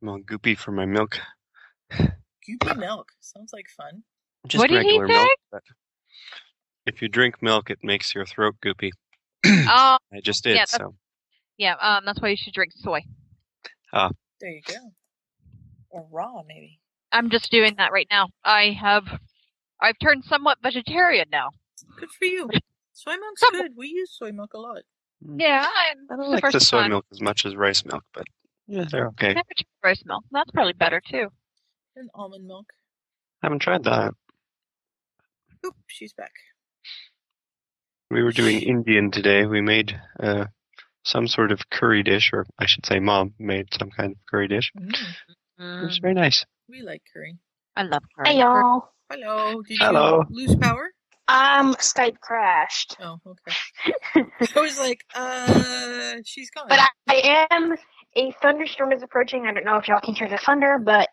I'm all goopy for my milk. Goopy milk. Sounds like fun. Just What did he regular milk. say? But if you drink milk, it makes your throat goopy. Um, I just did, Yeah, that's- so yeah, um, that's why you should drink soy. There you go. Or raw, maybe. I'm just doing that right now. I have, I've turned somewhat vegetarian now. Good for you. Soy milk's Some- good. We use soy milk a lot. Yeah, I'm, Mm. I don't the like the first soy time. milk as much as rice milk, but yeah, they're okay. I never tried rice milk. That's probably better too. And almond milk. I haven't tried that. Oop, she's back. We were doing Indian today. We made uh, some sort of curry dish, or I should say, mom made some kind of curry dish. Mm, It was very nice. we like curry. I love curry. Hey y'all. Hello. Did Hello. you lose power? Um, Skype crashed, Oh, okay. I was like, uh, she's gone. but I, I am. A thunderstorm is approaching. I don't know if y'all can hear the thunder, but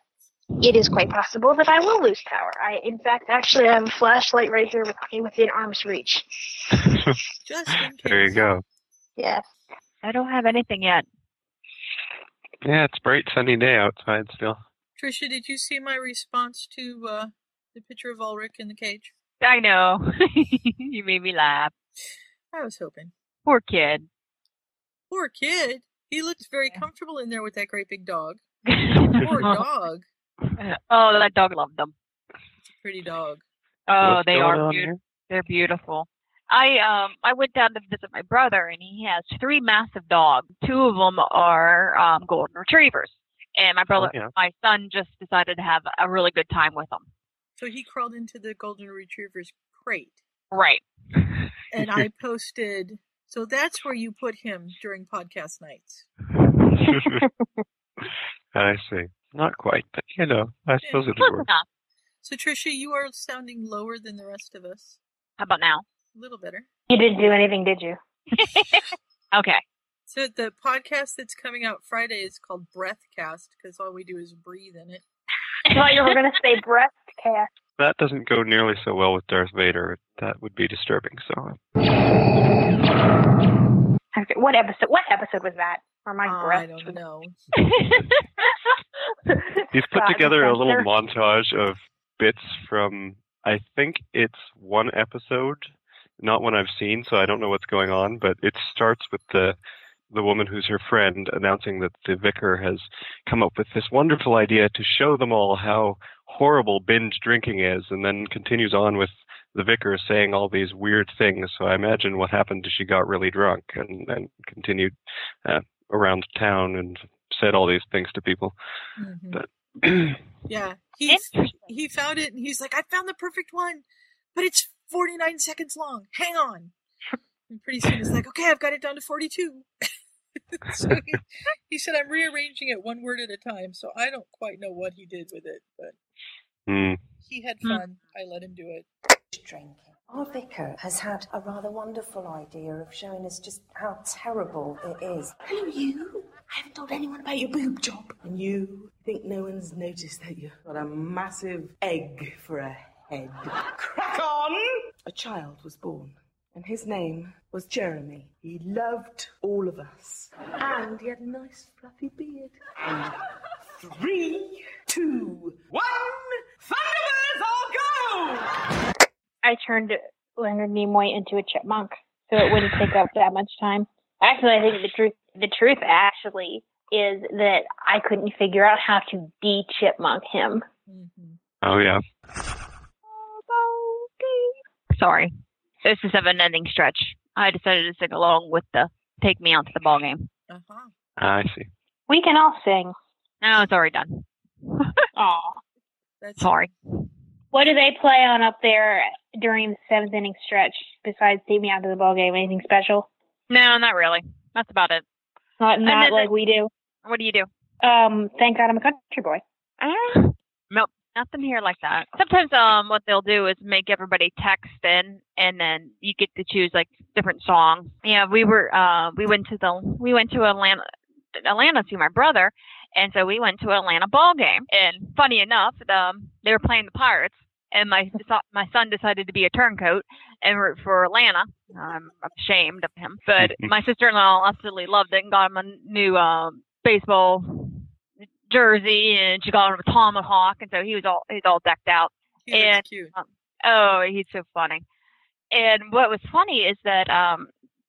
it is quite possible that I will lose power. I, in fact, actually have a flashlight right here with, within arm's reach. Mm. Just in case. There you go. Yeah. I don't have anything yet. Yeah, it's a bright sunny day outside still. Trisha, did you see my response to uh, the picture of Ulrich in the cage? I know. you made me laugh. I was hoping. Poor kid. Poor kid. He looks very Yeah. comfortable in there with that great big dog. Poor oh, dog. that dog loved them. It's a pretty dog. Oh, What's they going are on beautiful. here? They're beautiful. I um I went down to visit my brother and he has three massive dogs. Two of them are um, golden retrievers, and my brother, Oh, yeah. my son, just decided to have a really good time with them. So he crawled into the golden retriever's crate, Right. and I posted. So that's where you put him during podcast nights. I see. Not quite, but you know, I suppose it'll Close work. enough. So Trisha, you are sounding lower than the rest of us. How about now? A little better. You didn't do anything, did you? Okay. So the podcast that's coming out Friday is called Breathcast because all we do is breathe in it. I thought you were gonna say breast cast. That doesn't go nearly so well with Darth Vader. That would be disturbing. So Okay, What episode? What episode was that? Or my Oh, I breast? don't know. You've put God, the together a little censor. montage of bits from, I think it's one episode, not one I've seen, so I don't know what's going on, but it starts with the the woman who's her friend announcing that the vicar has come up with this wonderful idea to show them all how horrible binge drinking is, and then continues on with the vicar saying all these weird things. So I imagine what happened is she got really drunk and then continued uh, around town and said all these things to people. Mhm. But- yeah, Yeah, he Interesting. he found it, and he's like, "I found the perfect one, but it's 49 seconds long. Hang on." And pretty soon he's like, "Okay, I've got it down to 42." so he, he said, "I'm rearranging it one word at a time." So I don't quite know what he did with it, but Hmm. he had Hmm. fun. I let him do it. drinking. Our vicar has had a rather wonderful idea of showing us just how terrible it is. Hello, you. I haven't told anyone about your boob job. And you think no one's noticed that you've got a massive egg for a head. Crack on! A child was born, and his name was Jeremy. He loved all of us, and he had a nice fluffy beard. And three, two, one, Thunderbirds all go! I turned Leonard Nimoy into a chipmunk, so it wouldn't take up that much time. Actually, I think the truth the truth actually is that I couldn't figure out how to de chipmunk him. hmm Oh yeah. Sorry. This is a ending stretch. I decided to sing along with the "Take Me Out to the Ball Game." Uh huh. I see. We can all sing. No, it's already done. Aw. That's Sorry. What do they play on up there during the seventh inning stretch besides take me out to the ball game? Anything special? No, not really. That's about it. Not not Another- like we do. What do you do? Um, thank God I'm a country boy. Uh, nope, nothing here like that. Sometimes um, what they'll do is make everybody text in, and then you get to choose like different songs. Yeah, we were uh, we went to the we went to Atlanta Atlanta to see my brother, and so we went to an Atlanta ball game. And funny enough, um, they were playing the Pirates. And my so- my son decided to be a turncoat and root for Atlanta. I'm ashamed of him, but my sister-in-law absolutely loved it and got him a new uh, um, baseball jersey and she got him a tomahawk, and so he was all he's all decked out. He And- looks cute. Oh, he's so funny. And what was funny is that um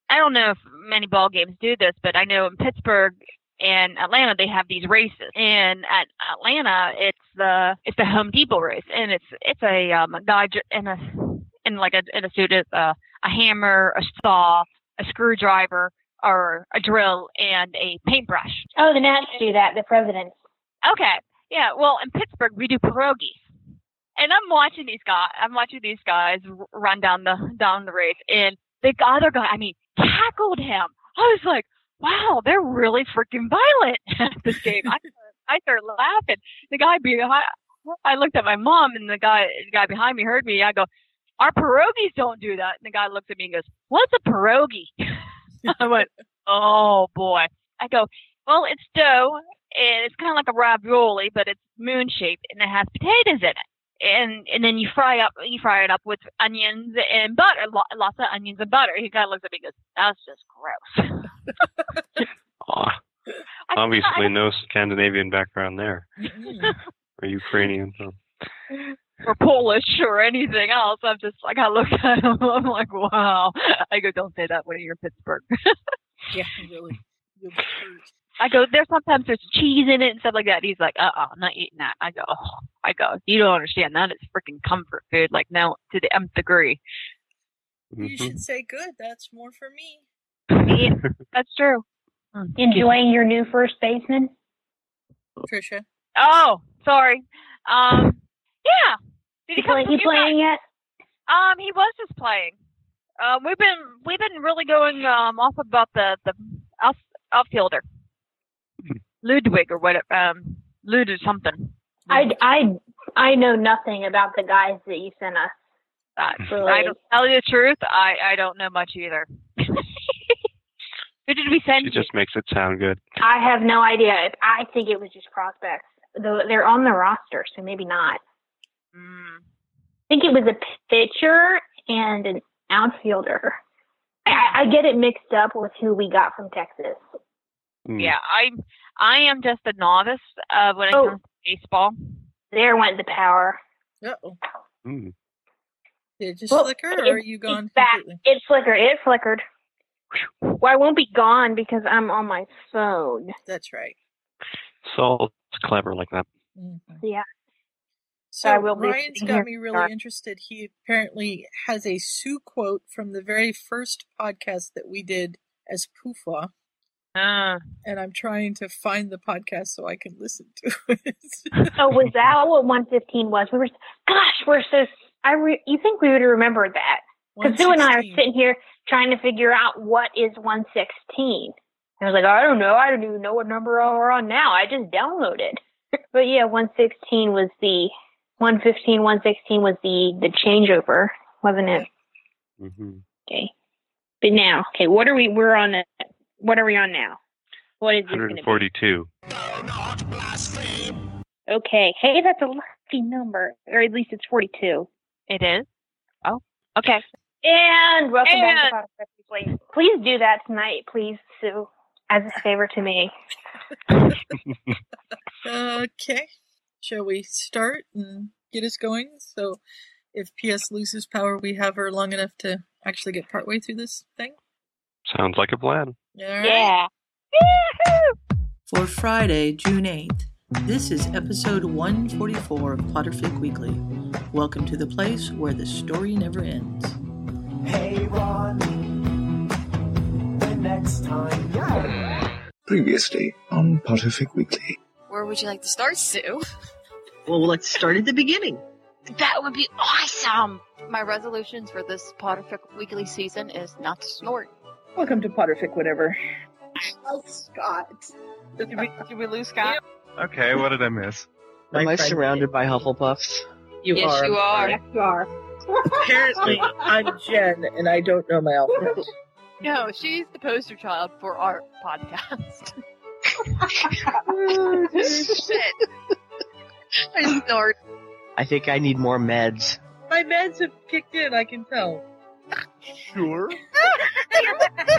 I don't know if many ball games do this, but I know in Pittsburgh and Atlanta they have these races. And at Atlanta, it's the it's the Home Depot race, and it's it's a um a guy dr- in a in like a in a suit with a, a hammer, a saw, a screwdriver, or a drill and a paintbrush. Oh, the Nats do that. The presidents. Okay. Yeah. Well, in Pittsburgh, we do pierogies, and I'm watching these guys. I'm watching these guys r- run down the down the race, and the other guy, I mean, tackled him. I was like, wow, they're really freaking violent at this game. I I started laughing. The guy behind, I looked at my mom, and the guy the guy behind me heard me. I go, our pierogies don't do that. And the guy looks at me and goes, what's a pierogi? I went, oh boy. I go, well, it's dough and it's kind of like a ravioli, but it's moon shaped and it has potatoes in it. And and then you fry up you fry it up with onions and butter, lo- lots of onions and butter. He kind of looks at me and goes, "That's just gross." Aw, I- obviously, no Scandinavian background there, Mm. or Ukrainian. So. or Polish or anything else. I'm just like I look at him, I'm like, "Wow." I go, "Don't say that when you're in Pittsburgh." yeah, really. You'll be hurt. I go, "There's sometimes there's cheese in it and stuff like that." He's like, "Uh, uh-uh, I'm not eating that." I go, oh. "I go, you don't understand that it's freaking comfort food, like now to the nth degree." You Mm-hmm. Mhm. should say good. That's more for me. Yeah, that's true. Mm, Enjoying your new first baseman. Trisha. Oh, sorry. Um, yeah. Did he You come play, from you you playing yet? guys? Um, he was just playing. Um, we've been we've been really going um off about the the out, outfielder Hmm. Ludwig or what um Lud or something. I, I, I know nothing about the guys that you sent us. Uh, Hmm. Really. I don't tell you the truth. I I don't know much either. Who did we send? She you? just makes it sound good. I have no idea. I think it was just prospects. Though they're on the roster, so maybe not. Mm. I think it was a pitcher and an outfielder. I, I get it mixed up with who we got from Texas. Mm. Yeah, I I am just a novice uh, when it Oh. comes to baseball. There went the power. Uh oh. Mm. Did it just Well, flicker, it- or are you gone it's back. completely? It flickered. It flickered. Well, I won't be gone because I'm on my phone. That's right. Saul's clever like that. Mhm. Yeah. So I will be Ryan's sitting got here me really dark. interested. He apparently has a Sue quote from the very first podcast that we did as Poofa, Uh, and I'm trying to find the podcast so I can listen to it. Oh, was that what 115 was? We were. Gosh, we're so. I re, you think we would have remembered that? Because Sue and I are 116. sitting here trying to figure out what is 116. And I was like, I don't know. I don't even know what number we're on now. I just downloaded. but yeah, 116 was the 115. 116 was the the changeover, wasn't it? hmm Okay. But now, okay, what are we? We're on a. What are we on now? What is this going to be? 142. Okay. Hey, that's a lucky number, or at least it's 42. it is. Oh, okay. And welcome back to And- Product Recipe, please. Please do that tonight, please, Sue, as a favor to me. Okay. Shall we start and get us going? So, if PS loses power, we have her long enough to actually get partway through this thing. Sounds like a plan. All right. Yeah. for Friday, June 8th. This is episode 144 of Potterflick Weekly. Welcome to the place where the story never ends. Hey Ron, the next time. Yeah. Previously on Potterfic Weekly. Where would you like to start, Sue? Well, let's start at the beginning. That would be awesome! My resolutions for this Potterfic weekly season is not to snort. Welcome to Potterfic, whatever. Oh, Scott. Did we, did we lose Scott? Okay, what did I miss? Am I friend- surrounded by Hufflepuffs? You yes, are. you are. You are. Apparently, I'm Jen, and I don't know my alphabet. No, she's the poster child for our podcast. Shit. I snort. I think I need more meds. my meds have kicked in. I can tell. Sure. I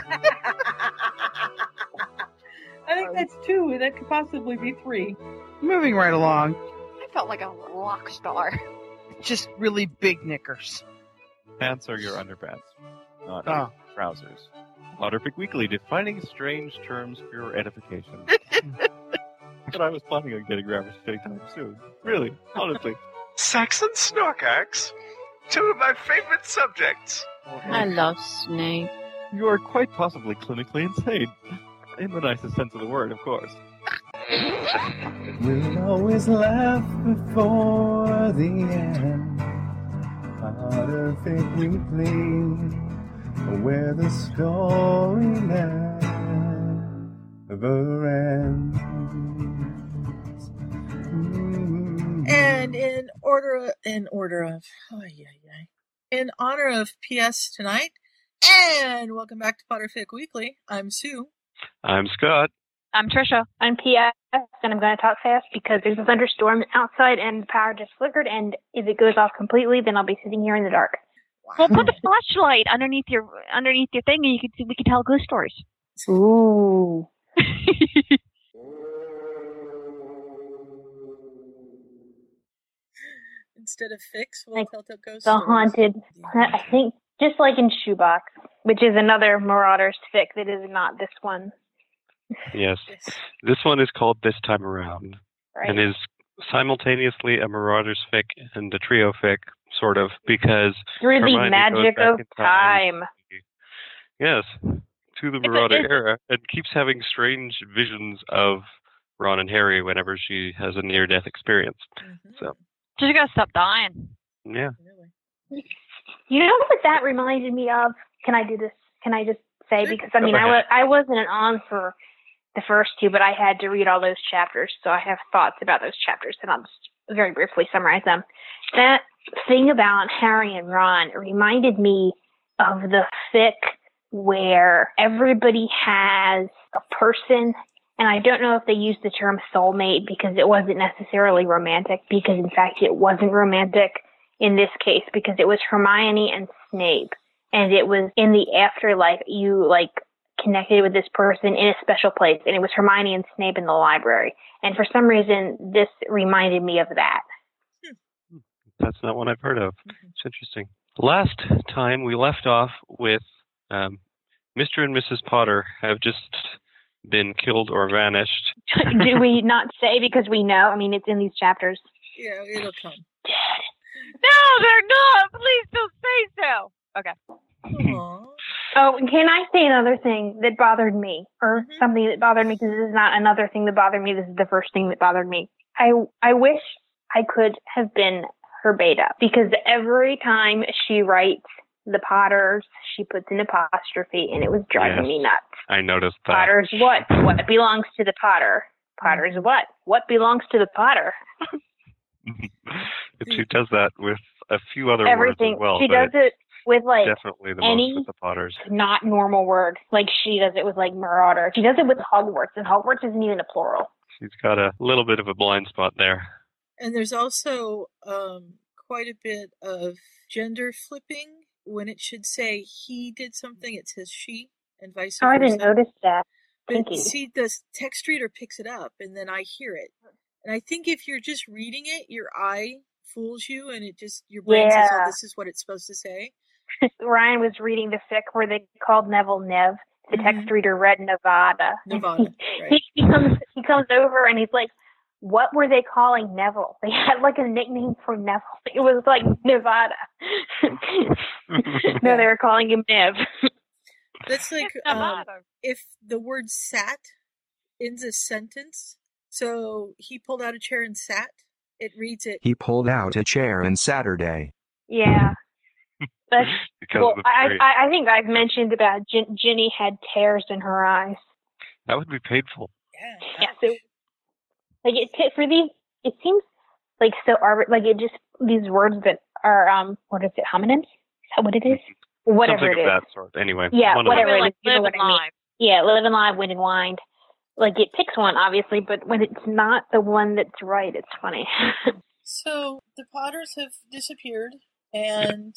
think know. That's two, and that could possibly be three. Moving right along. I felt like a rock star. Just really big knickers. Pants are your underpants, not Ah. Oh. your trousers. Potterfic Weekly, defining strange terms for your edification. but I was planning on getting ravished anytime soon. Really, honestly. Saxon Snorkax, two of my favorite subjects. I love Snape. Oh You are quite possibly clinically insane. In the nicest sense of the word, of course. We'll always laugh before the end. Potterfic Weekly, where the story never ends. Mm. Mm-hmm. And in order, in order of, oh yeah, yeah, in honor of PS tonight, and welcome back to Potterfic Weekly. I'm Sue. I'm Scott. I'm Trisha. I'm PS, and I'm going to talk fast because there's a thunderstorm outside, and the power just flickered. And if it goes off completely, then I'll be sitting here in the dark. Well, put the flashlight underneath your underneath your thing, and you can see, we can tell ghost stories. Ooh. Instead of fix, we'll tell the ghost. The stories. haunted. I think just like in Shoebox, which is another Marauders fic that is not this one. Yes. This one is called This Time Around and is simultaneously a Marauders fic and a Trio fic, sort of, because. Through the Hermione goes magic back of in time. Yes, to the Marauder era and keeps having strange visions of Ron and Harry whenever she has a near death experience. So, Just gotta stop dying. yeah. You know what that reminded me of? Can I do this? Can I just say because I Go mean I was ahead. I wasn't on for the first two, but I had to read all those chapters, so I have thoughts about those chapters, and I'll just very briefly summarize them. That thing about Harry and Ron reminded me of the fic where everybody has a person and I don't know if they used the term soulmate because it wasn't necessarily romantic, because in fact it wasn't romantic in this case, because it was Hermione and Snape. And it was in the afterlife, you like connected with this person in a special place, and it was Hermione and Snape in the library. And for some reason, this reminded me of that. That's not one I've heard of. Mm-hmm. It's interesting. Last time we left off with um, Mr. and Mrs. Potter have just been killed or vanished. Do we not say because we know? I mean, it's in these chapters. Yeah, it'll come. No, they're not. Please don't say so. Okay. Oh, and can I say another thing that bothered me, or something that bothered me? Because this is not another thing that bothered me. This is the first thing that bothered me. I I wish I could have been her beta because every time she writes the Potters, she puts an apostrophe, and it was driving Yes. me nuts. I noticed that. Potters what? What belongs to the Potter? Potters what? What belongs to the Potter? She does that with a few other Everything. words as well. she but does it with like definitely the any most with the Potters. not normal word. Like she does it with like marauder. She does it with Hogwarts, and Hogwarts isn't even a plural. She's got a little bit of a blind spot there. And there's also um, quite a bit of gender flipping when it should say he did something, it says she, and vice Oh, versa. I didn't notice that. Thank But you. see, the text reader picks it up, and then I hear it. And I think if you're just reading it, your eye fools you, and it just your brain says, "Oh, Yeah. this is what it's supposed to say." Ryan was reading the fic where they called Neville Nev. The text reader read Nevada. Nevada, he, he comes he comes over and he's like, "What were they calling Neville? They had like a nickname for Neville. It was like Nevada. no, they were calling him Nev. That's like not um, if the word sat ends a sentence. So he pulled out a chair and sat. It reads it. He pulled out a chair on Saturday. Yeah. That's, Because well, of the I, phrase. I I think I've mentioned about Jin Ginny had tears in her eyes. That would be painful. Yes, it, like it ta- for these, it seems like so arbit like it just these words that are um what is it homonyms? Is that what it is? Whatever Something it is. of that sort. Anyway. Yeah, one of whatever. those. it is, you know what I mean. Yeah, live and live, win and wind. Like it picks one obviously, but when it's not the one that's right, it's funny. So the Potters have disappeared, and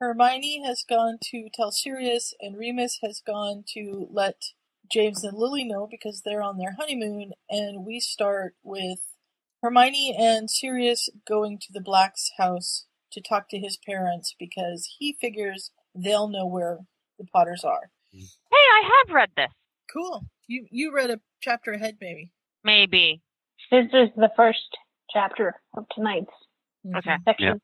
Hermione has gone to tell Sirius, and Remus has gone to let James and Lily know because they're on their honeymoon, and we start with Hermione and Sirius going to the Black's house to talk to his parents because he figures they'll know where the Potters are. Hey, I have read this. Cool. You you read a chapter ahead, maybe. Maybe. This is the first chapter of tonight's okay. section.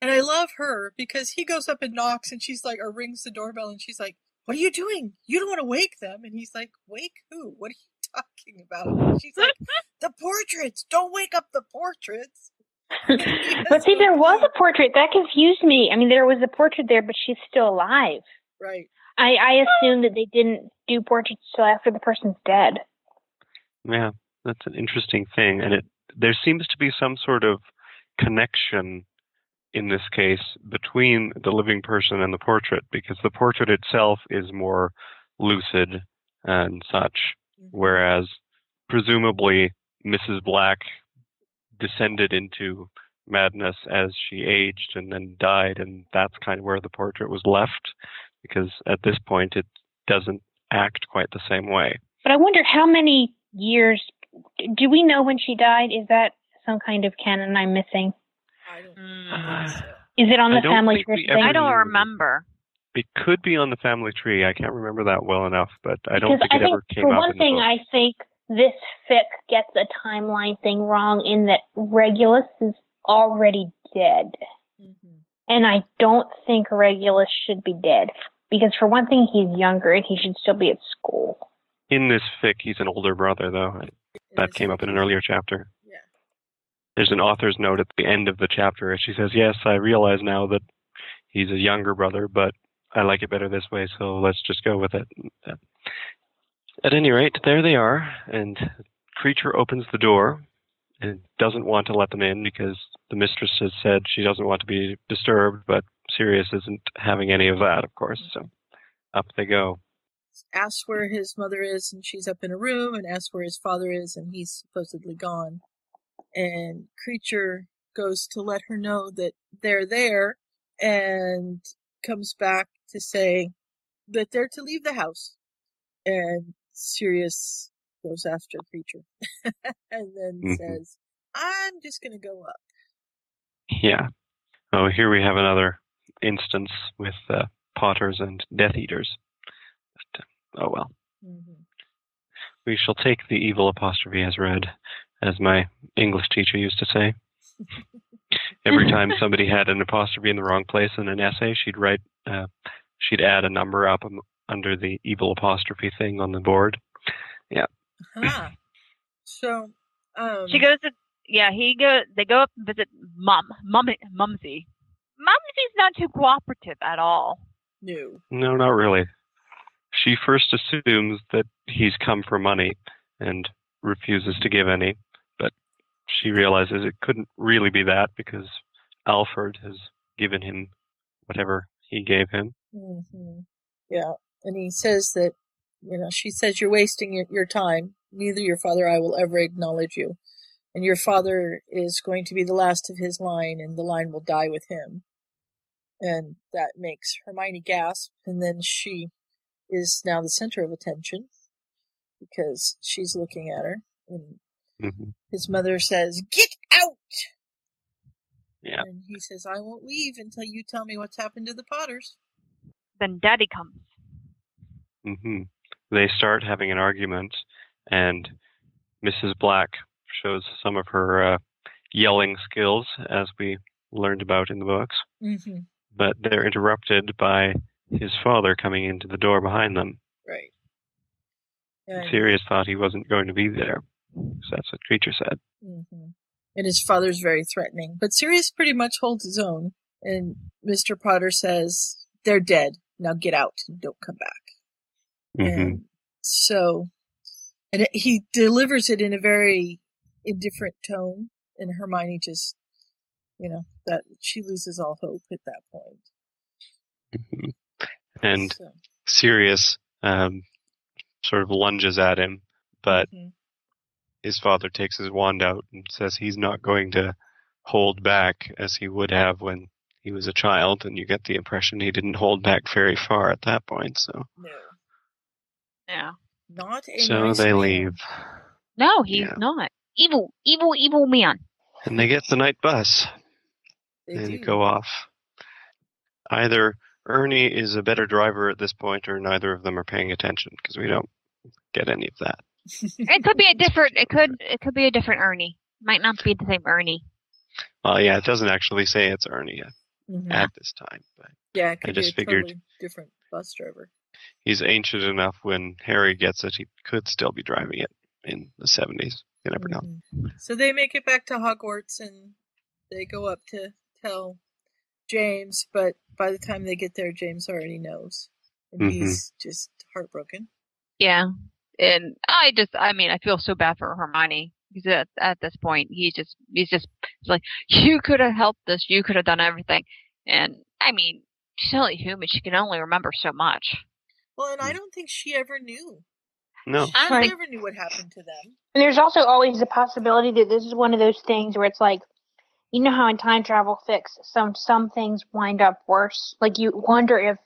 And I love her because he goes up and knocks, and she's like, or rings the doorbell, and she's like, "What are you doing? You don't want to wake them." And he's like, "Wake who? What are you talking about?" And she's like, "The portraits. Don't wake up the portraits." But see, there was a portrait that confused me. I mean, there was a portrait there, but she's still alive. Right. I I assume that they didn't do portraits till after the person's dead. Yeah, that's an interesting thing, and it there seems to be some sort of connection in this case between the living person and the portrait, because the portrait itself is more lucid and such, whereas presumably Mrs. Black descended into madness as she aged and then died, and that's kind of where the portrait was left, because at this point it doesn't act quite the same way. But I wonder how many years do we know when she died? Is that some kind of canon I'm missing? Hmm. Uh, Is it on I the don't family think we tree? ever I don't knew. remember. It could be on the family tree. I can't remember that well enough, but I don't Because think I it think ever came for up. one in the thing, book. I think this fic gets the timeline thing wrong in that Regulus is already dead, and I don't think Regulus should be dead because for one thing, he's younger and he should still be at school. In this fic, he's an older brother, though. That came up in an earlier chapter. Yeah. There's an author's note at the end of the chapter, and she says, "Yes, I realize now that he's a younger brother, but I like it better this way, so let's just go with it." At any rate, there they are, and creature opens the door and doesn't want to let them in because the mistress has said she doesn't want to be disturbed, but Sirius isn't having any of that, of course. So up they go. asks where his mother is and she's up in a room and asks where his father is and he's supposedly gone and creature goes to let her know that they're there and comes back to say that they're to leave the house and sirius goes after creature and then Mhm. says i'm just going to go up Yeah. Oh, here we have another instance with uh, potters and Death Eaters. But, uh, oh well. Mm-hmm. We shall take the evil apostrophe as read, as my English teacher used to say. Every time somebody had an apostrophe in the wrong place in an essay, she'd write, uh, she'd add a number up um, under the evil apostrophe thing on the board. Yeah. huh. Uh-huh. so um She goes to yeah, he go they go up and visit mum. Mum Mumsy. Mumsy's not too cooperative at all. No. No, not really. She first assumes that he's come for money and refuses to give any, but she realizes it couldn't really be that because Alfred has given him whatever he gave him. hmm Yeah, and he says that, you know, she says you're wasting your, your time. Neither your father or I will ever acknowledge you, and your father is going to be the last of his line, and the line will die with him. And that makes Hermione gasp, and then she is now the center of attention because she's looking at her, and Mm-hmm, his mother says, "Get out!" Yeah. And he says, "I won't leave until you tell me what's happened to the Potters." Then Daddy comes. hmm They start having an argument, and Mrs. Black shows some of her uh, yelling skills, as we learned about in the books. Mm-hmm. but they're interrupted by his father coming into the door behind them. Right. Sirius thought he wasn't going to be there, so that's what Creature said. hmm And his father's very threatening. But Sirius pretty much holds his own. And Mr. Potter says, They're dead. Now get out and don't come back. Mhm. So, and it, he delivers it in a very indifferent tone. And Hermione just, you know, that she loses all hope at that point. Mm-hmm. And Sirius um, sort of lunges at him, but hmm, his father takes his wand out and says he's not going to hold back as he would have when he was a child, and you get the impression he didn't hold back very far at that point. So No. Yeah. Not a So nice they man. leave. No, he's not. Evil, evil, evil man. And they get the night bus. and go off. Either Ernie is a better driver at this point, or neither of them are paying attention because we don't get any of that. Mm-hmm. it could be a different. It could. It could be a different Ernie. Might not be the same Ernie. Well, yeah, it doesn't actually say it's Ernie at, at this time, but Yeah, it I could just be a figured- totally different bus driver. he's ancient enough when Harry gets it, he could still be driving it in the 70s. You never Mm-hmm. know. So they make it back to Hogwarts and they go up to tell James, but by the time they get there, James already knows. And Mm-hmm. Mhm. he's just heartbroken. Yeah, and I just. I mean, I feel so bad for Hermione because at, at this point, he just. He's just like, you could have helped this. You could have done everything. And I mean, she's only human. She can only remember so much. Well, and I don't think she ever knew. Mm. No. She Right. never knew what happened to them. And there's also always the possibility that this is one of those things where it's like, you know how in time travel fix some some things wind up worse. Like you wonder if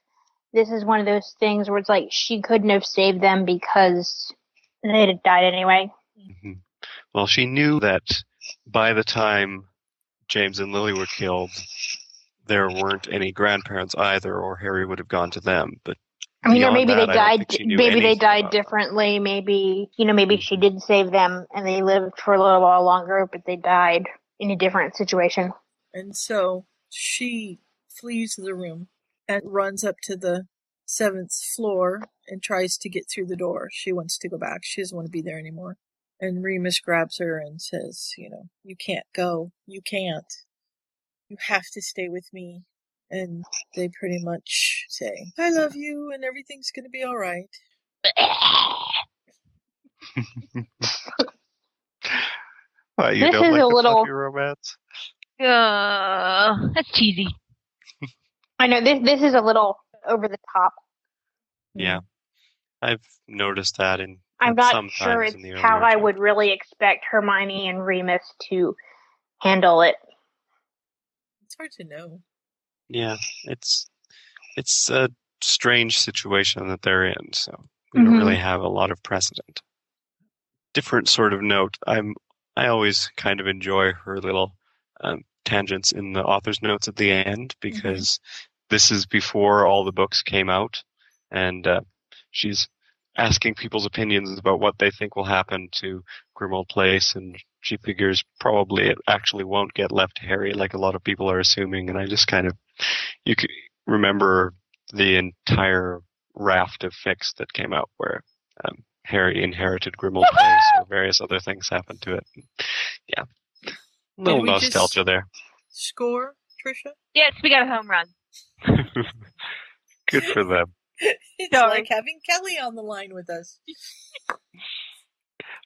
this is one of those things where it's like she couldn't have saved them because they'd have died anyway. Mm-hmm. Well, she knew that by the time James and Lily were killed, there weren't any grandparents either, or Harry would have gone to them. But I mean, or beyond maybe that, they I don't died. think she knew Maybe they anything Mm-hmm. died differently. Maybe you know. Maybe she did save them, and they lived for a little while longer, but they died in a different situation. And so she flees the room and runs up to the seventh floor and tries to get through the door. She wants to go back. She doesn't want to be there anymore. And Remus grabs her and says, You know, you can't go. You can't. You have to stay with me. And they pretty much say, I love you and everything's going to be all right. Well, you This don't is like a the little- fluffy romance. Uh, that's cheesy. I know this. This is a little over the top. Yeah, I've noticed that in Hmm. I'm in not some sure times it's in the how earlier- I would really expect Hermione and Remus to handle it. It's hard to know. Yeah, it's it's a strange situation that they're in, so we don't Mhm. really have a lot of precedent. Different sort of note. I'm I always kind of enjoy her little um, tangents in the author's notes at the end because this is before all the books came out, and uh, she's asking people's opinions about what they think will happen to Grimmauld Place, and she figures probably it actually won't get left to Harry like a lot of people are assuming, and I just kind of you could remember the entire raft of fics that came out where um, Harry inherited Grimmauld Place, or various other things happened to it. Yeah, little Did we just nostalgia there. Score, Trisha? Yes, we got a home run. Good for them. It's like having Kelly on the line with us.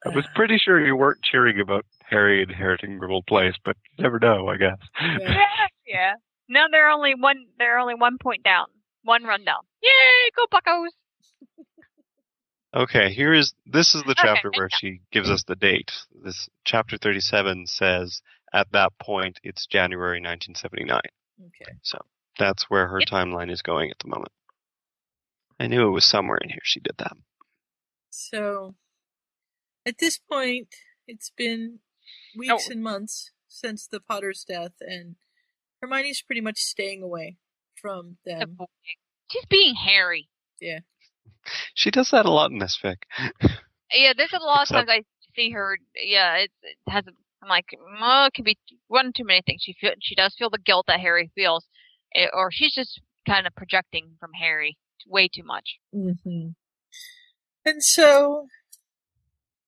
I was pretty sure you weren't cheering about Harry inheriting Grimmauld Place, but you never know, I guess. yeah, yeah. Now they're only one. They're only one point down. One run down. Yay! Go Buckos. Okay, here is this is the Okay, chapter where she gives us the date. This chapter 37 says at that point it's January 1979. Okay. So that's where her timeline is going at the moment. I knew it was somewhere in here she did that. So, at this point, it's been weeks and months since the Potter's death, and Hermione's pretty much staying away from them. She's being hairy. Yeah. She does that a lot in this fic. Yeah. There's a lot of Except- times I see her. Yeah. It, it has. I'm like, oh, it could be one too many things. She feel. She does feel the guilt that Harry feels, eh, or she's just kind of projecting from Harry way too much. Mm-hmm. And so,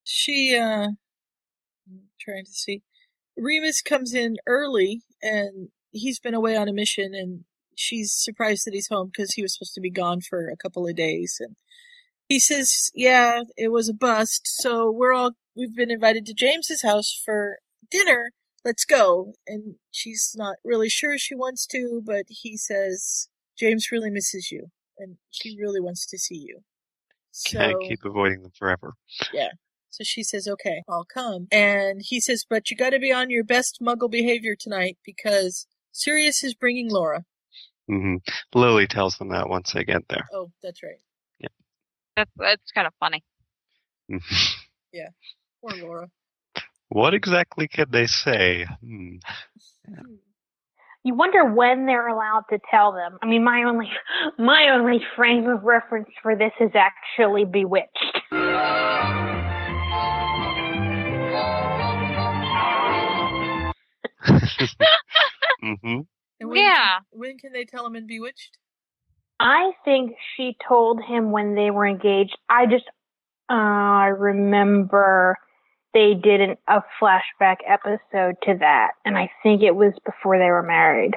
she, uh, I'm trying to see. Remus comes in early, and he's been away on a mission, and she's surprised that he's home because he was supposed to be gone for a couple of days. And he says, "Yeah, it was a bust. So we're all we've been invited to James's house for dinner. Let's go." And she's not really sure she wants to, but he says, "James really misses you, and he really wants to see you." So Can't keep avoiding them forever. yeah. So she says, okay, I'll come. And he says, but you got to be on your best muggle behavior tonight because Sirius is bringing Laura. hmm Lily tells them that once they get there. Oh, that's right. That's that's kind of funny. Yeah. Poor Laura. Mm-hmm. What exactly can they say? Hmm. You wonder when they're allowed to tell them. I mean, my only, my only frame of reference for this is actually Bewitched. hmm And when yeah. when can they tell him in Bewitched? I think she told him when they were engaged. I just, uh, I remember they did an, a flashback episode to that, and I think it was before they were married.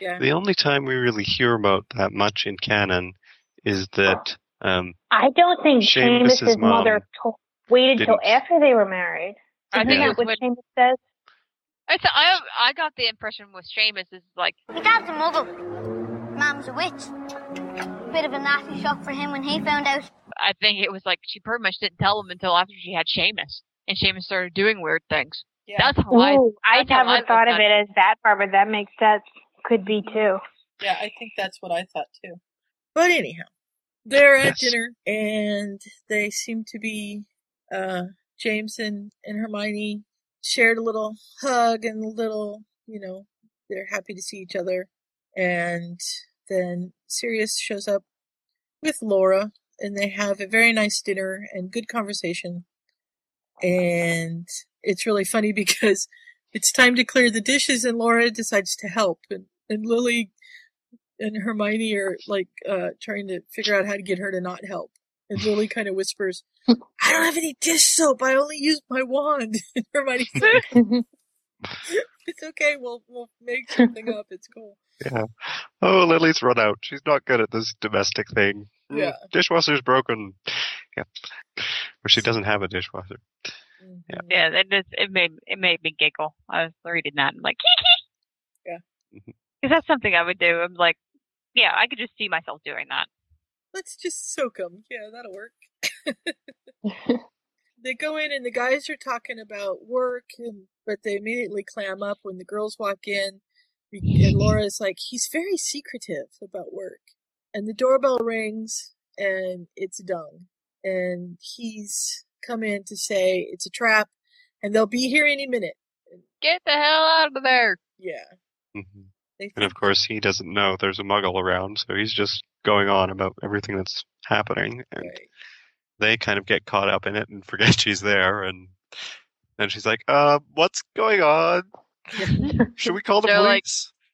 Yeah. The only time we really hear about that much in canon is that um, I don't think Seamus's Seamus's mom mother to- waited until didn't- after they were married. I Isn't think that it's what when- Seamus says? It's, I I got the impression with Seamus is like My dad's a muggle. Mum's a witch. Bit of a nasty shock for him when he found out. I think it was like she pretty much didn't tell him until after she had Seamus, and Seamus started doing weird things. That's how Oh, I. Ooh, I that's how never I thought of looked it as that far, but that makes sense. Could be too. Yeah, I think that's what I thought too. But anyhow, they're at Yes. dinner and they seem to be uh James and, and Hermione shared a little hug and a little, you know, they're happy to see each other. And then Sirius shows up with Laura and they have a very nice dinner and good conversation. And it's really funny because it's time to clear the dishes and Laura decides to help and, and Lily and Hermione are like uh, trying to figure out how to get her to not help. And Lily kind of whispers, I don't have any dish soap. I only used my wand. And Hermione's like, it's okay. We'll, we'll make something up. It's cool. Yeah. Oh, Lily's run out. She's not good at this domestic thing. Mm, Yeah. Dishwasher's broken. Yeah. Or she doesn't have a dishwasher. at. Mm-hmm. Yeah, that just it made it made me giggle. I was reading that and like, yeah, because that's something I would do. I'm like, yeah, I could just see myself doing that. Let's just soak them. Yeah, that'll work. they go in and the guys are talking about work, and, but they immediately clam up when the girls walk in. And Laura's like, he's very secretive about work. And the doorbell rings and it's Dung. And he's come in to say it's a trap and they'll be here any minute. Get the hell out of there. Yeah. Mhm. They And of course, he doesn't know there's a muggle around, so he's just going on about everything that's happening. And they kind of get caught up in it and forget she's there. And then she's like, uh, what's going on? Should we call the They're like- police?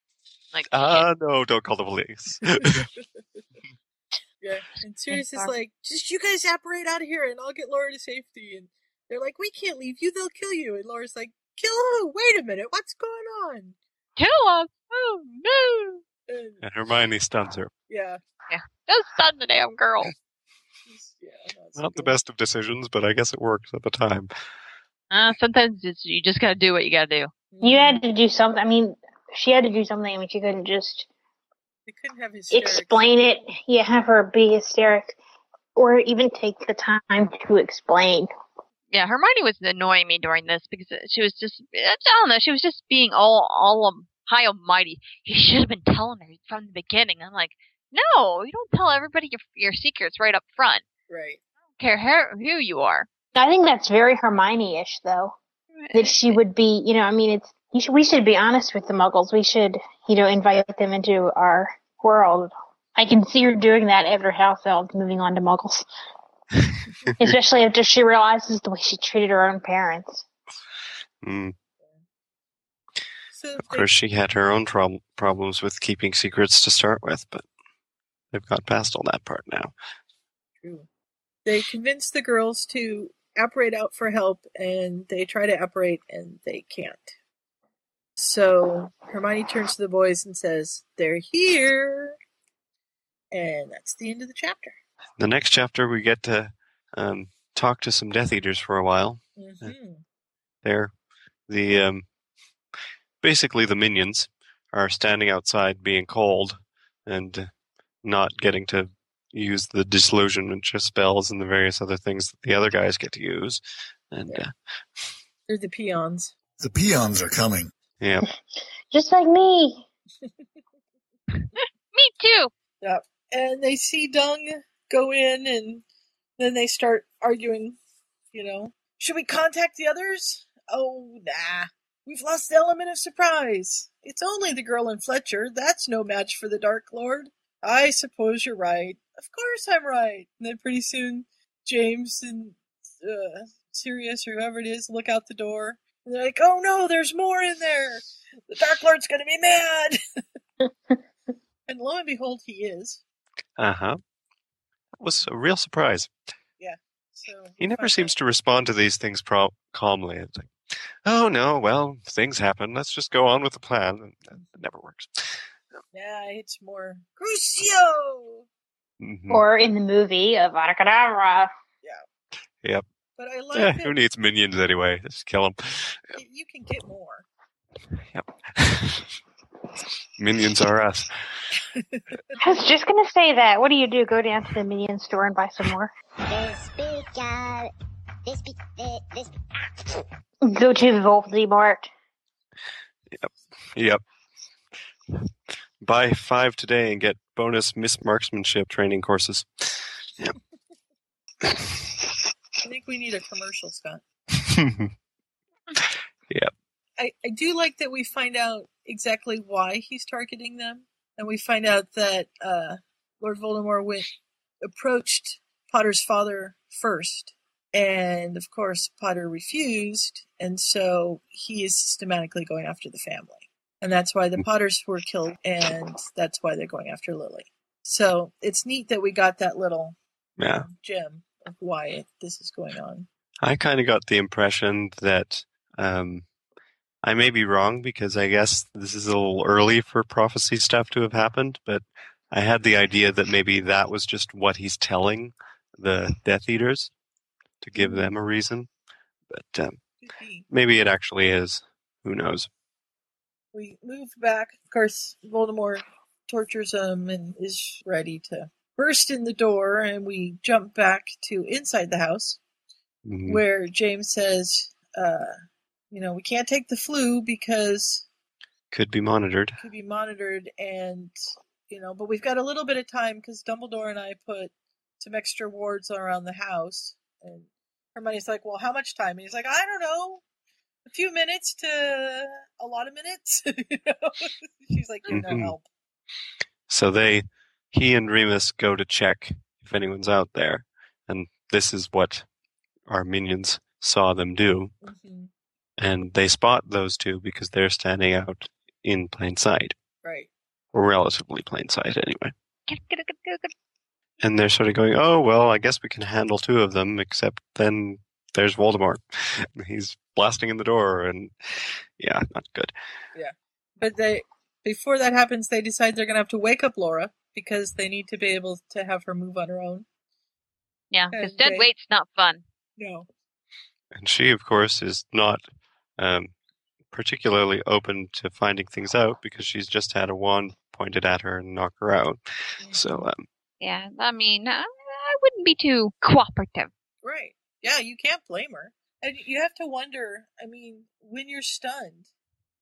Like, Ah, no, don't call the police. Yeah. And Sirius is Sorry. like, just you guys apparate out of here and I'll get Laura to safety. And they're like, we can't leave you. They'll kill you. And Laura's like, kill who? Wait a minute. What's going on? Kill us? Oh no! And, and Hermione stuns her. yeah. Yeah. Just stun the damn girl. Not the best of decisions, but I guess it worked at the time. Uh, sometimes it's, you just gotta do what you gotta do. You mm, had to do something. I mean, she had to do something. I mean, she couldn't just They couldn't have his explain it. Yeah, have her be hysteric, or even take the time to explain. Yeah, Hermione was annoying me during this because she was just I don't know, she was just being all all um, high almighty. You should have been telling her from the beginning. I'm like, no, you don't tell everybody your your secrets right up front. Right. I don't care how, who you are. I think that's very Hermione-ish, though. That she would be. You know, I mean, it's you should, we should be honest with the Muggles. We should, you know, invite them into our world. I can see her doing that after House Elves moving on to Muggles, especially after she realizes the way she treated her own parents. Mm. So Of course, she had her own prob- problems with keeping secrets to start with, but they've got past all that part now. They convince the girls to apparate out for help and they try to apparate and they can't. So Hermione turns to the boys and says, they're here. And that's the end of the chapter. The next chapter, we get to um, talk to some Death Eaters for a while. Mhm. They're the um, basically the minions are standing outside, being cold, and not getting to use the disillusionment spells and the various other things that the other guys get to use. And uh, They're the peons. The peons are coming. yeah. Just like me. Me too. Yep. and they see Dung go in, and then they start arguing. You know, should we contact the others? Oh, nah. We've lost the element of surprise. It's only the girl in Fletcher. That's no match for the Dark Lord. I suppose you're right. Of course I'm right. And then pretty soon, James and uh, Sirius, or whoever it is, look out the door. And they're like, oh no, there's more in there. The Dark Lord's going to be mad. and lo and behold, he is. Uh huh. That was a real surprise. Yeah. So He never seems to respond to these things pro- calmly. It's like, oh no, well, things happen. Let's just go on with the plan. And That never works. yeah, it's more Crucio. Hmm. Mm-hmm. Or in the movie of Arakadabra. Yep. But I Eh, like who that needs minions anyway? Just kill them. you can get more. Minions are us. I was just gonna say that. What do you do? Go down to the minion store and buy some more. This big guy, this big, thi- this. Go to Voldemort. Yep. Buy five today and get bonus Miss Marksmanship training courses. I think we need a commercial, Scott. Yep. I, I do like that we find out exactly why he's targeting them, and we find out that uh, Lord Voldemort went approached Potter's father first, and of course Potter refused, and so he is systematically going after the family, and that's why the Potters were killed, and that's why they're going after Lily. So it's neat that we got that little Yeah. gem of why this is going on. I kind of got the impression that um, I may be wrong because I guess this is a little early for prophecy stuff to have happened, but I had the idea that maybe that was just what he's telling the Death Eaters to give them a reason. But um, maybe it actually is. Who knows? we moved back. Of course, Voldemort tortures him and is ready to burst in the door, and we jump back to inside the house Mm-hmm. Mm, where James says, uh, you know, we can't take the flu because Could be monitored. it could be monitored, and, you know, but we've got a little bit of time because Dumbledore and I put some extra wards around the house. And Hermione's like, well, how much time? And he's like, I don't know. A few minutes to a lot of minutes. you know? She's like, you're no Mhm. help. So they, he and Remus go to check if anyone's out there, and this is what our minions saw them do, Mm-hmm. and they spot those two because they're standing out in plain sight, Right. or relatively plain sight anyway. Get it, get it, get it, get it. And they're sort of going, "Oh well, I guess we can handle two of them, except then there's Voldemort. He's blasting in the door, and yeah, not good. Yeah. But they before that happens they decide they're gonna have to wake up Laura because they need to be able to have her move on her own. Yeah, because And dead they- weight's not fun. No. And she, of course, is not um, particularly open to finding things out because she's just had a wand pointed at her and knock her out. So, um, Yeah, I mean, I, I wouldn't be too cooperative. Right. Yeah, you can't blame her. And you have to wonder, I mean, when you're stunned,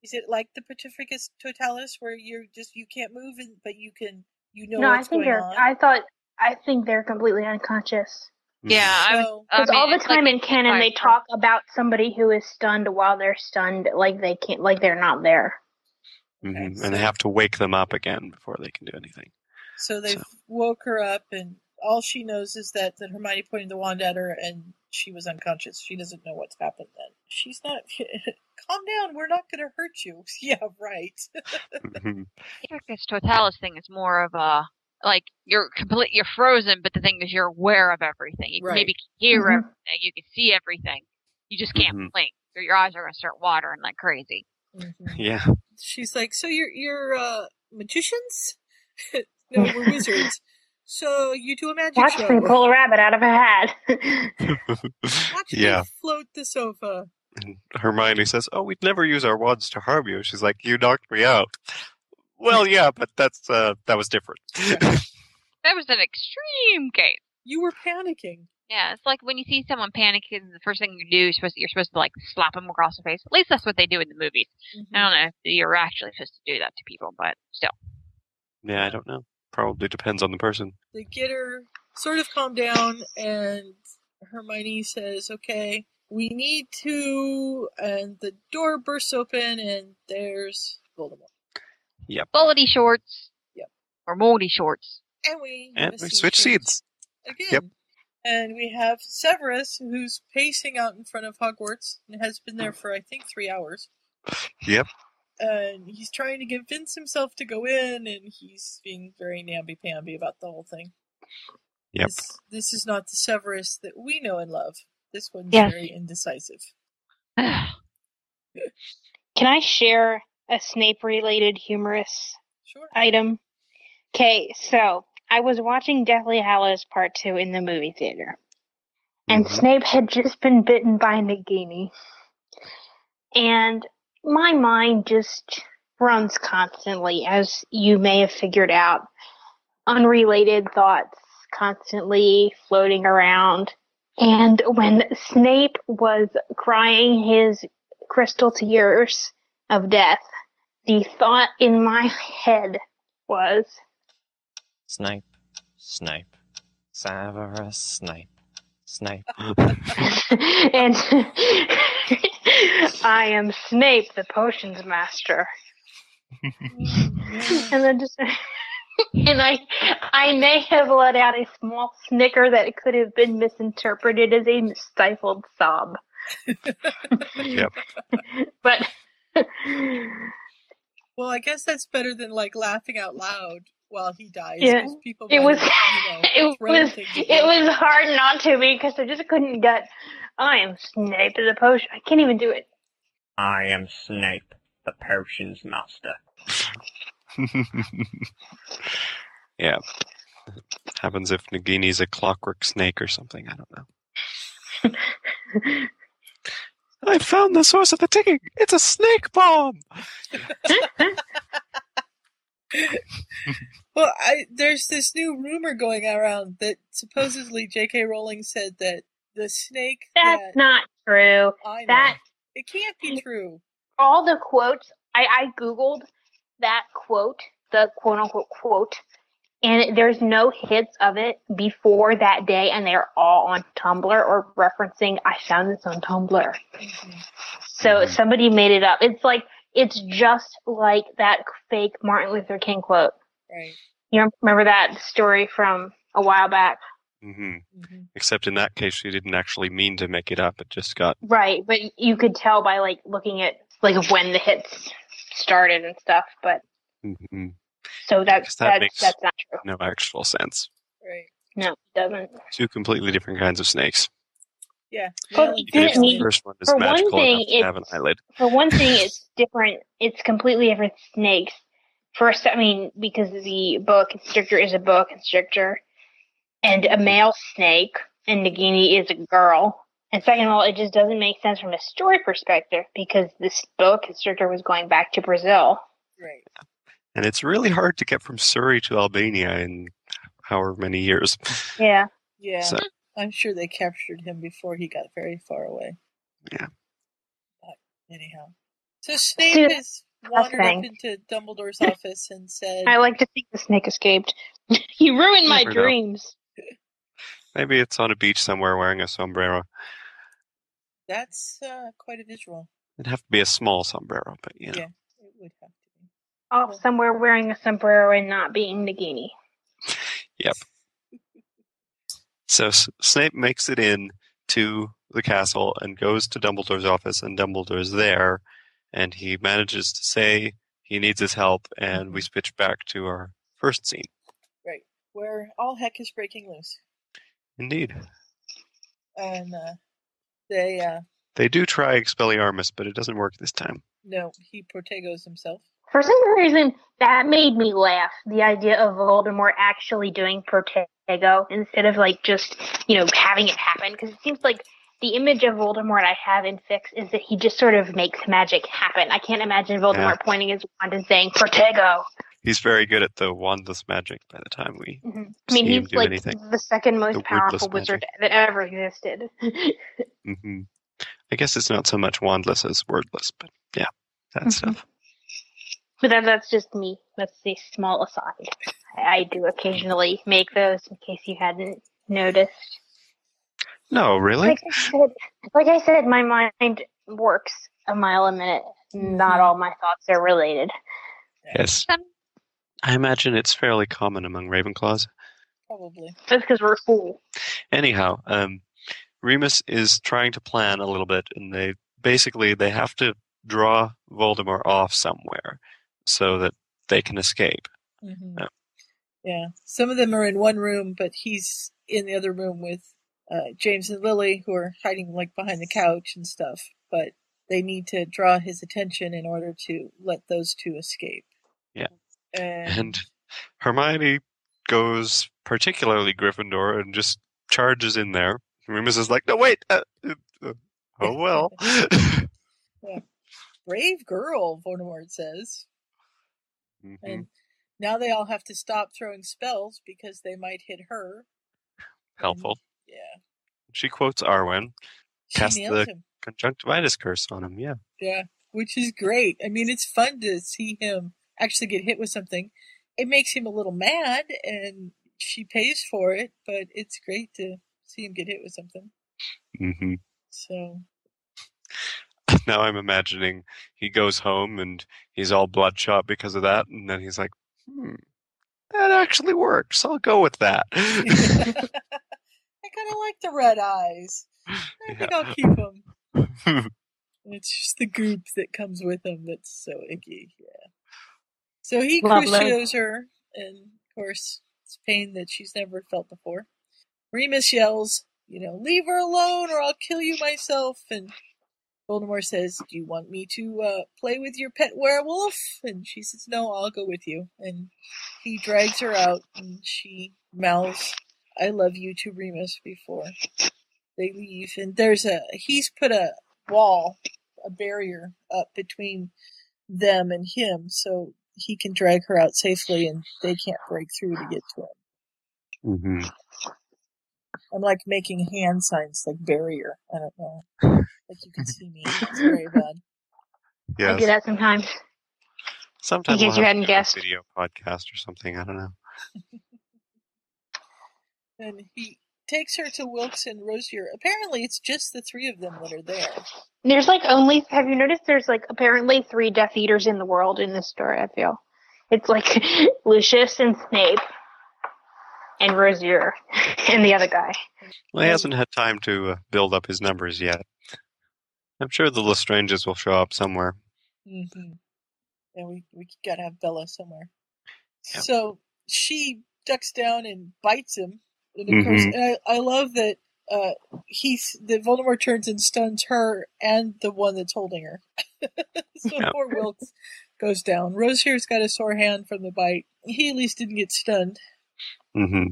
is it like the Petrificus totalis where you're just you can't move and but you can you know no, I what's think going they're. on? I thought. I think they're completely unconscious. Yeah, I was. I Because mean, all the it's like time in canon, they talk about somebody who is stunned while they're stunned, like they can't, like they're not there. mhm, and they have to wake them up again before they can do anything. So they have woke her up and all she knows is that, that Hermione pointed the wand at her and she was unconscious. She doesn't know what's happened then. She's not calm down, we're not gonna hurt you. yeah, right. Mm-hmm. This totalis thing is more of a like you're complete, you're frozen, but the thing is you're aware of everything. You Right. can maybe hear Mhm. everything, you can see everything. You just can't Mm-hmm. Mhm. blink, or your eyes are gonna start watering like crazy. Yeah. She's like, so you're you're uh, magicians? no, we're wizards. So you do a magic Watch show. me pull a rabbit out of a hat. yeah. Float the sofa. Hermione says, "Oh, we'd never use our wands to harm you." She's like, "You knocked me out." Well, yeah, but that's uh, that was different. That was an extreme case. You were panicking. Yeah, it's like when you see someone panicking, the first thing you do is supposed you're supposed to like slap them across the face. At least that's what they do in the Mm-hmm. movies. I don't know if you're actually supposed to do that to people, but still. yeah, I don't know. probably depends on the person. They get her sort of calmed down, and Hermione says, "Okay, we need to." And the door bursts open, and there's Voldemort. Yep. Bullety shorts. Yep. Or moldy shorts. And we And have a we scene switch change seats. again. Yep. And we have Severus, who's pacing out in front of Hogwarts and has been there for I think three hours. Yep. And he's trying to convince himself to go in, and he's being very namby-pamby about the whole thing. Yep. This, this is not the Severus that we know and love. This one's Yes. very indecisive. Can I share a Snape related humorous item? Okay, so I was watching Deathly Hallows Part 2 in the movie theater, and Mm-hmm. Snape had just been bitten by Nagini. And my mind just runs constantly, as you may have figured out. Unrelated thoughts constantly floating around. And when Snape was crying his crystal tears of death, the thought in my head was, Snipe, snipe, Severus Uh, Snipe, snipe. and I am Snape, the potions master. and then just, and I, I may have let out a small snicker that could have been misinterpreted as a stifled sob. Yep. But Well, I guess that's better than like laughing out loud while he dies. yeah, 'cause people it might was, have, you know, it thrown was, things at it you. was hard not to because I just couldn't get. I am Snape of the potion. I can't even do it. I am Snape, the potions master. yeah. Happens if Nagini's a clockwork snake or something. I don't know. I found the source of the ticking. It's a snake bomb. Well, I, there's this new rumor going around that supposedly J.K. Rowling said that the snake That's that not true. I know. That it can't be true. all the quotes I, I googled that quote, the quote unquote quote, and there's no hits of it before that day, and they're all on Tumblr or referencing I found this on Tumblr. So Mm-hmm. somebody made it up. It's like it's just like that fake Martin Luther King quote. Right. You remember that story from a while back? hmm Mm-hmm. Except in that case, she didn't actually mean to make it up. It just got Right, but you could tell by like looking at like when the hits started and stuff, but Mhm. so Because that's that that's makes- that's not true. no actual sense. Right. No, it doesn't. Two completely different kinds of snakes. Yeah. But it Even if didn't the mean first one is for one magical thing enough to have an it's eyelid. for one thing it's different it's completely different snakes. First I mean, because the boa constrictor is a boa constrictor and a male snake and Nagini is a girl. And second of all, it just doesn't make sense from a story perspective because this boa constrictor was going back to Brazil. Right. And it's really hard to get from Surrey to Albania in however many years. Yeah. Yeah. So- I'm sure they captured him before he got very far away. Yeah. But anyhow. So Snape Dude, has wandered up thing. into Dumbledore's office and said I like to think the snake escaped. he ruined my Never know. dreams. Maybe it's on a beach somewhere wearing a sombrero. that's uh, quite a visual. It'd have to be a small sombrero, but you know. Yeah. It would have to Oh, somewhere wearing a sombrero and not being Nagini. Yep. So S- Snape makes it in to the castle and goes to Dumbledore's office, and Dumbledore's there, and he manages to say he needs his help, and Mm-hmm. we switch back to our first scene. right. Where all heck is breaking loose. Indeed. And uh, they uh They do try Expelliarmus, but it doesn't work this time. no, he protegos himself. For some reason, that made me laugh. The idea of Voldemort actually doing Protego instead of like just you know having it happen, because it seems like the image of Voldemort I have in Fix is that he just sort of makes magic happen. I can't imagine Voldemort Yeah. pointing his wand and saying Protego. He's very good at the wandless magic by the time we Mhm. I mean, see him he's do like anything. the second most The wordless powerful wizard magic. that ever existed. hmm I guess it's not so much wandless as wordless, but yeah, that stuff. But then that's just me. That's a small aside. I, I do occasionally make those in case you hadn't noticed. No, really? Like I said, like I said my mind works a mile a minute. Not all my thoughts are related. Yes. I imagine it's fairly common among Ravenclaws. Probably. That's because we're cool. Anyhow, um, Remus is trying to plan a little bit, and they basically they have to draw Voldemort off somewhere so that they can escape. Mhm. Yeah. Yeah. Some of them are in one room, but he's in the other room with uh, James and Lily, who are hiding like behind the couch and stuff. But they need to draw his attention in order to let those two escape. Yeah. And, And Hermione goes particularly Gryffindor and just charges in there. Remus is like, "No, wait. Uh, uh, uh, oh well." yeah. brave girl, Voldemort says. Mm-hmm. Mm. And now they all have to stop throwing spells because they might hit her. Helpful. Yeah. She quotes Arwen. She Cast nailed the him. conjunctivitis curse on him. Yeah. Yeah, which is great. I mean, it's fun to see him actually get hit with something. It makes him a little mad, and she pays for it, but it's great to see him get hit with something. hmm So, Now I'm imagining he goes home and he's all bloodshot because of that, and then he's like, "Hmm, that actually works. I'll go with that." Mm-hmm. I kind of like the red eyes. I think I'll keep them. It's just the goop that comes with him that's so icky. Yeah. So he Lovely. crucios her, and of course, it's pain that she's never felt before. Remus yells, you know, leave her alone or I'll kill you myself. And Voldemort says, do you want me to uh, play with your pet werewolf? And she says, no, I'll go with you. And he drags her out, and she mouths, I love you to Remus before they leave. And there's a, he's put a wall, a barrier up between them and him so he can drag her out safely and they can't break through to get to him. Mhm. I'm like making hand signs like barrier. I don't know. Like you can see me. It's very bad. I do Yes. that sometimes. Sometimes In we'll case you have to hadn't do guessed. a video podcast or something. I don't know. And he takes her to Wilkes and Rosier. Apparently, it's just the three of them that are there. There's like only have you noticed there's like apparently three Death Eaters in the world in this story, I feel. It's like Lucius and Snape and Rosier and the other guy. Well, he hasn't had time to uh, build up his numbers yet. I'm sure the Lestranges will show up somewhere. Mm-hmm. And we we gotta have Bella somewhere. So she ducks down and bites him, and of course, Mhm. and I, I love that uh, he that Voldemort turns and stuns her and the one that's holding her. so Yeah. poor Wilkes goes down. Rosier's got a sore hand from the bite. He at least didn't get stunned. hmm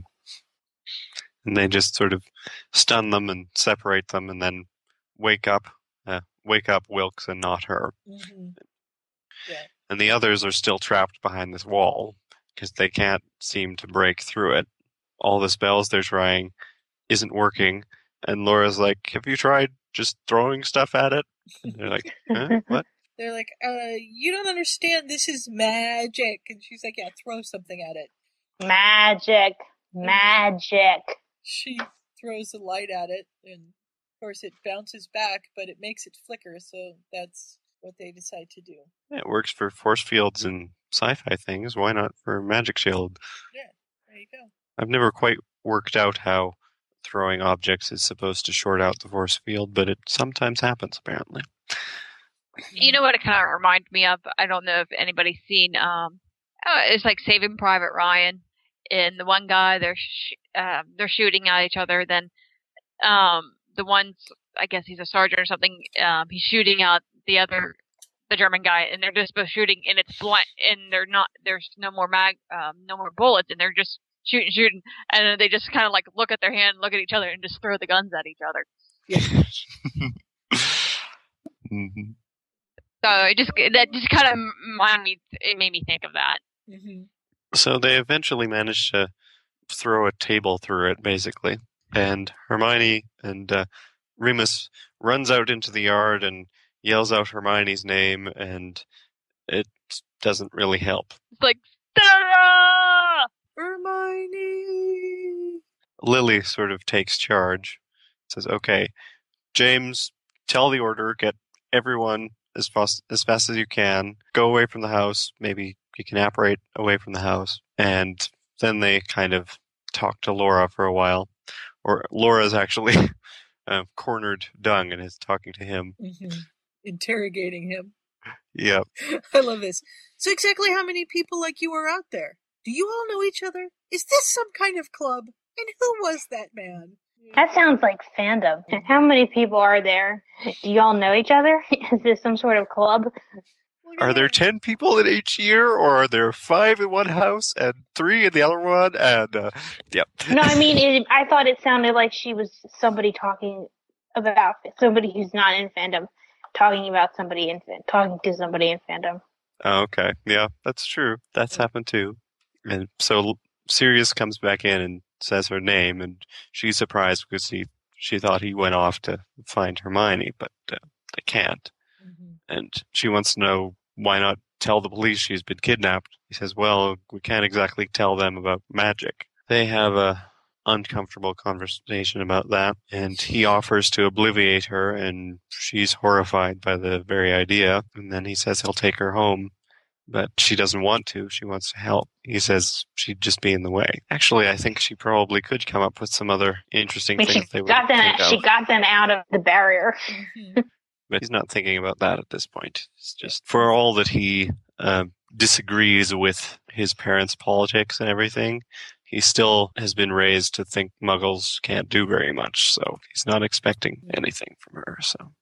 And they just sort of stun them and separate them, and then wake up, uh, wake up Wilkes and not her. Mm-hmm. And the others are still trapped behind this wall because they can't seem to break through it. All the spells they're trying isn't working, and Laura's like, "Have you tried just throwing stuff at it?" And they're like, "Huh? "What?" They're like, uh, you don't understand. This is magic. And she's like, yeah, throw something at it. Magic. Magic. she throws the light at it, and of course it bounces back, but it makes it flicker. So that's what they decide to do. Yeah, it works for force fields and sci-fi things. Why not for magic shield? There you go. I've never quite worked out how throwing objects is supposed to short out the force field, but it sometimes happens apparently. You know what it kind of reminded me of? I don't know if anybody's seen. Um, oh, it's like Saving Private Ryan, and the one guy they're sh- uh, they're shooting at each other. Then um, the one's I guess he's a sergeant or something. Um, he's shooting at the other the German guy, and they're just both shooting, and it's blunt, and they're not there's no more mag um, no more bullets, and they're just shooting shooting, and then they just kind of like look at their hand, look at each other, and just throw the guns at each other. Mhm. So it just that just kind of reminded me. It made me think of that. So they eventually manage to throw a table through it, basically. And Hermione and uh, Remus runs out into the yard and yells out Hermione's name, and it doesn't really help. It's like, "Ta-da!" Hermione. Lily sort of takes charge, says, "Okay, James, tell the order, get everyone as fast as fast as you can. Go away from the house. Maybe you can apparate away from the house." And then they kind of talk to Laura for a while, or Laura's actually uh, cornered Dung and is talking to him. Mhm. Interrogating him. Yep. I love this. So exactly how many people like you are out there? Do you all know each other? Is this some kind of club? And who was that man? That sounds like fandom. How many people are there? Do y'all know each other? Is this some sort of club? Are there ten people in each year, or are there five in one house and three in the other one? And uh, yep. No, I mean, it, I thought it sounded like she was somebody talking about somebody who's not in fandom, talking about somebody in fan- talking to somebody in fandom. Oh, okay. Yeah, that's true. That's happened too. And so Sirius comes back in and says her name, and she's surprised because he, she thought he went off to find Hermione, but uh, they can't. Mm-hmm. And she wants to know why not tell the police she's been kidnapped. He says, "Well, we can't exactly tell them about magic." They have a uncomfortable conversation about that, and he offers to obliviate her, and she's horrified by the very idea. And then he says he'll take her home, but she doesn't want to. She wants to help. He says she'd just be in the way. Actually, I think she probably could come up with some other interesting I mean, things she they would got them. think of. She got them out of the barrier. but he's not thinking about that at this point. It's just for all that he uh, disagrees with his parents' politics and everything, he still has been raised to think Muggles can't do very much. So he's not expecting anything from her. So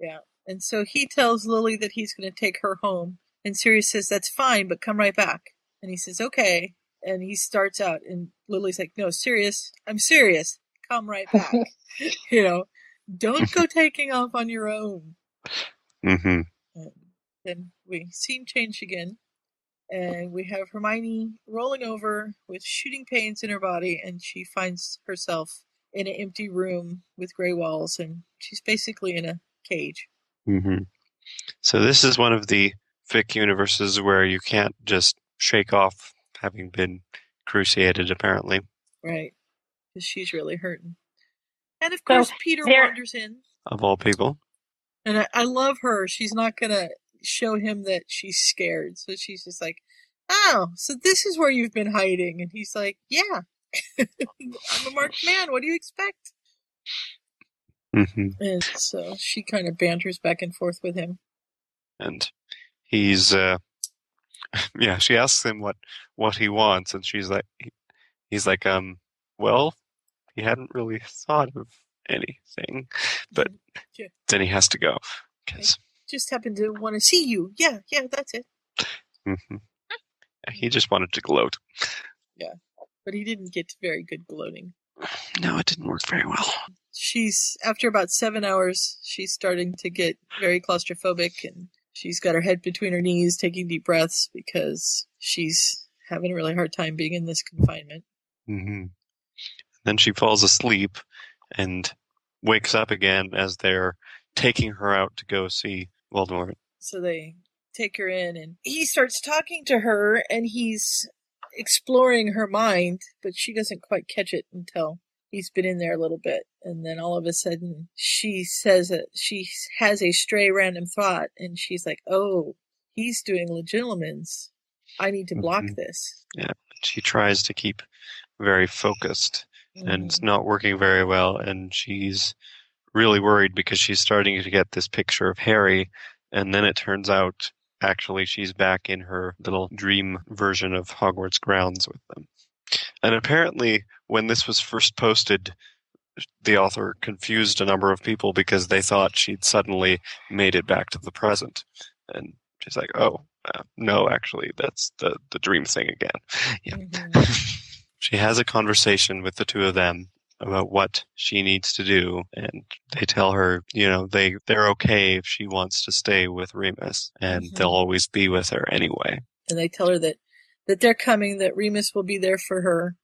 Yeah. And so he tells Lily that he's going to take her home. And Sirius says, That's fine, but come right back. And he says, Okay. And he starts out. And Lily's like, No, Sirius, I'm serious. Come right back. you know, don't go taking off on your own. mm-hmm. Then we scene change again. And we have Hermione rolling over with shooting pains in her body. And she finds herself in an empty room with gray walls. And she's basically in a cage. Mm-hmm. So this is one of the Vic universes where you can't just shake off having been cruciated. Apparently, Right. Because she's really hurting. And of course, Peter there- wanders in. of all people. And I, I love her. She's not going to show him that she's scared. So she's just like, oh, so this is where you've been hiding. And he's like, yeah, I'm a marked man. What do you expect? Mm-hmm. And so she kind of banters back and forth with him. and he's uh yeah she asks him what what he wants and she's like he- he's like um well he hadn't really thought of anything but Yeah. then he has to go Just happened to want to see you. Yeah, yeah, that's it. hmm he just wanted to gloat Yeah. But he didn't get very good gloating. no it didn't work very well she's after about seven hours she's starting to get very claustrophobic and she's got her head between her knees taking deep breaths because she's having a really hard time being in this confinement hmm then she falls asleep and wakes up again as they're taking her out to go see Voldemort so they take her in and he starts talking to her and he's exploring her mind but she doesn't quite catch it until he's been in there a little bit and then all of a sudden she says that she has a stray random thought and she's like oh he's doing legilimens i need to block Mhm. this Yeah, she tries to keep very focused, and it's not working very well. And she's really worried because she's starting to get this picture of Harry, and then it turns out actually she's back in her little dream version of Hogwarts grounds with them. And apparently, when this was first posted, the author confused a number of people because they thought she'd suddenly made it back to the present. And she's like, oh, uh, no, actually, that's the, the dream thing again. Yeah. Mm-hmm. she has a conversation with the two of them about what she needs to do. And they tell her, you know, they, they're okay if she wants to stay with Remus and they'll always be with her anyway. and they tell her that that they're coming that remus will be there for her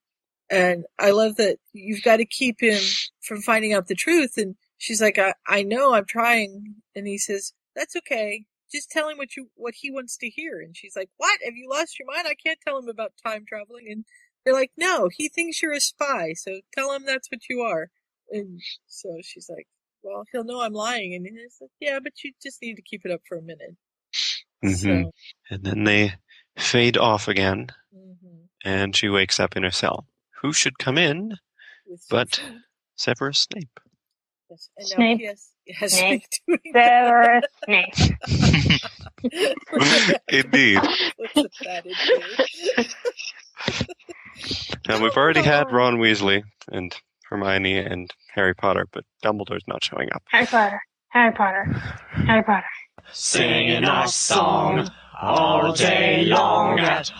and i love that you've got to keep him from finding out the truth and she's like i, I know i'm trying and he says that's okay just tell him what you what he wants to hear. And she's like, "What? Have you lost your mind? I can't tell him about time traveling." And they're like, "No, he thinks you're a spy, so tell him that's what you are." And so she's like, "Well, he'll know I'm lying." And he's like, "Yeah, but you just need to keep it up for a minute." hmm And then they fade off again, mm-hmm. and she wakes up in her cell. Who should come in but Severus Snape? Yes. And Snape. Now, PS, yes, Snape. doing Severus Snape. Indeed. Let's put that in there. Now, we've already had Ron Weasley and Hermione and Harry Potter, but Dumbledore's not showing up. Harry Potter. Harry Potter. Harry Potter. Singing our song all day long at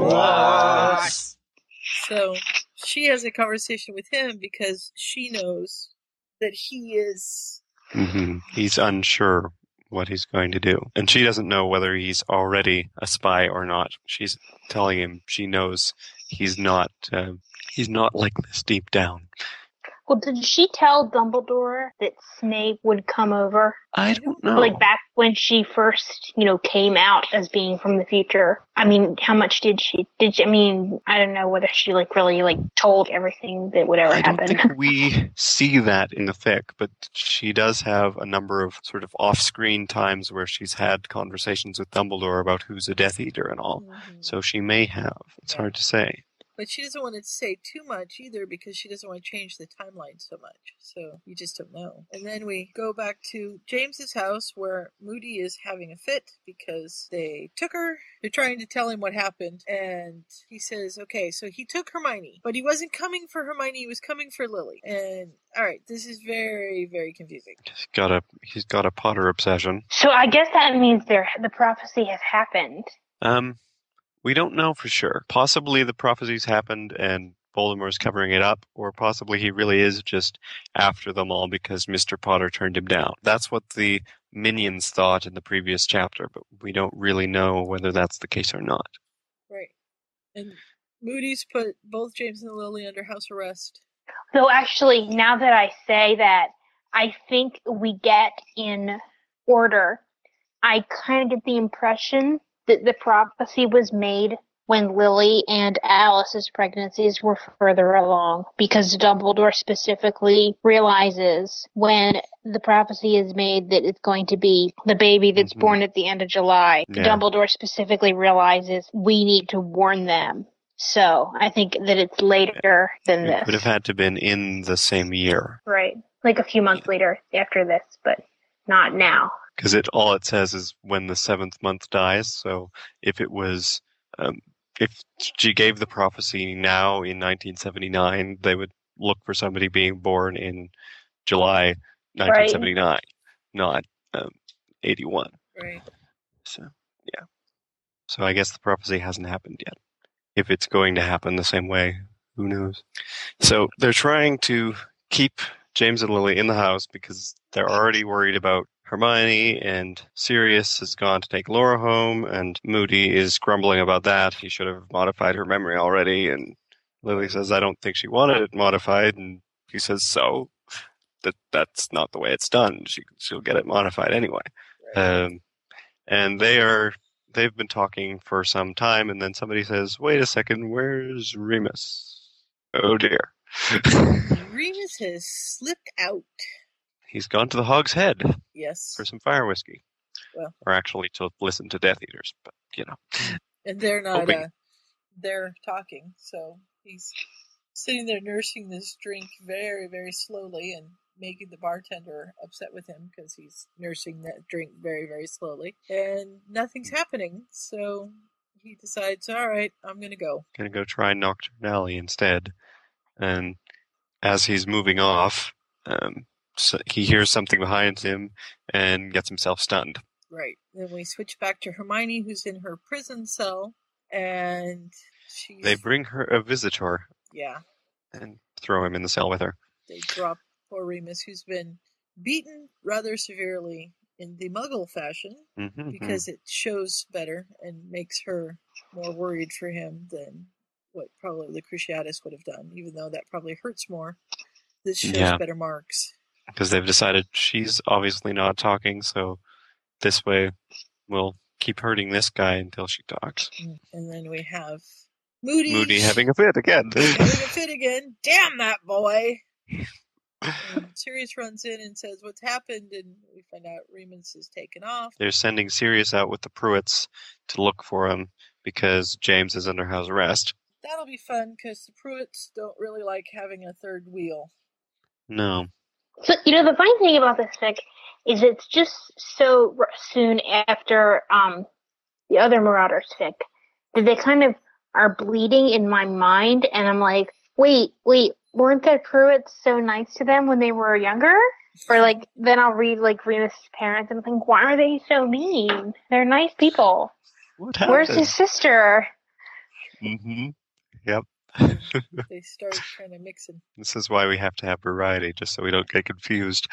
Hogwarts. So she has a conversation with him because she knows that he is. hmm He's unsure what he's going to do. And she doesn't know whether he's already a spy or not. She's telling him she knows he's not. Uh, he's not like this deep down. Well, did she tell Dumbledore that Snape would come over? I don't know. Like back when she first, you know, came out as being from the future. I mean, how much did she? Did she, I mean? I don't know whether she like really like told everything that would ever I don't happen. think we see that in the fic, but she does have a number of sort of off screen times where she's had conversations with Dumbledore about who's a Death Eater and all. Oh, Mm-hmm. So she may have. It's hard to say. But she doesn't want to say too much either because she doesn't want to change the timeline so much. So you just don't know. And then we go back to James's house where Moody is having a fit because they took her. They're trying to tell him what happened. And he says, okay, so he took Hermione, but he wasn't coming for Hermione, he was coming for Lily. And all right, this is very, very confusing. He's got a he's got a Potter obsession. so I guess that means there the prophecy has happened. Um, we don't know for sure. Possibly the prophecies happened and Voldemort's covering it up, or possibly he really is just after them all because Mr. Potter turned him down. That's what the minions thought in the previous chapter, but we don't really know whether that's the case or not. Right. And Moody's put both James and Lily under house arrest. Though actually, now that I say that, I think we get in order. I kind of get the impression that the prophecy was made when Lily and Alice's pregnancies were further along, because Dumbledore specifically realizes when the prophecy is made that it's going to be the baby that's born at the end of July. Mm-hmm. Yeah. Dumbledore specifically realizes we need to warn them. So I think that it's later than It this. would have had to been in the same year Right. Like a few months later after this, but not now. because it all it says is when the seventh month dies. So if it was, um, if she gave the prophecy now in 1979, they would look for somebody being born in July 1979, not um, 81. Right. So yeah. So I guess the prophecy hasn't happened yet. If it's going to happen the same way, who knows? So they're trying to keep James and Lily in the house because they're already worried about Hermione and Sirius has gone to take Laura home and Moody is grumbling about that. He should have modified her memory already and Lily says I don't think she wanted it modified and he says so that that's not the way it's done. She she'll get it modified anyway. Um, and they are they've been talking for some time, and then somebody says, "Wait a second, where's Remus?" Oh dear, Remus has slipped out. he's gone to the Hog's Head Yes. for some fire whiskey, Well, or actually to listen to Death Eaters. But you know, and they're not. Hoping. Uh, they're talking, so he's sitting there nursing this drink very, very slowly and making the bartender upset with him because he's nursing that drink very, very slowly, and nothing's happening. So he decides, all right, I'm gonna go. gonna go try Nocturnally instead. And as he's moving off, um, so he hears something behind him and gets himself stunned. Right. Then we switch back to Hermione, who's in her prison cell, and she's They bring her a visitor yeah. and throw him in the cell with her. they drop poor Remus, who's been beaten rather severely in the Muggle fashion Mhm, because it shows better and makes her more worried for him than what probably Lucretiatus would have done, even though that probably hurts more. This shows Yeah. better marks. because they've decided she's obviously not talking, so this way we'll keep hurting this guy until she talks. Mm, And then we have Moody. Moody having a fit again. having a fit again. Damn that boy. And Sirius runs in and says, What's happened? And we find out Remus is taken off. They're sending Sirius out with the Pruitts to look for him because James is under house arrest. That'll be fun because the Pruitts don't really like having a third wheel. No. So you know the funny thing about this fic is it's just so r- soon after um, the other Marauders fic that they kind of are bleeding in my mind, and I'm like, wait, wait, weren't the Pruitts so nice to them when they were younger? Or like then I'll read like Remus' parents and think, why are they so mean? They're nice people. What Where's happened? his sister? Mm-hmm. Yep. They start kind of mixing. This is why we have to have variety, just so we don't get confused.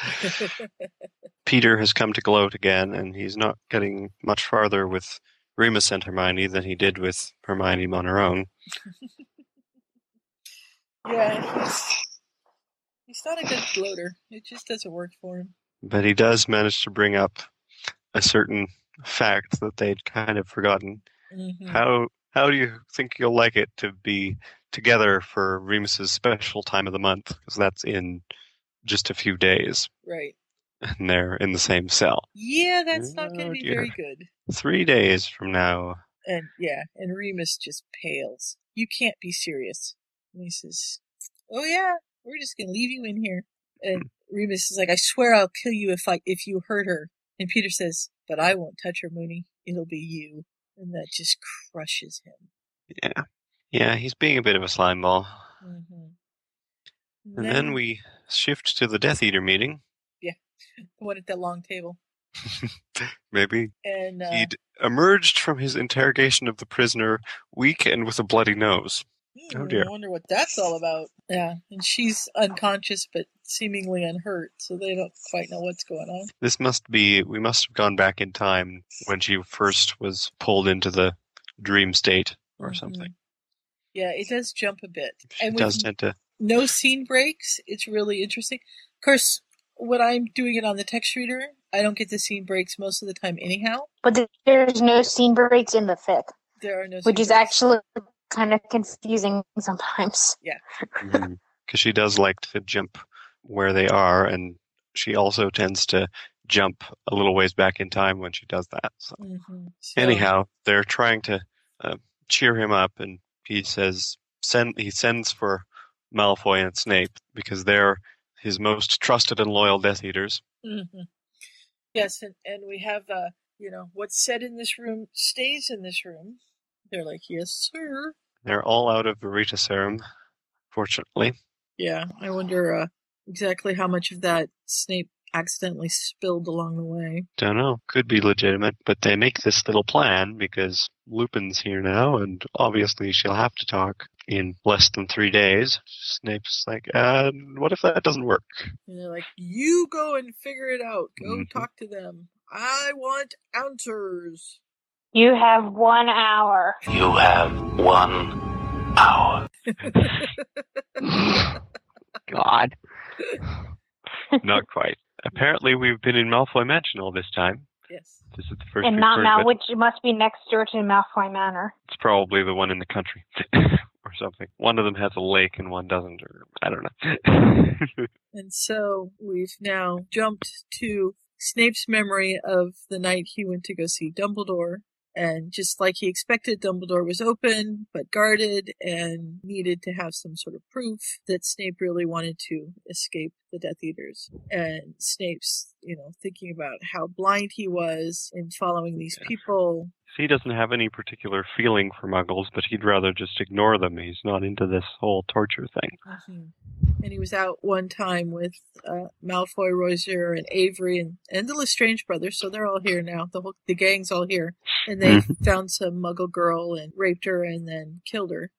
Peter has come to gloat again, and he's not getting much farther with Remus and Hermione than he did with Hermione on her own. yeah, he's, he's not a good floater. It just doesn't work for him. But he does manage to bring up a certain fact that they'd kind of forgotten. Mm-hmm. Hmm. How how do you think you'll like it to be together for Remus's special time of the month? Because that's in just a few days, Right. and they're in the same cell. Yeah, that's not going to Oh, be dear. very good. Three days from now, And yeah, and Remus just pales. You can't be serious. And he says, "Oh yeah, we're just gonna leave you in here." And Remus is like, "I swear I'll kill you if I if you hurt her." And Peter says, "But I won't touch her, Mooney. It'll be you." And that just crushes him. yeah, yeah, he's being a bit of a slime ball. And Mm-hmm. Then- then we shift to the Death Eater meeting. Yeah, the one at that long table. Maybe And uh, he'd emerged from his interrogation of the prisoner weak and with a bloody nose. hmm, Oh dear. I wonder what that's all about. Yeah, and she's unconscious but seemingly unhurt, so they don't quite know what's going on. This must be, we must have gone back in time when she first was pulled into the dream state Mm-hmm. or something. Yeah, it does jump a bit. It Mm-hmm. and with does tend to, no scene breaks, it's really interesting. Of course, when I'm doing it on the text reader, I don't get the scene breaks most of the time anyhow. But there's no scene breaks in the fic, There are no which scene is breaks. actually kind of confusing sometimes. Yeah. because mm-hmm, she does like to jump where they are, and she also tends to jump a little ways back in time when she does that. So. Mhm. Anyhow, they're trying to uh, cheer him up, and he says send. He sends for Malfoy and Snape because they're his most trusted and loyal Death Eaters. Mhm. Yes, and, and we have, uh, you know, what's said in this room stays in this room. They're like, yes, sir. They're all out of Verita serum, fortunately. Yeah, I wonder uh, exactly how much of that Snape accidentally spilled along the way. Don't know. Could be legitimate, but they make this little plan because Lupin's here now, and obviously she'll have to talk in less than three days. Snape's like, uh, what if that doesn't work? And they're like, you go and figure it out. Go talk to them. I want answers. You have one hour. You have one hour. God. Not quite. Apparently, we've been in Malfoy Mansion all this time. Yes. This is the first and we've not heard Mal, of it. which must be next door to Malfoy Manor. It's probably the one in the country or something. One of them has a lake and one doesn't, or I don't know. And so we've now jumped to Snape's memory of the night he went to go see Dumbledore. And just like he expected, Dumbledore was open but guarded and needed to have some sort of proof that Snape really wanted to escape the Death Eaters. And Snape's, you know, thinking about how blind he was in following these people. he doesn't have any particular feeling for muggles, but he'd rather just ignore them. He's not into this whole torture thing. And he was out one time with uh, Malfoy, Rozier, and Avery, and, and the Lestrange brothers. So they're all here now. The whole the gang's all here, and they found some Muggle girl and raped her and then killed her.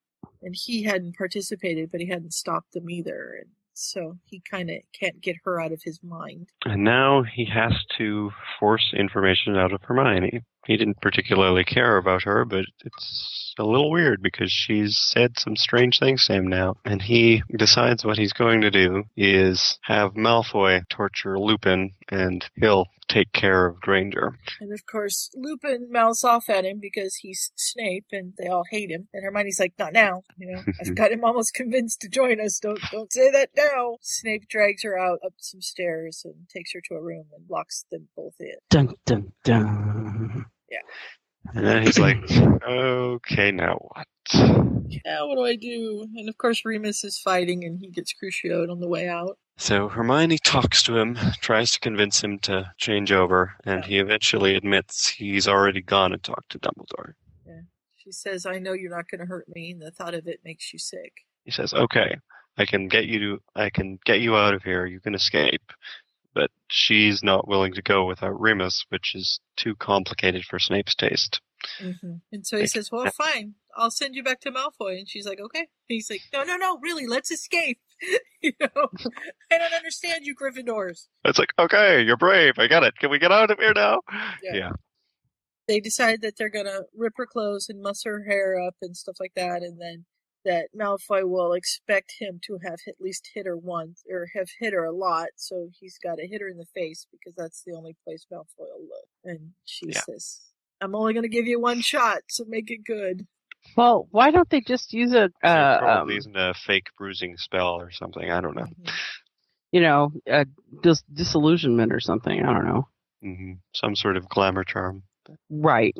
And he hadn't participated, but he hadn't stopped them either. And so he kind of can't get her out of his mind. And now he has to force information out of Hermione He didn't particularly care about her, but it's a little weird because she's said some strange things to him now. And he decides what he's going to do is have Malfoy torture Lupin, and he'll take care of Granger. And of course, Lupin mouths off at him because he's Snape, and they all hate him. And Hermione's like, "Not now, you know. I've got him almost convinced to join us. Don't don't say that now." Snape drags her out up some stairs and takes her to a room and locks them both in. Dun dun dun. And then he's like, okay, now what? Now what do I do? And of course, Remus is fighting, and he gets crucioed on the way out. So Hermione talks to him, tries to convince him to change over, and he eventually admits he's already gone and talked to Dumbledore. She says, "I know you're not going to hurt me, and the thought of it makes you sick." He says, "Okay, I can get you to, I can get you out of here. You can escape." But she's not willing to go without Remus, which is too complicated for Snape's taste. And so he says, "Well, fine. I'll send you back to Malfoy." And she's like, "Okay." And he's like, "No, no, no. Really, let's escape." you know, I don't understand you, Gryffindors. It's like, okay, you're brave. I get it. Can we get out of here now? Yeah. yeah. They decide that they're gonna rip her clothes and muss her hair up and stuff like that, and then that Malfoy will expect him to have at least hit her once or have hit her a lot, so he's got to hit her in the face because that's the only place Malfoy will look. And she Yeah. says, "I'm only gonna give you one shot, so make it good." Well, why don't they just use a, There uh, um, probably isn't a fake bruising spell or something. I don't know. Mm-hmm. you know, a dis- disillusionment or something? I don't know. hmm Some sort of glamour charm. Right.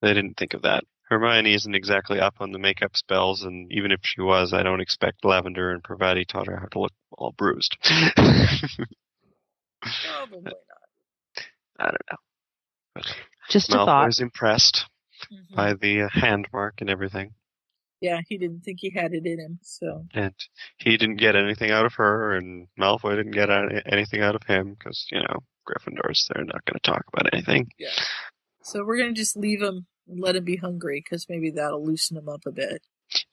They didn't think of that. Hermione isn't exactly up on the makeup spells, and even if she was, I don't expect Lavender and Pravati taught her how to look all bruised. Probably not. I don't know. Just a Malfoy's thought. impressed Mm-hmm. by the uh, hand mark and everything, Yeah, he didn't think he had it in him, so and he didn't get anything out of her, and Malfoy didn't get a- anything out of him because you know Gryffindors—they're not going to talk about anything. yeah. So we're gonna just leave him and let him be hungry because maybe that'll loosen him up a bit.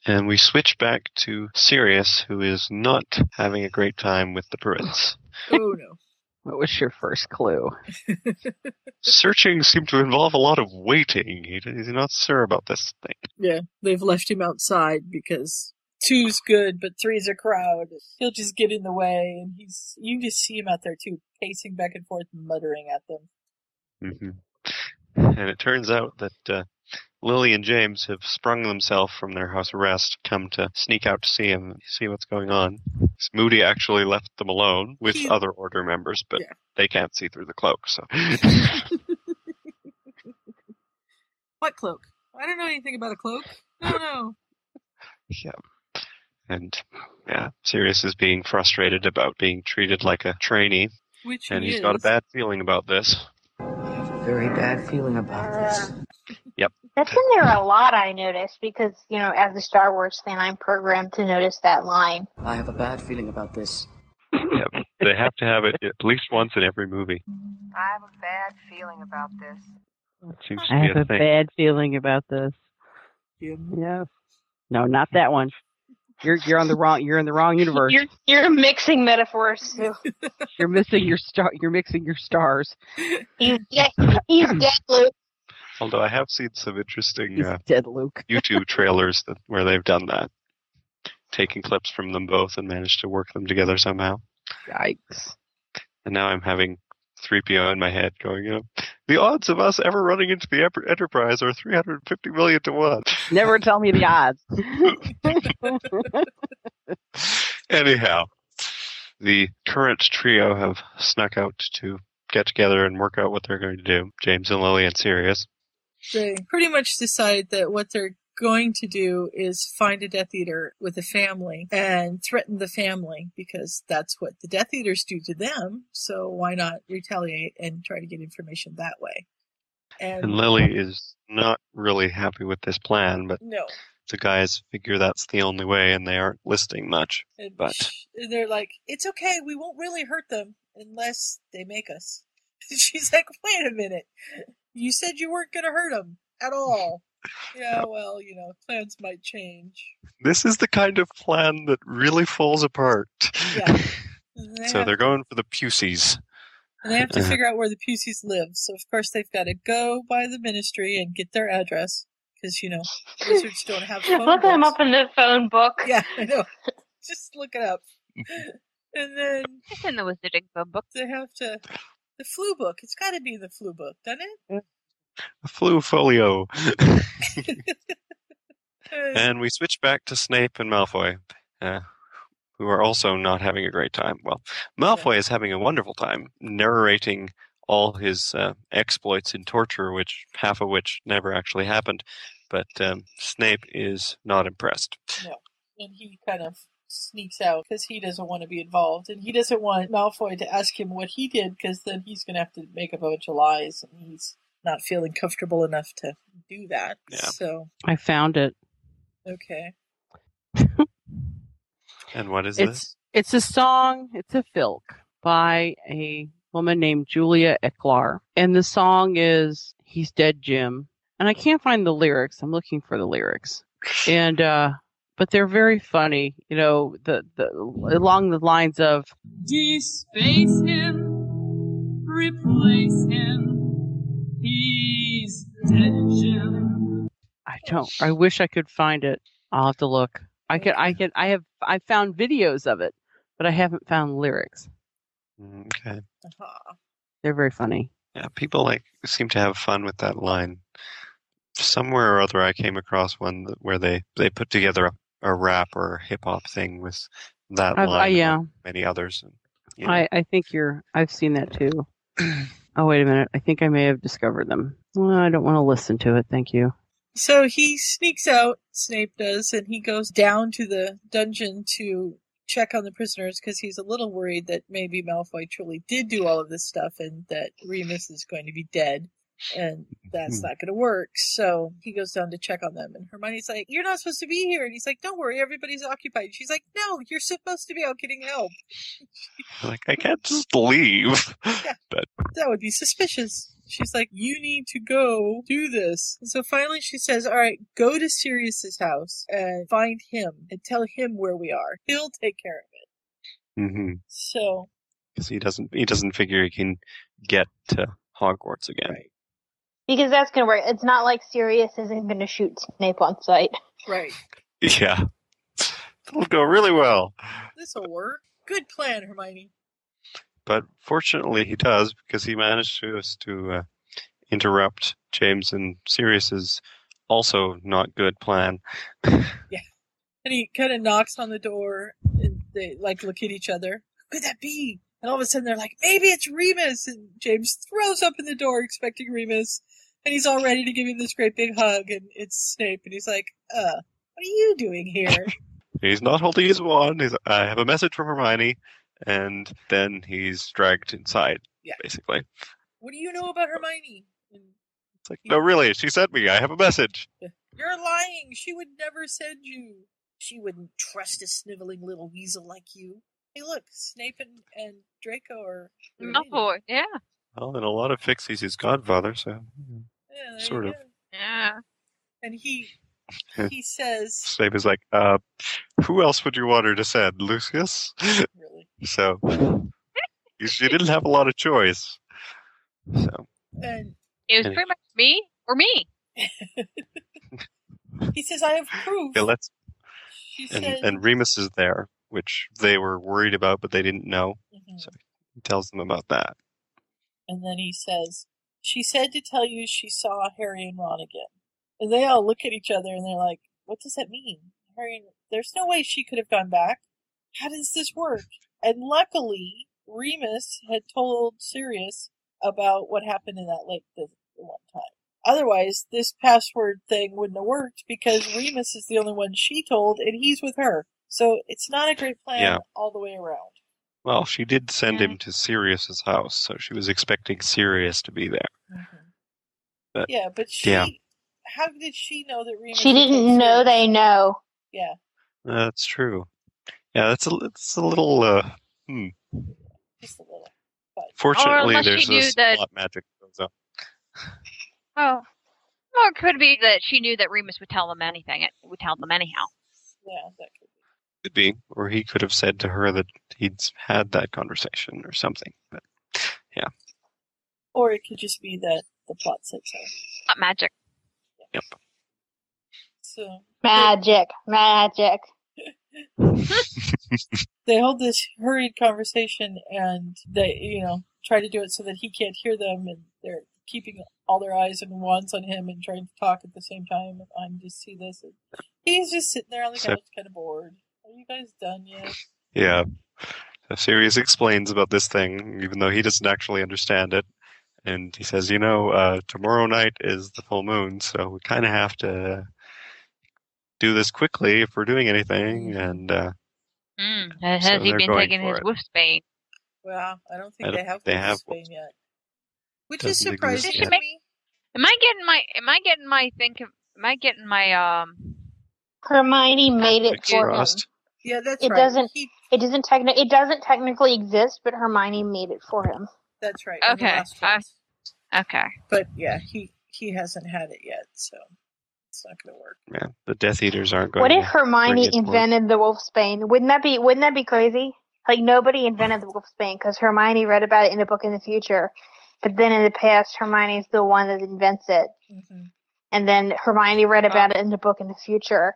And we switch back to Sirius, who is not having a great time with the Brits. Oh no. What was your first clue? Searching seemed to involve a lot of waiting. He, he's not sure about this thing. Yeah, they've left him outside because two's good, but three's a crowd. He'll just get in the way, and he's you just see him out there too, pacing back and forth, muttering at them. hmm And it turns out that uh, Lily and James have sprung themselves from their house arrest, come to sneak out to see him, see what's going on. Moody actually left them alone with He- other order members, but they can't see through the cloak. So What cloak? I don't know anything about a cloak. No, no. Yeah. And yeah, Sirius is being frustrated about being treated like a trainee. Which and he he's got a is. bad feeling about this. Very bad feeling about this. Yep. Uh, That's in there a lot, I noticed, because, you know, as a Star Wars fan, I'm programmed to notice that line. I have a bad feeling about this. Yep. they have to have it at least once in every movie. I have a bad feeling about this. It seems to I be have a, a thing. bad feeling about this. Yeah. No, not that one. You're you're on the wrong you're in the wrong universe. You're, you're mixing metaphors, too. You're missing your star. You're mixing your stars. you get, you get, Luke. Although I have seen some interesting uh, dead Luke. YouTube trailers that, where they've done that, taking clips from them both and managed to work them together somehow. Yikes! And now I'm having 3PO in my head going, you know, the odds of us ever running into the Ep- Enterprise are 350 million to one. Never tell me the odds. Anyhow, the current trio have snuck out to get together and work out what they're going to do. James and Lily and Sirius. They pretty much decide that what they're going to do is find a Death Eater with a family and threaten the family because that's what the Death Eaters do to them. So why not retaliate and try to get information that way? And Lily is not really happy with this plan, but No. the guys figure that's the only way and they aren't listening much. And But And they're like, it's okay, we won't really hurt them unless they make us. She's like, wait a minute. You said you weren't going to hurt them at all. yeah, well, you know, plans might change. this is the kind of plan that really falls apart. Yeah. So they're going for the Pusies. And they have to Uh-huh. figure out where the Puseys live. So, of course, they've got to go by the ministry and get their address. Because, you know, wizards don't have phone Look them books. up in the phone book. Yeah, I know. Just look it up. And then. It's in the wizarding phone book. They have to. The flu book. It's got to be in the flu book, doesn't it? Flu folio. Uh, and we switch back to Snape and Malfoy, uh, who are also not having a great time. Well, Malfoy is having a wonderful time narrating all his uh, exploits in torture, which half of which never actually happened. But um, Snape is not impressed. No. And he kind of sneaks out because he doesn't want to be involved. And he doesn't want Malfoy to ask him what he did because then he's going to have to make a bunch of lies. And he's not feeling comfortable enough to do that. So, I found it. okay. And what is it's this? it's a song. It's a filk by a woman named Julia Eklar, and the song is "He's Dead, Jim." And I can't find the lyrics. I'm looking for the lyrics, and uh, but they're very funny. You know, the the along the lines of Displace him, replace him. He's dead, Jim. I don't. I wish I could find it. I'll have to look. I could. I can. I have. I found videos of it, but I haven't found lyrics. Mm, Okay. They're very funny. Yeah, people like seem to have fun with that line. Somewhere or other, I came across one that, where they they put together a, a rap or hip hop thing with that I've- I- line. among yeah. many others. And, you know, I, I think you're. I've seen that too. oh wait a minute. I think I may have discovered them. Well, I don't want to listen to it. Thank you. So he sneaks out, Snape does, and he goes down to the dungeon to check on the prisoners because he's a little worried that maybe Malfoy truly did do all of this stuff and that Remus is going to be dead and that's Hmm. not going to work. So he goes down to check on them and Hermione's like, "You're not supposed to be here." And he's like, "Don't worry, everybody's occupied." She's like, "No, you're supposed to be out getting help." like I can't just leave. That would be suspicious. She's like, you need to go do this. And so finally she says, all right, go to Sirius's house and find him and tell him where we are. He'll take care of it. mm-hmm. So, because he doesn't he doesn't figure he can get to Hogwarts again. Because that's going to work. It's not like Sirius isn't going to shoot Snape on sight. Right. Yeah, it'll go really well. this'll work. Good plan, Hermione. But fortunately, he does because he managed to to uh, interrupt James and Sirius's also not good plan. And he kind of knocks on the door and they like look at each other. Who could that be? And all of a sudden they're like, maybe it's Remus. And James throws open the door expecting Remus. And he's all ready to give him this great big hug. And it's Snape. And he's like, uh, what are you doing here? He's not holding his wand. He's, I have a message from Hermione, and then he's dragged inside. Yeah. Basically, what do you know about Hermione? it's like no, really, she sent me. I have a message. You're lying. She would never send you. She wouldn't trust a sniveling little weasel like you. Hey, look, Snape and, and Draco are. Malfoy, Oh, yeah. Well, in a lot of fixies, he's Godfather, so Yeah, there sort you of. go. Yeah. And he he says, Snape is like, uh, who else would you want her to send, Lucius? so you- she didn't have a lot of choice. So and It was And- pretty much me or me. he says, I have proof. yeah, let's. She And, said, and Remus is there, which they were worried about, but they didn't know. Mhm. He tells them about that. and then he says, she said to tell you she saw Harry and Ron again. And they all look at each other and they're like, what does that mean? Harry, and, there's no way she could have gone back. How does this work? And luckily, Remus had told Sirius about what happened in that lake the the one time. Otherwise, this password thing wouldn't have worked because Remus is the only one she told, and he's with her. So it's not a great plan Yeah. all the way around. Well, she did send him to Sirius's house, so she was expecting Sirius to be there. But, Mm-hmm. Yeah, but she. yeah, How did she know that Remus? She had told didn't know Sirius? they know. Yeah. that's true. Yeah, that's a that's a little. Uh, hmm. Just a little. Fortunately, unless she there's knew this that- plot magic that goes on. Oh. Well, it could be that she knew that Remus would tell them anything. It would tell them anyhow. Yeah, that could Could be, or he could have said to her that he'd had that conversation or something. But Yeah. Or it could just be that the plot said so. Not magic. Yep. So Magic, magic. they hold this hurried conversation and they, you know, try to do it so that he can't hear them and they're keeping all their eyes and wands on him and trying to talk at the same time. And I'm just see this. And he's just sitting there on the So- couch, kind of bored. Are you guys done yet? Yeah. So Sirius explains about this thing, even though he doesn't actually understand it. And he says, you know, uh, tomorrow night is the full moon, so we kind of have to do this quickly if we're doing anything. Mm-hmm. And uh, Mm, has has he they're been going taking for his it. wolf's bane? Well, I don't think I don't they have think they Wolf's have Bane yet. Which is Doesn't exist surprising yet. to me. Am I getting my? Am I getting my thing? con- Am I getting my um? Hermione made it Fixed for frost. him. Yeah, that's it right. Doesn't, He- it doesn't techni- It doesn't technically exist, but Hermione made it for him. That's right. in the Okay. last I, ones. okay. But yeah, he he hasn't had it yet, so it's not going to work. yeah, the Death Eaters aren't going What if to Hermione bring it forward. invented the Wolf's Bane? Wouldn't that be Wouldn't that be crazy? Like nobody invented the Wolf's Bane because Hermione read about it in a book in the future, but then in the past Hermione's the one that invents it, and then Hermione read about it in the book in the future,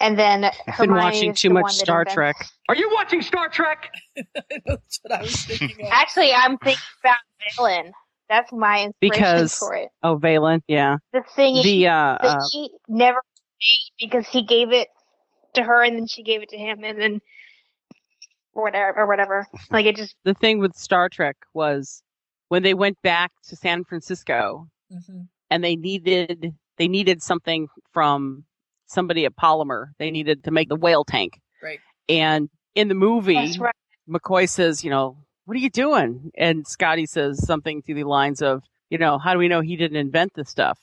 and then Been Hermione watching is too the much one that Star invents- Trek. Are you watching Star Trek? That's what I was thinking. Of. Actually, I'm thinking about Valen. That's my inspiration Because for it. oh, Valen, yeah. The thing The, uh, that uh, he never made because he gave it to her and then she gave it to him and then or whatever or whatever. Like it just The thing with Star Trek was when they went back to San Francisco Mm-hmm. and they needed they needed something from somebody at Polymer. They needed to make the whale tank. Right. And in the movie, That's right. McCoy says, you know, what are you doing? And Scotty says something to the lines of, you know, how do we know he didn't invent this stuff?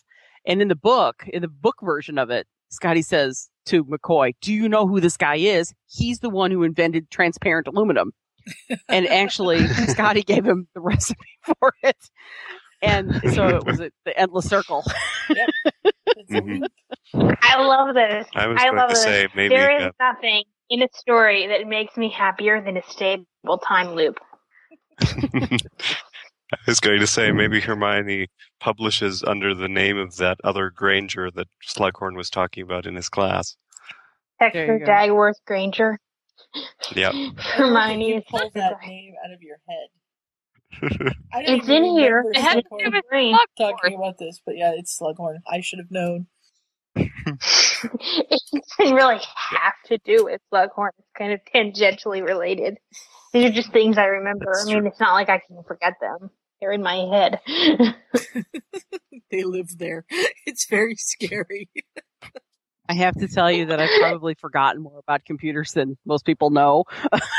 And in the book, in the book version of it, Scotty says to McCoy, do you know who this guy is? He's the one who invented transparent aluminum. And actually, Scotty gave him the recipe for it. And so it was a, the endless circle. Mhm. I love this. I was going love to this. say, maybe, there is uh, nothing in a story that makes me happier than a stable time loop. uh, I was going to say maybe Hermione publishes under the name of that other Granger that Slughorn was talking about in his class. Hector go. Dagworth Granger. Yeah. Hermione is Pull that name out of your head. I don't It's even in here. remember It has to do Slughorn with talking about this, but yeah, it's Slughorn. I should have known. it doesn't really have to do with Slughorn. It's kind of tangentially related. These are just things I remember. I mean, it's not like I can forget them. They're in my head. they live there. It's very scary. I have to tell you that I've probably forgotten more about computers than most people know.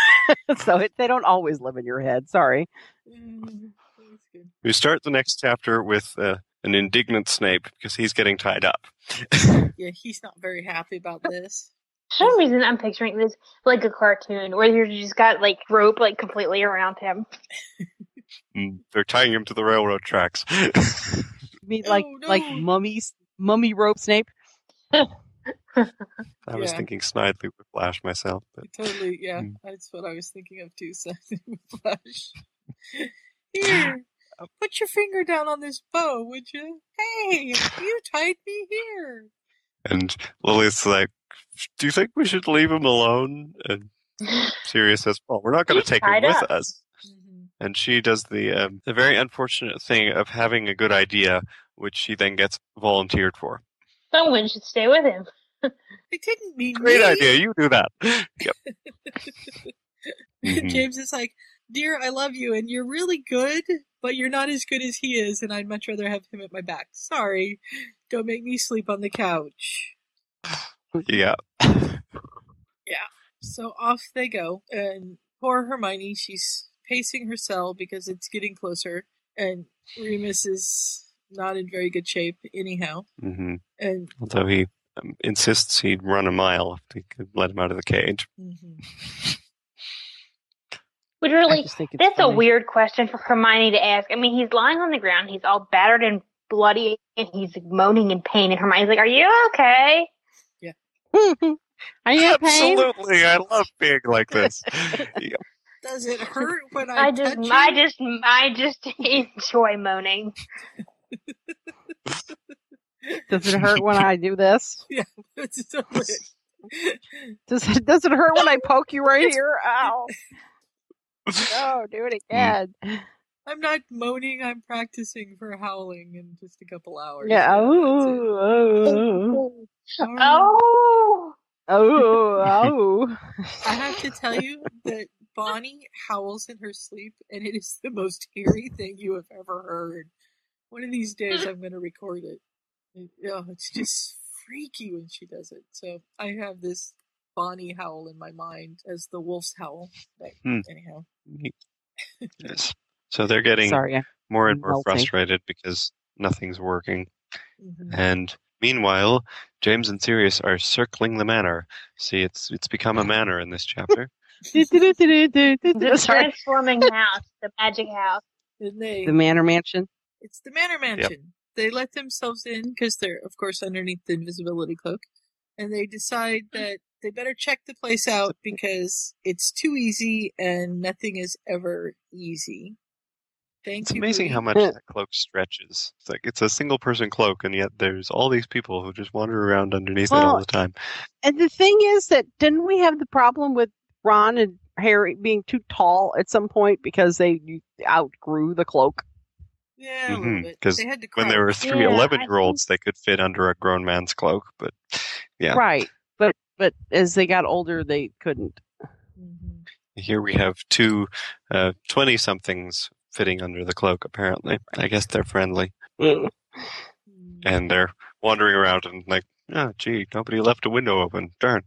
so it, they don't always live in your head. Sorry. Mm-hmm. We start the next chapter with uh, an indignant Snape because he's getting tied up. Yeah, he's not very happy about this. For some reason, I'm picturing this like a cartoon where you just got like rope like completely around him. Mm, They're tying him to the railroad tracks. You mean like like mummies, mummy rope Snape? I was Yeah. thinking Snidely Whiplash myself. But mm. Totally, yeah. That's what I was thinking of too, so Flash. Here, Oh. put your finger down on this bow, would you? Hey, you tied me here. and Lily's like, "Do you think we should leave him alone?" And Sirius says, "Well, we're not going to He's take him tied with up." us." And she does the um, the very unfortunate thing of having a good idea, which she then gets volunteered for. Someone should stay with him. I didn't mean Great me. idea, you do that. Yep. Mhm. James is like, "Dear, I love you, and you're really good, but you're not as good as he is, and I'd much rather have him at my back. Sorry, don't make me sleep on the couch." Yeah. Yeah. So off they go, and poor Hermione, she's pacing her cell because it's getting closer, and Remus is not in very good shape anyhow, hmm and Although he um, insists he'd run a mile if they could let him out of the cage. Mm-hmm. Which really, it's that's a funny. weird question for Hermione to ask. I mean, he's lying on the ground. He's all battered and bloody, and he's moaning in pain. And Hermione's like, "Are you okay?" Yeah. Are you in pain? Absolutely, I love being like this. Yep. Does it hurt when I, I just, touch I you? just, I just enjoy moaning. Does it hurt when I do this? Yeah, it's so weird. Does it, does it hurt when I poke you right here? Ow. No, do it again. I'm not moaning. I'm practicing for howling in just a couple hours. Yeah. Oh. Oh. Oh. Oh. Oh. I have to tell you that Bonnie howls in her sleep, and it is the most eerie thing you have ever heard. One of these days, I'm going to record it. It- oh, it's just freaky when she does it. So I have this Bonnie howl in my mind as the wolf's howl. But Hmm. anyhow, Yes. So they're getting Sorry, I'm more and more melting. frustrated because nothing's working. mm-hmm. Mm-hmm. And meanwhile, James and Sirius are circling the manor. See, it's it's become a manor in this chapter. The Sorry. transforming house, the magic house. and they The Manor Mansion. It's the Manor Mansion. They let themselves in because they're, of course, underneath the invisibility cloak, and they decide Mm-hmm. that they better check the place out because it's too easy and nothing is ever easy. Thank It's you. amazing how much Louis. that cloak stretches. It's like it's a single person cloak, and yet there's all these people who just wander around underneath it all Well, the time. And the thing is that didn't we have the problem with Ron and Harry being too tall at some point because they outgrew the cloak? Yeah, Mhm, bit. They had to when there were crouch. three Yeah, I 11 year olds, they could fit under a grown man's cloak. But yeah, Right. But but as they got older, they couldn't. Mm-hmm. here we have two 20 somethings fitting under the cloak, apparently. I guess they're friendly. and they're wandering around and like, oh, gee, nobody left a window open. Darn.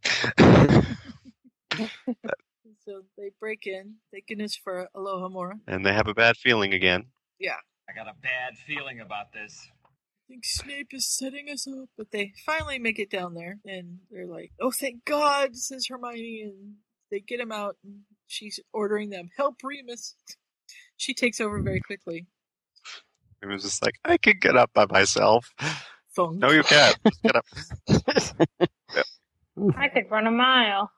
So they break in. Thank goodness for Aloha Mora. and they have a bad feeling again. Yeah. I got a bad feeling about this. I think Snape is setting us up. But they finally make it down there, and they're like, "Oh, thank God!" says Hermione, and they get him out. And she's ordering them, "Help Remus!" She takes over very quickly. It was just like, I could get up by myself. Thunk. No, you can't. Just get up. I could run a mile.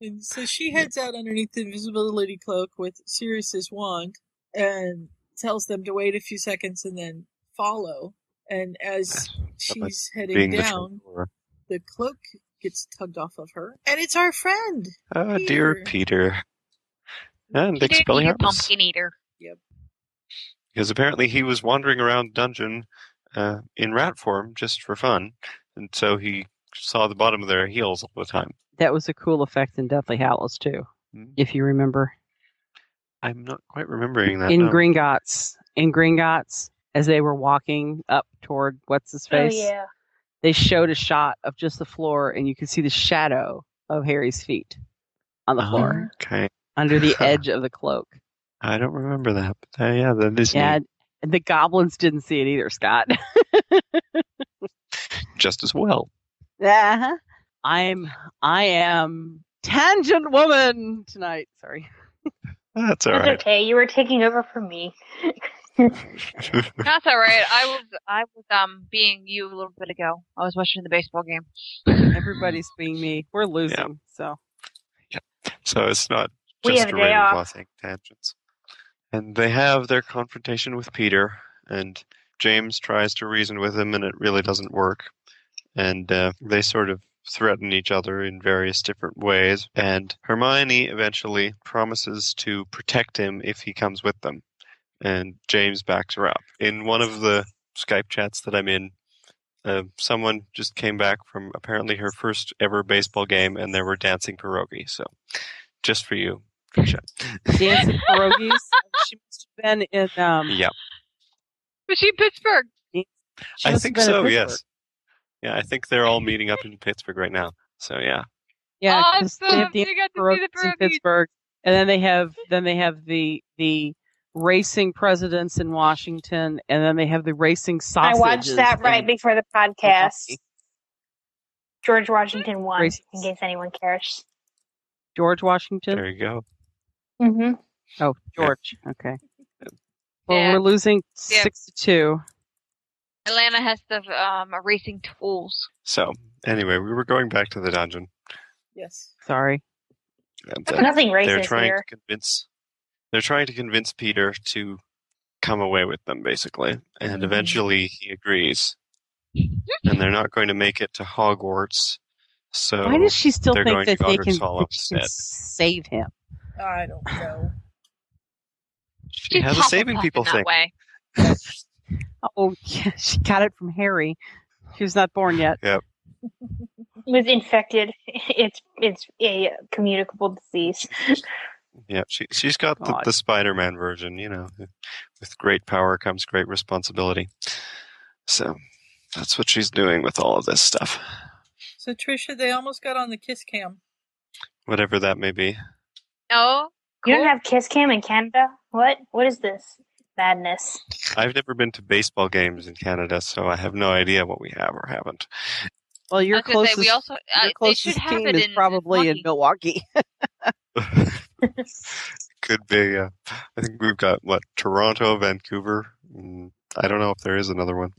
And so she heads out underneath the invisibility cloak with Sirius's wand and tells them to wait a few seconds and then follow. And as she's heading Being the down, traitor. the cloak gets tugged off of her, and it's our friend. Oh, dear Peter. And Peter, you Expelliarmus. pumpkin eater. Yep. Because apparently he was wandering around dungeon uh, in rat form just for fun. And so he saw the bottom of their heels all the time. That was a cool effect in Deathly Hallows too, Mhm. if you remember. I'm not quite remembering that. in no. Gringotts, in Gringotts, as they were walking up toward what's his face, Oh yeah. they showed a shot of just the floor, and you could see the shadow of Harry's feet on Uh-huh. the floor Okay. under the edge of the cloak. I don't remember that. But uh, yeah, that is Yeah, neat. and and the goblins didn't see it either, Scott. just as well. uh-huh. I'm, I am tangent woman tonight. Sorry. That's It's all right. okay. You were taking over for me. That's all right. I was I was um being you a little bit ago. I was watching the baseball game. Everybody's being me. We're losing, so. So it's not We just have a a day off. Ravenclaw thing, tangents. And they have their confrontation with Peter, and James tries to reason with him, and it really doesn't work. And uh, they sort of threaten each other in various different ways. And Hermione eventually promises to protect him if he comes with them. And James backs her up. In one of the Skype chats that I'm in, uh, someone just came back from apparently her first ever baseball game, and they were dancing pierogi. So, just for you, Trisha. Dancing pierogies. she must have been in. Um, Yeah, Was she in Pittsburgh? she I must have think been in so. Pittsburgh. Yes. Yeah, I think they're all meeting up in Pittsburgh right now. So yeah, Yeah, Oh, 'cause they Awesome. have the You got to see Baroque the in Baroque. Pittsburgh, and then they have then they have the the racing presidents in Washington, and then they have the racing I sausages. watched that right in- before the podcast. George Washington won, Racist. in case anyone cares. George Washington. There you go. Mm-hmm. Oh, George. Okay. Well, we're losing Yeah. six to two. Atlanta has the um racing tools. So anyway, we were going back to the dungeon. Yes. Sorry. And uh, Nothing They're racist trying here. to convince. They're trying to convince Peter to come away with them, basically, and eventually he agrees. And they're not going to make it to Hogwarts, so Why does she still they're think going that to they Godric's can, Hollow that she can instead. save him? I don't know. She has a saving people thing. oh, yeah, she got it from Harry. She was not born yet. Yep. was infected. It's it's a communicable disease. Yeah, she she's got the, God. the Spider-Man version, you know. With great power comes great responsibility. So that's what she's doing with all of this stuff, So Trisha, they almost got on the kiss cam. whatever that may be. No, you don't have kiss cam in Canada. What? What is this madness? I've never been to baseball games in Canada, so I have no idea what we have or haven't. Well, your I was gonna closest, say, we also- uh, your they should closest have team it is in probably in Milwaukee. Could be. Uh, I think we've got what Toronto, Vancouver. Mm, I don't know if there is another one.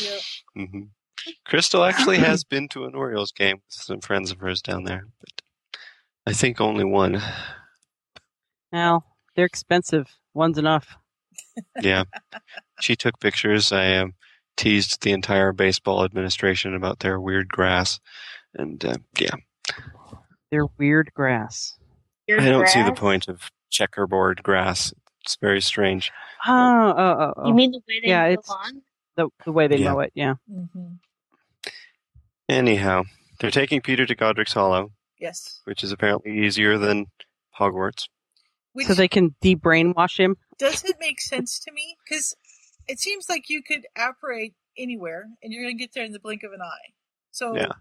Yep. hmm Crystal actually has been to an Orioles game with some friends of hers down there, but I think only one. now they're expensive. One's enough. Yeah, she took pictures. I um, teased the entire baseball administration about their weird grass, and uh, yeah, They're weird grass. I don't see the point of checkerboard grass. It's very strange. Oh, oh, oh, oh. You mean the way they yeah, mow it's lawn? The the way they Yeah. mow it. Yeah. Mm-hmm. Anyhow, they're taking Peter to Godric's Hollow, Yes. which is apparently easier than Hogwarts. so they can de-brainwash him. Does it make sense to me? Because it seems like you could apparate anywhere, and you're going to get there in the blink of an eye. So yeah. Well,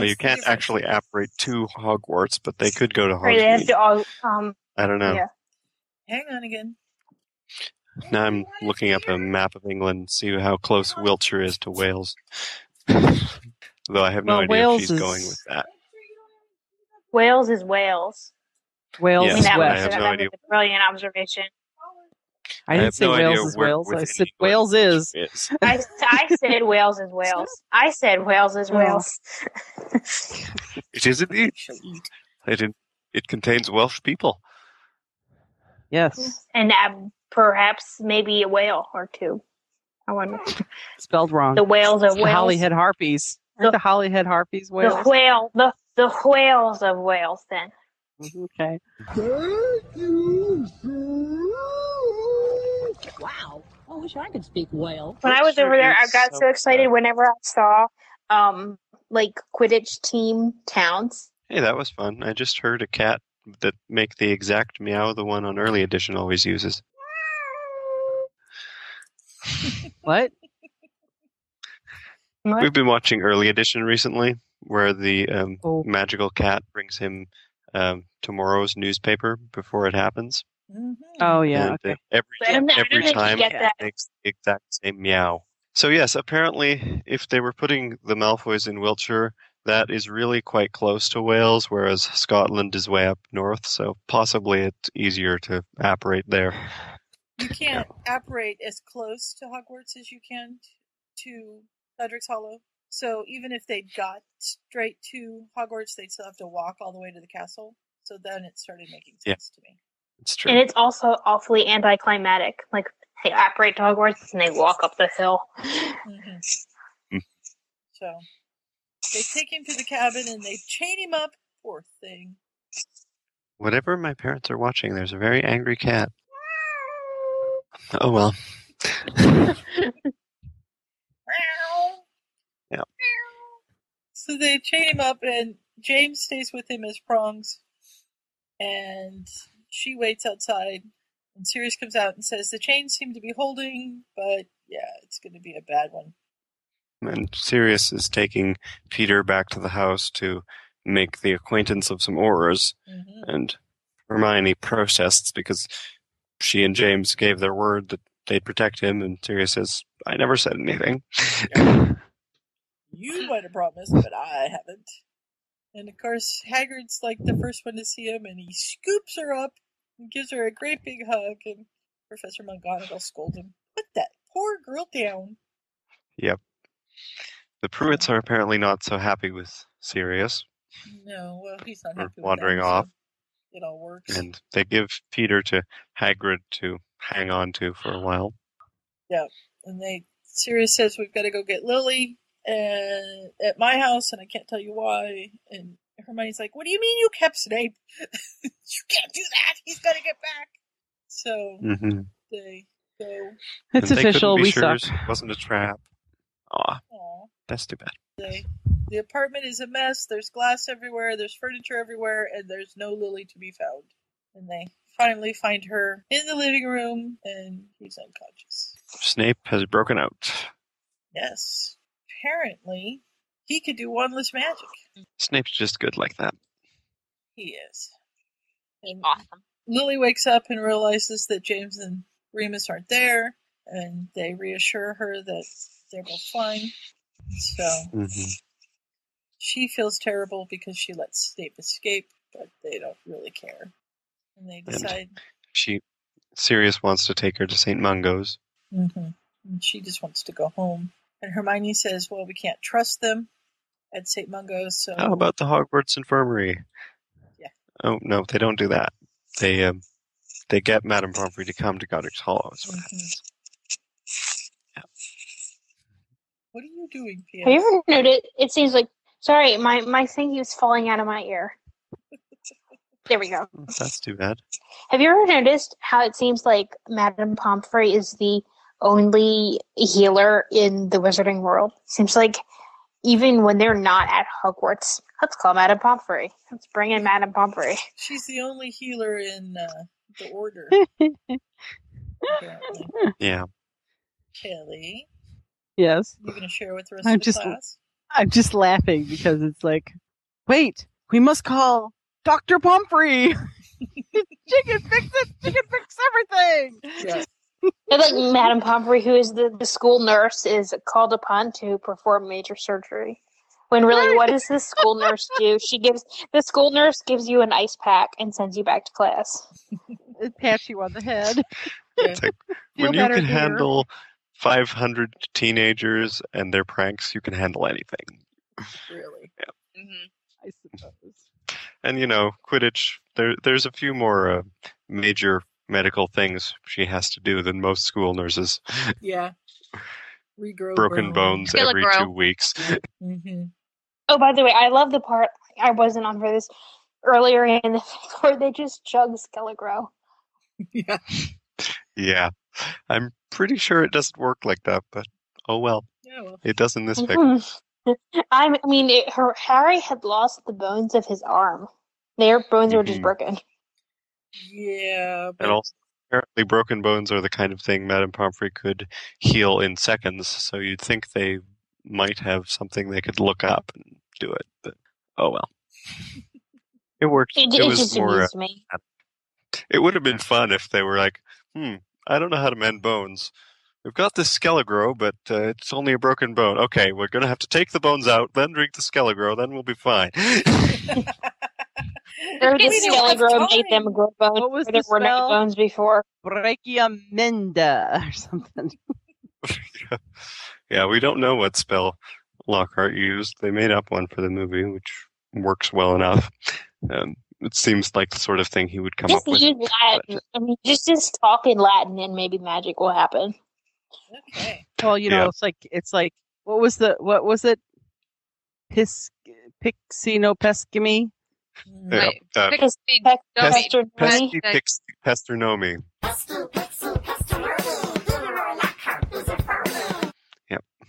what's you the can't difference? actually apparate to Hogwarts, but they could go to Right, they have Hogwarts. to all. Um, I don't know. Yeah. Hang on again. Now I'm looking up a map of England, see how close Wiltshire is to Wales. Though I have no Well, idea Wales if she's is- going with that. Wales is Wales. Wales I Yes, mean, that I was, have that no idea. was a brilliant observation. I didn't have say no idea Wales is where- Wales. I within said Wales is. I, I said Wales is Wales. I said Wales is Wales. It is indeed. It, in- it contains Welsh people. Yes. And um, perhaps maybe a whale or two. I wonder. Spelled wrong. The whales of It's the Wales. Hollyhead harpies. Aren't the, Hollyhead harpies Wales? The whale, the the whales of Wales. Then Mm-hmm, Okay. Wow. I wish I could speak whale. when I was over there, I got so excited whenever I saw um like Quidditch team towns. Hey, that was fun. I just heard a cat that make the exact meow the one on early edition always uses. What? We've been watching early edition recently, where the um, Oh. magical cat brings him um, tomorrow's newspaper before it happens. Mm-hmm. Oh yeah. And, uh, okay. But every I'm not- every I don't think you time get it that. makes the exact same meow. So yes, apparently, if they were putting the Malfoys in Wiltshire, that is really quite close to Wales, whereas Scotland is way up north. So possibly it's easier to apparate there. You can't apparate as close to Hogwarts as you can t- to Godric's Hollow. So even if they got straight to Hogwarts, they'd still have to walk all the way to the castle. So then it started making sense. Yeah, it's true. And it's also awfully anticlimactic. Like they operate to Hogwarts and they walk up the hill. hmm So they take him to the cabin and they chain him up. Poor thing. Whatever my parents are watching, there's a very angry cat. Oh well. Yeah. So they chain him up, and James stays with him as prongs, and she waits outside. And Sirius comes out and says the chains seem to be holding, but yeah, it's going to be a bad one. And Sirius is taking Peter back to the house to make the acquaintance of some aurors. Mm-hmm. And Hermione protests because she and James gave their word that they'd protect him, and Sirius says, I never said anything. You might have promised, but I haven't. And of course, Haggard's like the first one to see him, and he scoops her up and gives her a great big hug. And Professor McGonagall scolds him. Put that poor girl down. yep. The Pruitts are apparently not so happy with Sirius. No, well, he's not or happy with wandering that, so off, It all works. and they give Peter to Hagrid to hang on to for a while. Yeah, and they Sirius says we've got to go get Lily and at my house, and I can't tell you why. And Hermione's like, "What do you mean you kept Snape? you can't do that. He's gonna get back." So Mhm. they go. It's And they couldn't official, Be we sure suck. It wasn't a trap. Aw, Aw. that's too bad. They, the apartment is a mess. There's glass everywhere. There's furniture everywhere, and there's no Lily to be found. And they finally find her in the living room, and he's unconscious. Snape has broken out. Yes, apparently he could do one less magic. Snape's just good like that. He is. And awesome. Lily wakes up and realizes that James and Remus aren't there, and they reassure her that they're both fine. So she feels terrible because she lets Snape escape, but they don't really care. And they decide, She, Sirius wants to take her to St. Mungo's. Mhm. and she just wants to go home. And Hermione says, well, we can't trust them at St. Mungo's, so. How about the Hogwarts Infirmary? Yeah. Oh no, they don't do that. They um, they get Madame Pomfrey to come to Godric's Hollow. is what happens. Mhm. What are you doing, P.S.? Have you ever noticed? It seems like sorry, my my thing keeps falling out of my ear. There we go. "Hmm, That's too bad. Have you ever noticed how it seems like Madame Pomfrey is the only healer in the wizarding world? Seems like even when they're not at Hogwarts, let's call Madame Pomfrey. Let's bring in Madame Pomfrey. She's the only healer in uh, the order. Apparently. Yeah. Kelly, Yes. you going to share with the rest I'm of the just class? I'm just laughing because it's like, wait, we must call Dr. Pumphrey. she can fix it. She can fix everything. It's like Madame Pomfrey, who is the, the school nurse, is called upon to perform major surgery. When really, what does the school nurse do? She gives the school nurse gives you an ice pack and sends you back to class. Pat you on the head. It's like, Feel when you better, can dear. handle 500 teenagers and their pranks, you can handle anything. Really? Yeah. Mm-hmm. I suppose. And you know, Quidditch. There, there's a few more uh, major medical things she has to do than most school nurses. Yeah. Regrow Broken bones every two weeks. Mm-hmm. Oh, by the way, I love the part I wasn't on for this earlier in the where they just chug Skelegro. Yeah. Yeah, I'm pretty sure it doesn't work like that, but oh well. Yeah, well. It does in this pic. I mean, it, her, Harry had lost the bones of his arm. Their bones were just Mhm. broken. Yeah. And also, apparently, broken bones are the kind of thing Madame Pomfrey could heal in seconds. So you'd think they might have something they could look up and do it. But oh well, it worked. It, It, it, was just more. uh, amused me. It would have been fun if they were like, "Hmm, I don't know how to mend bones. We've got this Skelegro, but uh, it's only a broken bone. Okay, we're gonna have to take the bones out, then drink the Skelegro, then we'll be fine." uh, Or the We don't have Skelegro made them grow bones What was where there the were spell? no bones before. Brachiamenda or something. Yeah, we don't know what spell Lockhart used. They made up one for the movie, which works well enough. Um, it seems like the sort of thing he would come Just up with. use Latin. I mean, just just talk in Latin, and maybe magic will happen. Well, you know, Yeah. it's like it's like what was the what was it? Pis Pixino Pescimi? Mm-hmm. Yeah, uh, Pes- pes- pest- pesty Pestronomy? pix- pestronomy.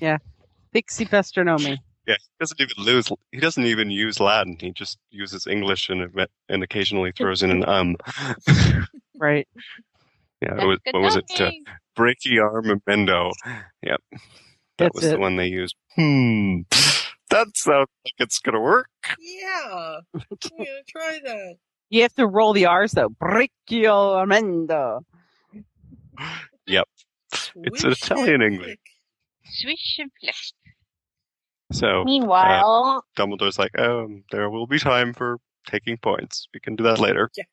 Yeah. Pixie Pestronomy. Yeah, he doesn't even lose. He doesn't even use Latin. He just uses English and uh, and occasionally throws in an um. Right. Yeah, it was, what was it? Uh, Brachiarmamento. Yep, that That's was it. the one they used. Hmm, that sounds like it's gonna work. Yeah. We're going to try that. You have to roll the R's though. Brachiamenda. Yep, it's an Italian English. Swish and flick. So Meanwhile, uh, Dumbledore's like, "Oh, there will be time for taking points. We can do that later." Yeah.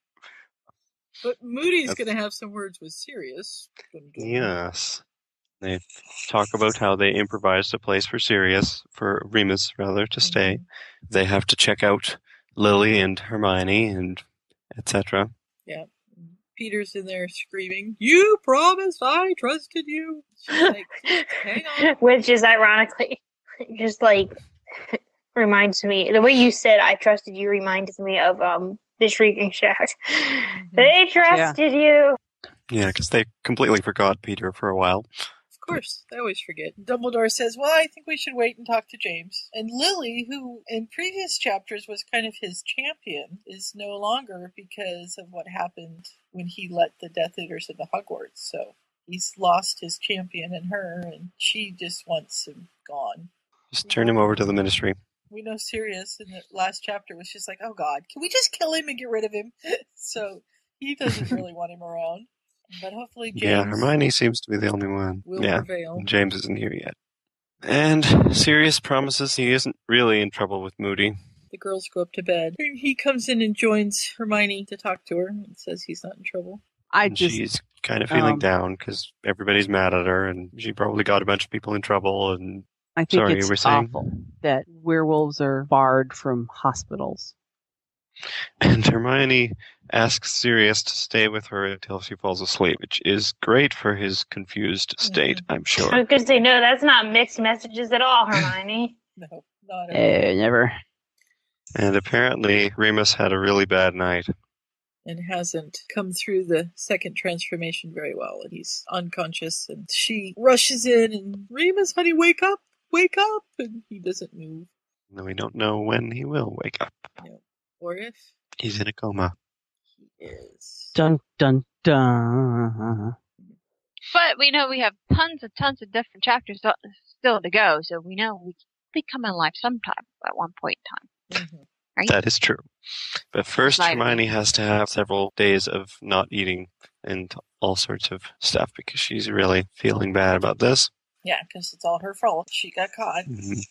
But Moody's That's- going to have some words with Sirius. Yes. They talk about how they improvised a place for Sirius, for Remus rather, to stay. They have to check out Lily and Hermione and etc. Yeah. Peter's in there screaming, You promised I trusted you. She's like, Hang on. Which is ironically just like reminds me the way you said I trusted you reminds me of um the shrieking shack. they trusted you. Yeah, because they completely forgot Peter for a while. Of course, I always forget. Dumbledore says, Well, I think we should wait and talk to James. And Lily, who in previous chapters was kind of his champion, is no longer because of what happened when he let the Death Eaters into Hogwarts. So he's lost his champion in her, and she just wants him gone. Just turn him over to the Ministry. We know Sirius in the last chapter was just like, Oh God, can we just kill him and get rid of him? so he doesn't really want him around. But hopefully, James Yeah, Hermione seems to be the only one. will yeah, prevail. James isn't here yet. And Sirius promises he isn't really in trouble with Moody. The girls go up to bed. And he comes in and joins Hermione to talk to her and says he's not in trouble. I And she's kind of feeling um, down because everybody's mad at her, and she probably got a bunch of people in trouble. And I think sorry, it's we're saying awful that werewolves are barred from hospitals. And Hermione asks Sirius to stay with her until she falls asleep, which is great for his confused state, I'm sure. Because they know that's not mixed messages at all, Hermione. no, not Eh, never. And apparently, Remus had a really bad night. and hasn't come through the second transformation very well, and he's unconscious. And she rushes in and Remus, honey, wake up, wake up, and he doesn't move, And we don't know when he will wake up. or if He's in a coma. he is. Dun dun dun. But we know we have tons and tons of different chapters st- still to go, so we know we become alive sometime at one point in time. Mm-hmm. Right. That is true. But first, Right. Hermione has to have several days of not eating and all sorts of stuff because she's really feeling bad about this. Yeah, because it's all her fault. She got caught. Mhm.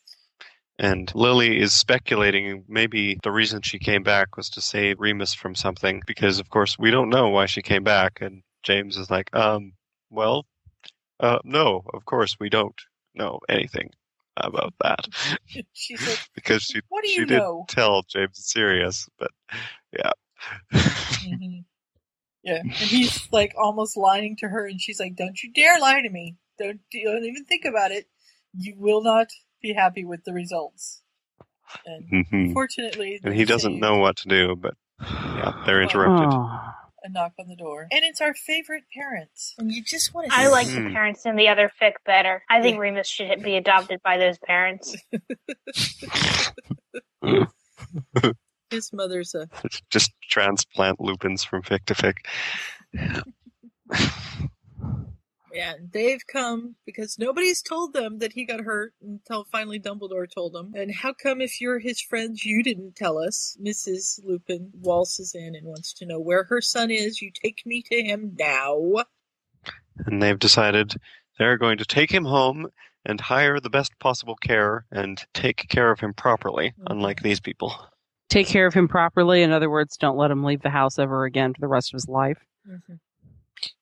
And Lily is speculating maybe the reason she came back was to save Remus from something because, of course, we don't know why she came back. And James is like, um, well, uh, no, of course we don't know anything about that She said, because she What do she you did know? tell James it's serious, but yeah, Mhm. Yeah, and he's like almost lying to her, and she's like, "Don't you dare lie to me! Don't don't even think about it. You will not be happy with the results." And Mhm. fortunately, and they he doesn't saved know what to do, but yeah, they're Oh. interrupted. Ah. A knock on the door, and it's our favorite parents. And you just want I like the Hmm. parents in the other fic better. I think Remus should be adopted by those parents. his mother's uh, a Just transplant lupins from fic to fic. yeah. and They've come because nobody's told them that he got hurt until finally Dumbledore told them. And how come if you're his friends, you didn't tell us? Mrs. Lupin waltzes in and wants to know where her son is. You take me to him now. and they've decided they're going to take him home and hire the best possible care and take care of him properly, unlike these people. Take care of him properly. In other words, don't let him leave the house ever again for the rest of his life.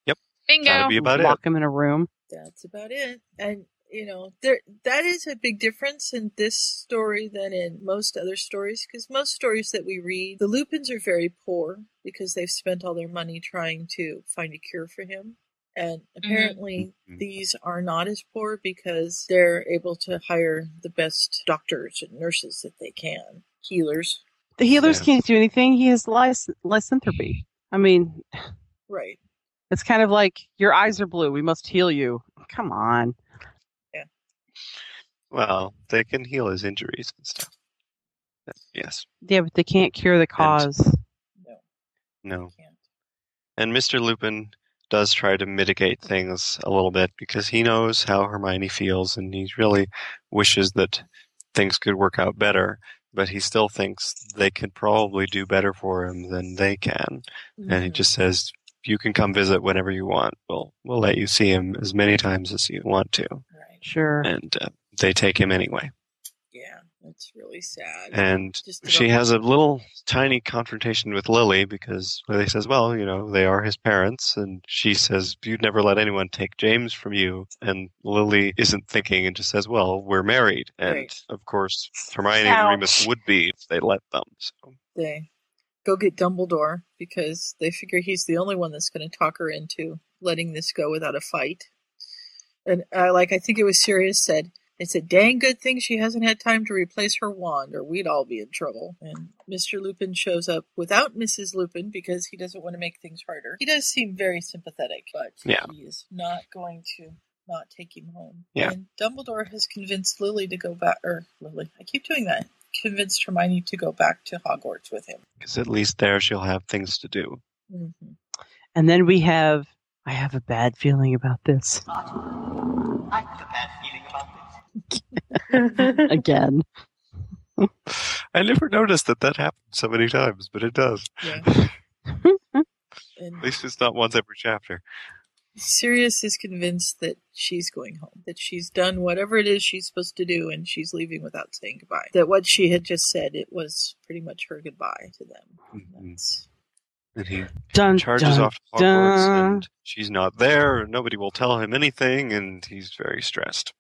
Yep. Bingo. That'd be about Lock it. him in a room. That's about it. And you know, there that is a big difference in this story than in most other stories because most stories that we read, the Lupins are very poor because they've spent all their money trying to find a cure for him. And apparently, Mm-hmm. these are not as poor because they're able to hire the best doctors and nurses that they can, healers. The healers can't do anything. He has lys- lysanthropy. I mean, Right. it's kind of like your eyes are blue. We must heal you. Come on. Well, they can heal his injuries and stuff. Yes. Yeah, but they can't cure the cause. No. And Mr. Lupin does try to mitigate things a little bit because he knows how Hermione feels and he really wishes that things could work out better, but he still thinks they could probably do better for him than they can. And Mm-hmm. he just says, You can come visit whenever you want. We'll, we'll let you see him as many times as you want to. Sure. And uh, they take him anyway. Yeah. That's really sad. and Just about- she has a little tiny confrontation with Lily because Lily says, "Well, you know, they are his parents," and she says, "You'd never let anyone take James from you." And Lily isn't thinking and just says, "Well, we're married," and Right. of course Hermione and Remus would be if they let them. So They go get Dumbledore because they figure he's the only one that's going to talk her into letting this go without a fight. And uh, like I think it was Sirius said, it's a dang good thing she hasn't had time to replace her wand, or we'd all be in trouble. And Mr. Lupin shows up without Mrs. Lupin because he doesn't want to make things harder. He does seem very sympathetic, but Yeah. he is not going to not take him home. Yeah. And Dumbledore has convinced Lily to go back, or Lily, I keep doing that, convinced Hermione to go back to Hogwarts with him. because at least there she'll have things to do. Mm-hmm. And then we have I have a bad feeling about this. I have a bad feeling about this. Again. I never noticed that that happened so many times, but it does. And At least it's not once every chapter. Sirius is convinced that she's going home, that she's done whatever it is she's supposed to do, and she's leaving without saying goodbye. That what she had just said, it was pretty much her goodbye to them. And he Dun, charges dun, off to Hogwarts, dun. and she's not there. and Nobody will tell him anything, and he's very stressed.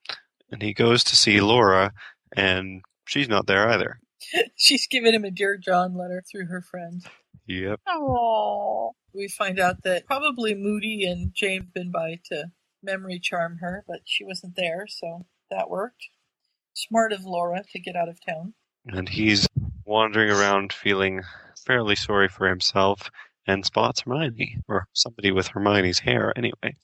And he goes to see Laura, and she's not there either. She's given him a Dear John letter through her friend. Yep. Oh. We find out that probably Moody and Jane have been by to memory charm her, but she wasn't there, so that worked. Smart of Laura to get out of town. And he's wandering around feeling fairly sorry for himself and spots Hermione, or somebody with Hermione's hair, anyway.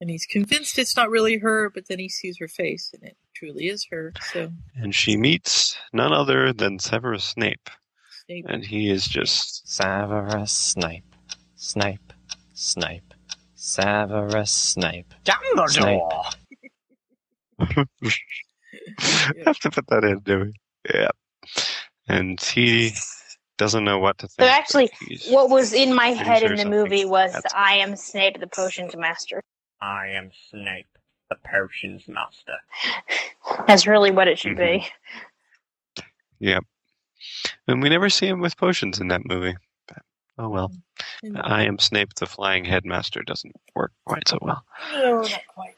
And he's convinced it's not really her, but then he sees her face, and it truly is her. So And she meets none other than Severus Snape. Snape And he is just. Severus Snape. Snape. Snape. Severus Snape. Dumbledore. have to put that in, do we? Yeah. And he doesn't know what to So think. actually, what was in my pretty head sure in the something movie was that's- I am Snape, the potions master. I am Snape, the potions master. That's really what it should be. Yep. And we never see him with potions in that movie. But, oh well. Mm-hmm. And- I am Snape the Flying Headmaster doesn't work quite so well. No, not quite.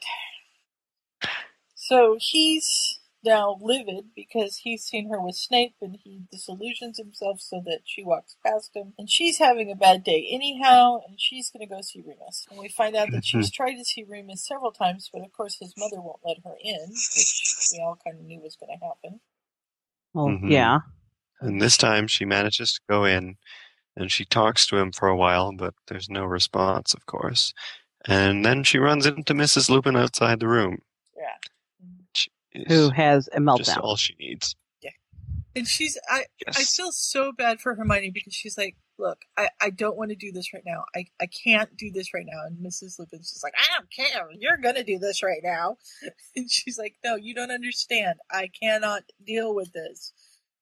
So he's now livid because he's seen her with Snape and he disillusions himself so that she walks past him. And she's having a bad day anyhow, and she's going to go see Remus. And we find out that she's Mhm. tried to see Remus several times, but of course his mother won't let her in, which we all kind of knew was going to happen. Well, Mhm. yeah. And this time she manages to go in and she talks to him for a while, but there's no response, of course. And then she runs into Mrs. Lupin outside the room. Yeah. Who has a meltdown. Just all she needs. And she's I I feel so bad for Hermione because she's like, look, I, I don't want to do this right now. I, I can't do this right now. And Mrs. Lupin's just like, I don't care. You're gonna do this right now. And she's like, no, you don't understand. I cannot deal with this.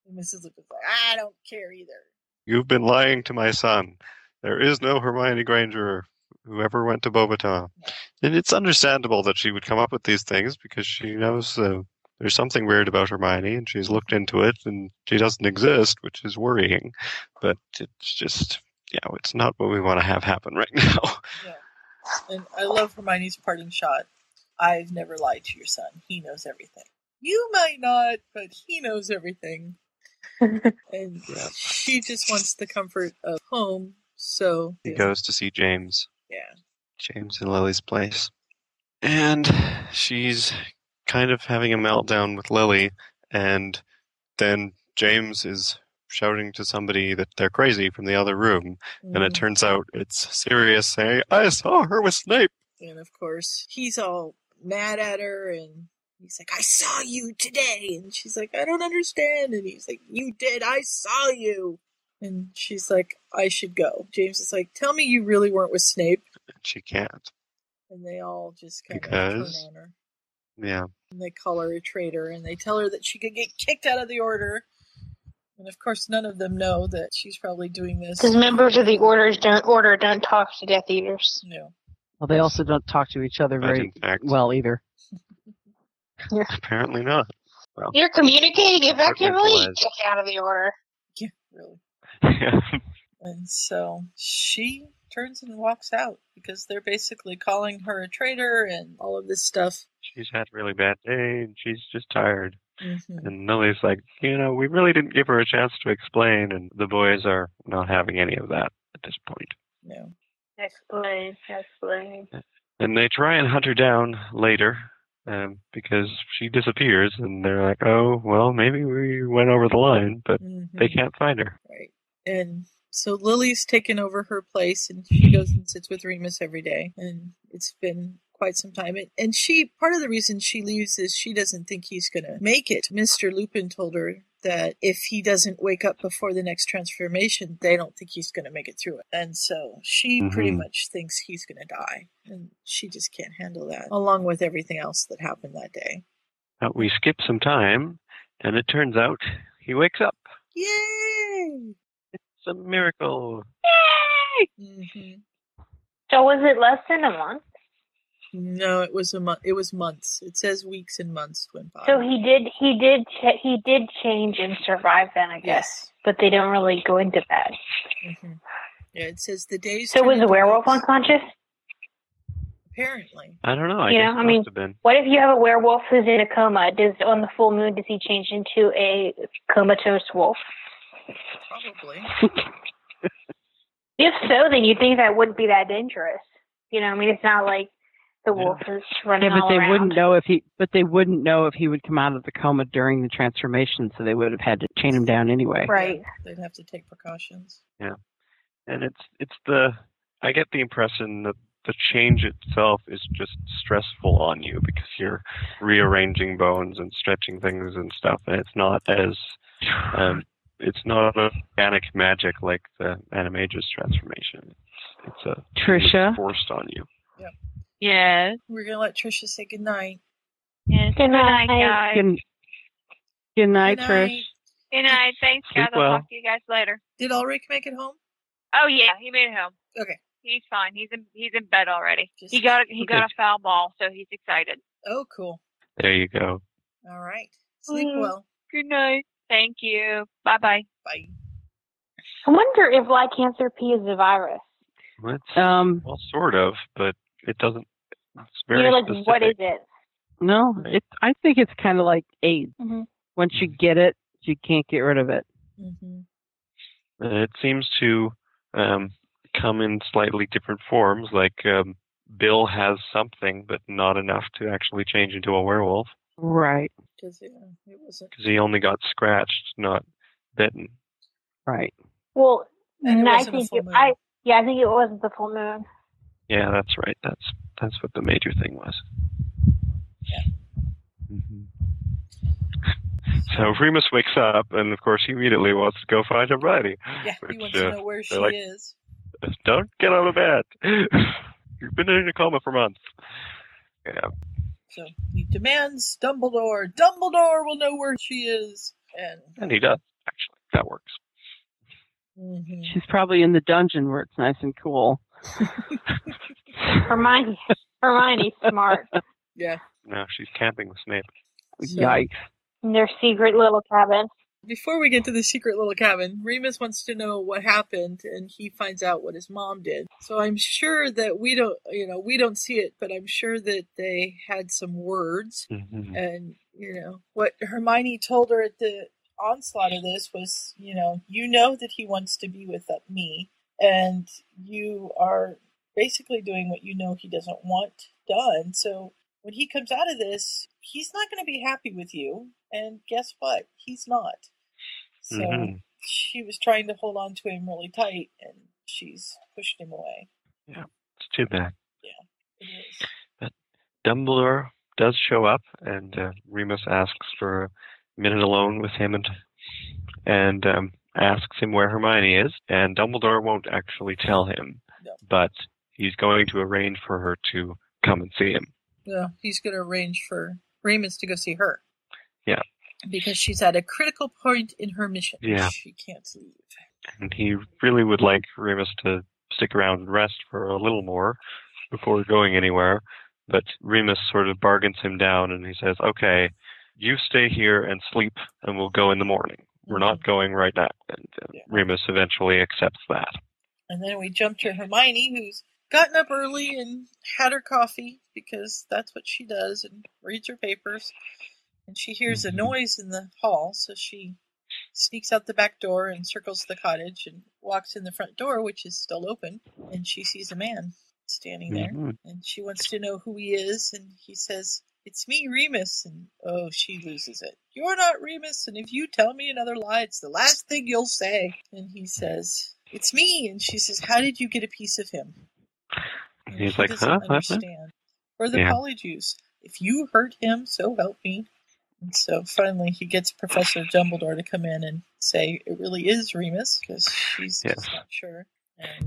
And Mrs. Lupin's like, I don't care either. You've been lying to my son. There is no Hermione Granger, whoever went to Bobaton. And it's understandable that she would come up with these things because she knows uh, there's something weird about Hermione and she's looked into it and she doesn't exist, which is worrying. But it's just, yeah, it's not what we want to have happen right now. And I love Hermione's parting shot. I've never lied to your son. He knows everything. You might not, but he knows everything. Mm-hmm. and she just wants the comfort of home. So He goes to see James. Yeah. James in Lily's place. And she's kind of having a meltdown with Lily, and then James is shouting to somebody that they're crazy from the other room, and Mm. it turns out it's Sirius saying, I saw her with Snape. And of course, he's all mad at her and he's like, I saw you today. And she's like, I don't understand. And he's like, You did. I saw you. And she's like, I should go. James is like, Tell me you really weren't with Snape. She can't, And they all just kind of because. turn on her. Yeah. And they call her a traitor and they tell her that she could get kicked out of the order. And of course, none of them know that she's probably doing this. Because members of the orders don't order don't talk to Death Eaters. No. Well, they also don't talk to each other But very well either. Apparently not. Well, You're communicating effectively. Compromise. Get out of the order. Yeah, really. And so she turns and walks out because they're basically calling her a traitor and all of this stuff. she's had a really bad day and she's just tired. Mhm. And Millie's like, you know, we really didn't give her a chance to explain, and the boys are not having any of that at this point. No. Explain. Explain. And they try and hunt her down later um, because she disappears, and they're like, oh, well, maybe we went over the line, but Mm-hmm. they Mm-hmm. can't find her. Right. And so Lily's taken over her place and she goes and sits with Remus every day. And it's been quite some time. And- And she, part of the reason she leaves is she doesn't think he's going to make it. Mr. Lupin told her that if he doesn't wake up before the next transformation, they don't think he's going to make it through it. And so she pretty Mhm. much thinks he's going to die. And she just can't handle that, along with everything else that happened that day. But we skip some time, and it turns out he wakes up. Yay! It's a miracle. Mhm. So was it less than a month? No, it was a month. It was months. It says weeks and months went by. Um, So he did. He did. Ch- he did change and survive then. I guess. Yes. But they don't really go into that. Mhm. Yeah, it says the days. So turn was the into werewolf weeks, unconscious? Apparently. I don't know. I you guess know, it I mean, must have been. what if you have a werewolf who's in a coma? Does on the full moon does he change into a comatose wolf? Probably. If so, then you'd think that wouldn't be that dangerous. You know, I mean, it's not like the wolf is running Yeah, but all they around. wouldn't know if he. But they wouldn't know if he would come out of the coma during the transformation, so they would have had to chain him down anyway. Right. They'd have to take precautions. Yeah, and it's it's the I get the impression that the change itself is just stressful on you because you're rearranging bones and stretching things and stuff, and it's not as um, it's not organic magic like the animagus transformation. It's a Trisha? it's forced on you. Yes. We're gonna let Trisha say goodnight. Yes. Good night, guys. Good, good night, Good Trish. Good night. Thanks, Sleep guys. well. I'll talk to you guys later. Did Ulrich make it home? Oh yeah, he made it home. Okay. He's fine. He's in he's in bed already. he got he got a Good. foul ball, so he's excited. Oh, cool. There you go. All right. Sleep Mm. well. Good night. Thank you. Bye bye. Bye. I wonder if lycanthropy is a virus. It's, um, well, sort of, but it doesn't. It's very You're like, specific. what is it? No, Right. it. I think it's kind of like AIDS. Mhm. Once you get it, you can't get rid of it. Mm-hmm. And it seems to um, come in slightly different forms. Like um, Bill has something, but not enough to actually change into a werewolf Right. Because yeah, it wasn't. because he only got scratched, not bitten. Right. Well, And it I wasn't a think full it- I yeah, I think it wasn't the full moon. Yeah, that's right. That's that's what the major thing was. Mhm. So Remus wakes up, and of course, he immediately wants to go find her body. Yeah, he Which, wants uh, to know where they're she like- is. Don't get out of bed. You've been in a coma for months. Yeah. So he demands Dumbledore. Dumbledore will know where she is. And And he does, actually. That works. mhm. She's probably in the dungeon where it's nice and cool. Hermione, Hermione's smart. Yeah. No, she's camping with Snape. Yikes. In their secret little cabin. Before we get to the secret little cabin, Remus wants to know what happened, and he finds out what his mom did. So I'm sure that we don't, you know, we don't see it, but I'm sure that they had some words, and you know what Hermione told her at the onslaught of this was, you know, you know that he wants to be with uh, me, and you are basically doing what you know he doesn't want done. So when he comes out of this, he's not going to be happy with you. And guess what? He's not. So Mhm. she was trying to hold on to him really tight, and she's pushed him away. Yeah, it's too bad. It is. Dumbledore does show up, and uh, Remus asks for a minute alone with him, and and um, asks him where Hermione is. And Dumbledore won't actually tell him, but he's going to arrange for her to come and see him. Yeah, he's going to arrange for Remus to go see her Yeah, because she's at a critical point in her mission. Yeah. She can't leave. and he really would like Remus to stick around and rest for a little more before going anywhere. But Remus sort of bargains him down, and he says, "Okay, you stay here and sleep, and we'll go in the morning. We're not going right now. And uh, Remus eventually accepts that. And then we jump to Hermione, who's gotten up early and had her coffee because that's what she does and reads her papers. And she hears Mm-hmm. a noise in the hall, so she sneaks out the back door and circles the cottage and walks in the front door, which is still open. And she sees a man standing Mm-hmm. there. Mhm. And she wants to know who he is. And he says, It's me, Remus. And oh, she loses it. You're not Remus. And if you tell me another lie, it's the last thing you'll say. And he says, It's me. And she says, How did you get a piece of him? And he's He like, doesn't huh? What? What? understand. Or the Yeah. Polyjuice. If you hurt him, so help me. And so finally, he gets Professor Dumbledore to come in and say it really is Remus because she's Yes. just not sure.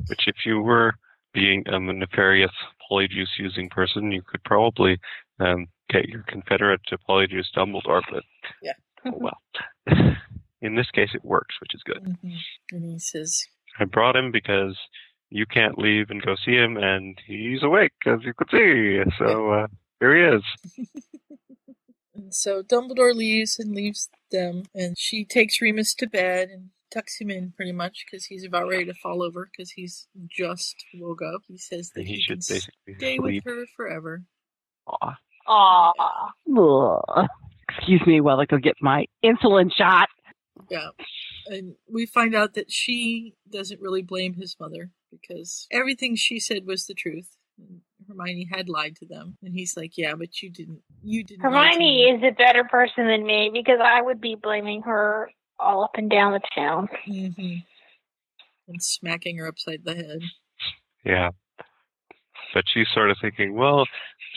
Which, if you were being a nefarious Polyjuice using person, you could probably um, get your Confederate to Polyjuice Dumbledore, but Yeah. oh well. in this case, it works, which is good. Mhm. And he says, I brought him because you can't leave and go see him, and he's awake, as you could see. So uh, here he is. and so Dumbledore leaves and leaves them, and she takes Remus to bed and tucks him in pretty much because he's about ready to fall over because he's just woke up. He says that And he, he should can basically stay sleep. with her forever. Aw. Aww. Ugh. Excuse me while I go get my insulin shot. Yeah. And we find out that she doesn't really blame his mother because everything she said was the truth. And Hermione had lied to them. And he's like, Yeah, but you didn't. You didn't. lie to Hermione is a better person than me because I would be blaming her all up and down the town. Mm-hmm. And smacking her upside the head. Yeah. But she's sort of thinking, well,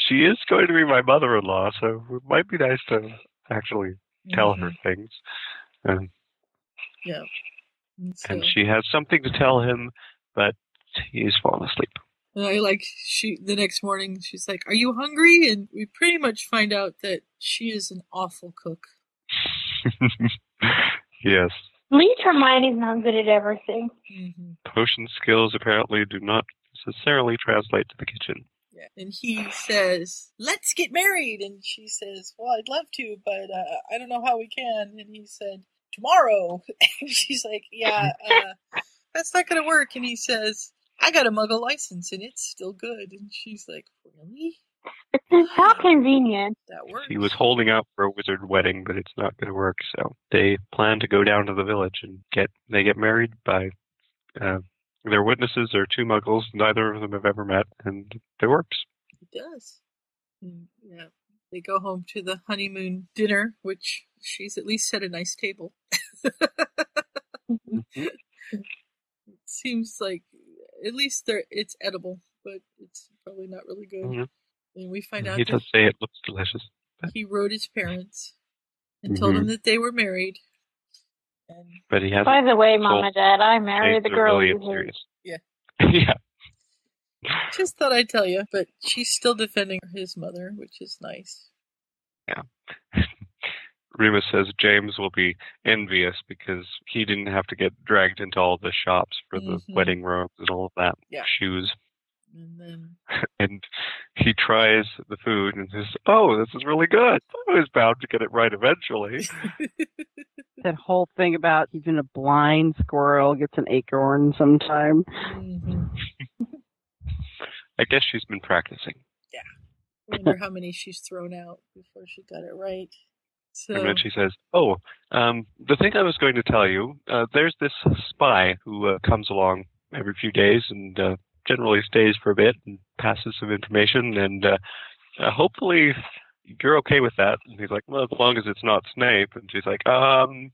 she is going to be my mother in law, so it might be nice to actually tell her things. Um, Yeah. Mm-hmm. And, so, and she has something to tell him, but he's fallen asleep. and I like she the next morning she's like, Are you hungry? And we pretty much find out that she is an awful cook. Yes. At least Hermione's not good at everything. Potion skills apparently do not necessarily translate to the kitchen. Yeah. And he says, Let's get married. And she says, Well, I'd love to, but uh, I don't know how we can. And he said, Tomorrow. and she's like, Yeah, uh, that's not going to work. And he says, I got a muggle license and it's still good. And she's like, Really? How convenient. That works. He was holding out for a wizard wedding, but it's not going to work. So they plan to go down to the village and get they get married by uh, their witnesses are two muggles. Neither of them have ever met, and it works. It does. And, yeah. They go home to the honeymoon dinner, which she's at least set a nice table. Mm-hmm. it seems like at least they're, it's edible, but it's probably not really good. Mhm. And we find out He that does say it looks delicious. he wrote his parents and told them Mhm. that they were married. And But he hasn't By the way, told- Mom and Dad, I Things married the are girl really you hate. serious. yeah, yeah. just thought I'd tell you. But she's still defending his mother, which is nice. Remus says James will be envious because he didn't have to get dragged into all the shops for the Mhm. wedding robes and all of that Yeah. shoes. And then and he tries the food and says, "Oh, this is really good. I was bound to get it right eventually." That whole thing about even a blind squirrel gets an acorn sometime. Mm-hmm. I guess she's been practicing. wonder how many she's thrown out before she got it right. So And then she says, "Oh, um, the thing I was going to tell you. Uh, there's this spy who uh, comes along every few days and uh, generally stays for a bit and passes some information. And uh, uh, hopefully, you're okay with that." And he's like, "Well, as long as it's not Snape." And she's like, "Um,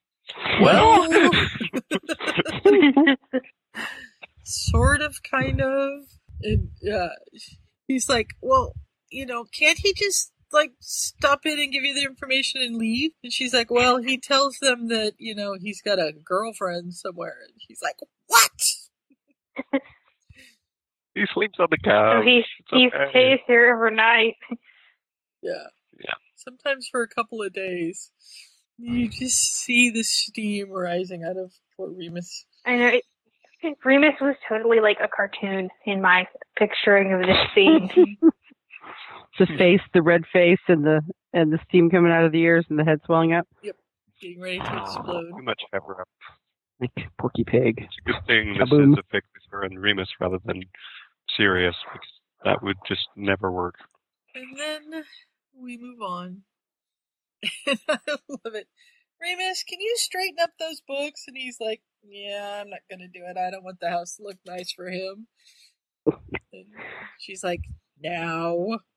well." sort of, kind of. And uh, he's like, well, you know, can't he just like stop in and give you the information and leave? And she's like, well, he tells them that you know he's got a girlfriend somewhere. And he's like, what? He sleeps on the couch. he It's he okay." stays here overnight. Yeah. Yeah. Sometimes for a couple of days, you just see the steam rising out of poor Remus. I know. It, Remus was totally like a cartoon in my picturing of this scene. It's the face, the red face, and the and the steam coming out of the ears and the head swelling up, Yep. Getting ready Ah. to explode. Too much pepper up. like Porky Pig. It's a good thing this Kaboom. is a fix for and Remus rather than Sirius because that would just never work. And then we move on. And I love it. Remus, can you straighten up those books? And he's like, Yeah, I'm not gonna do it. I don't want the house to look nice for him. And she's like, Now.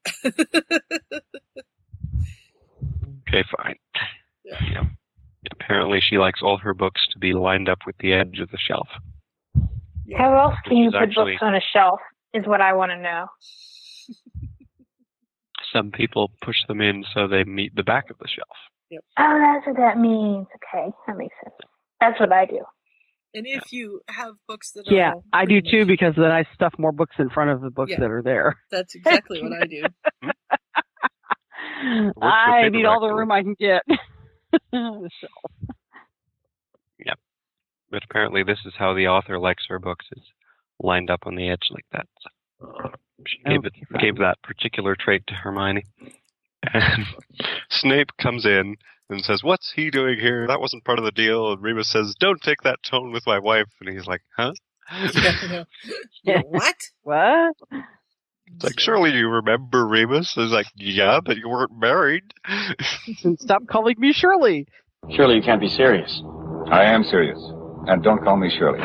Okay, fine. Yeah. Apparently, she likes all her books to be lined up with the edge of the shelf. How else can Which you is put actually- books on a shelf? Is what I want to know. Some people push them in so they meet the back of the shelf. Oh, that's what that means. Okay, that makes sense. That's what I do. And if you have books that are Yeah, all I do pretty too because then I stuff more books in front of the books Yeah. that are there. That's exactly what I do. with I need paper, all the actually. room I can get. The shelf. But apparently, this is how the author likes her books is lined up on the edge like that. So she gave, it, gave that particular trait to Hermione. And Snape comes in and says, "What's he doing here? That wasn't part of the deal." And Remus says, "Don't take that tone with my wife." And he's like, "Huh?" what? What? It's like, "Surely you remember Remus?" He's like, "Yeah, but you weren't married." Stop calling me Shirley. Surely you can't be serious. I am serious. And don't call me Shirley.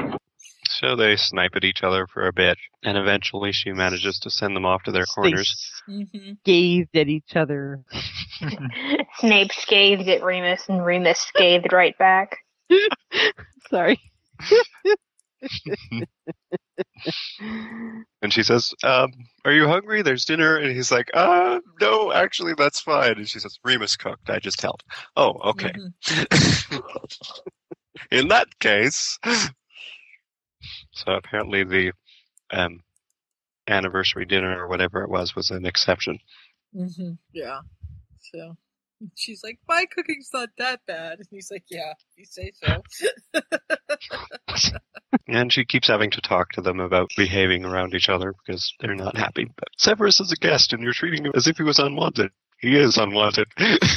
So they snipe at each other for a bit, and eventually she manages to send them off to their corners. "Mm-hmm." Gazed at each other. Snape scathed at Remus, and Remus scathed right back. Sorry. And she says, um, "Are you hungry? There's dinner." And he's like, "Uh, no, actually, that's fine." And she says, "Remus cooked. I just helped." Oh, okay. In that case, so apparently the um, anniversary dinner or whatever it was was an exception. hmm Yeah. So she's like, My cooking's not that bad. And he's like, Yeah, you say so. And she keeps having to talk to them about behaving around each other because they're not happy. But Severus is a guest, and you're treating him as if he was unwanted. He is unwanted.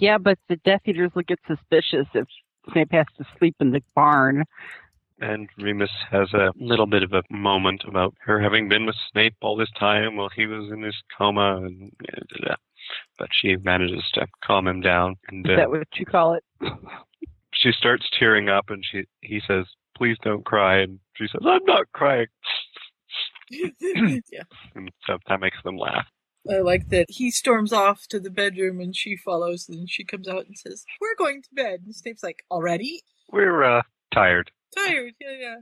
Yeah, but the Death Eaters will get suspicious if Snape has to sleep in the barn. and Remus has a little bit of a moment about her having been with Snape all this time while he was in his coma, and da-da-da. but she manages to calm him down. And Is uh, that what you call it? she starts tearing up, and she he says, "Please don't cry," and she says, "I'm not crying." yeah. And so that makes them laugh. I like that he storms off to the bedroom and she follows and she comes out and says, We're going to bed. And Snape's like, already? We're uh, tired. Tired. Yeah,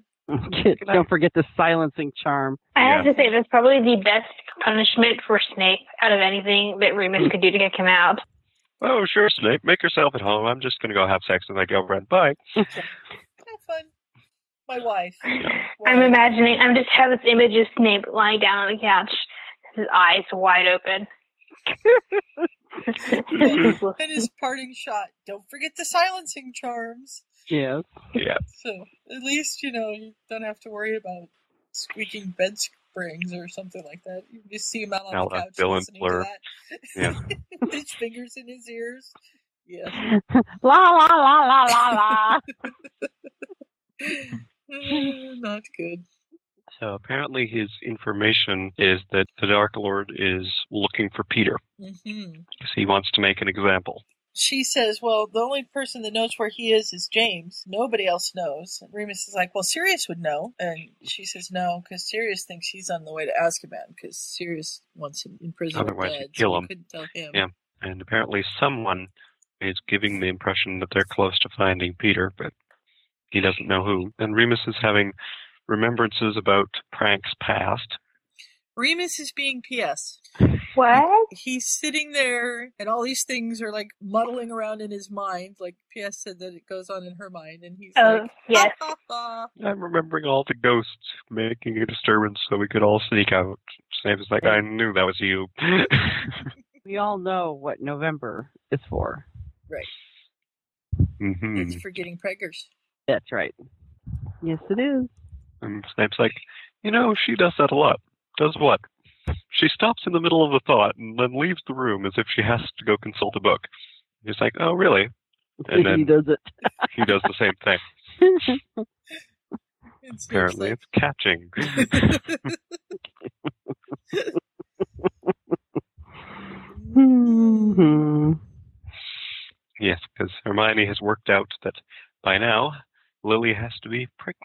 yeah. Don't forget the silencing charm. I have to say, that's probably the best punishment for Snape out of anything that Remus could do to kick him out. Oh, sure, Snape, make yourself at home. I'm just gonna go have sex with my girlfriend. Bye. Have fun. My wife. I'm imagining, I'm just have this image of Snape lying down on the couch, his eyes wide open. and his parting shot. Don't forget the silencing charms. Yes. Yeah. So at least you know you don't have to worry about squeaking bed springs or something like that. You can just see him out on I'll the have couch uh, Bill and listening Fleur. Yeah. to that. his fingers in his ears. Yeah. la la la la la la. Uh, Not good. So apparently his information is that the Dark Lord is looking for Peter hmm because he wants to make an example. She says, "Well, the only person that knows where he is is James. Nobody else knows." And Remus is like, "Well, Sirius would know," and she says, "No, because Sirius thinks he's on the way to Azkaban because Sirius wants him in prison. or Otherwise dead, he'd kill so him. he Couldn't tell him. Yeah. And apparently someone is giving the impression that they're close to finding Peter, but he doesn't know who. And Remus is having remembrances about pranks past. Remus is being PS. What? He's sitting there, and all these things are like muddling around in his mind. Like PS said that it goes on in her mind, and he's Oh, like, yes. ha, ha, ha. I'm remembering all the ghosts making a disturbance so we could all sneak out. Snape is like, I knew that was you. We all know what November is for. Right. hmm It's for getting preggers. That's right. Yes, it is. And Snape's like, you know, she does that a lot. Does what? she stops in the middle of a thought and then leaves the room as if she has to go consult a book. He's like, oh, really? And he then does it. he does the same thing. It's Apparently, it's catching. Hmm. yes, because Hermione has worked out that by now Lily has to be pregnant.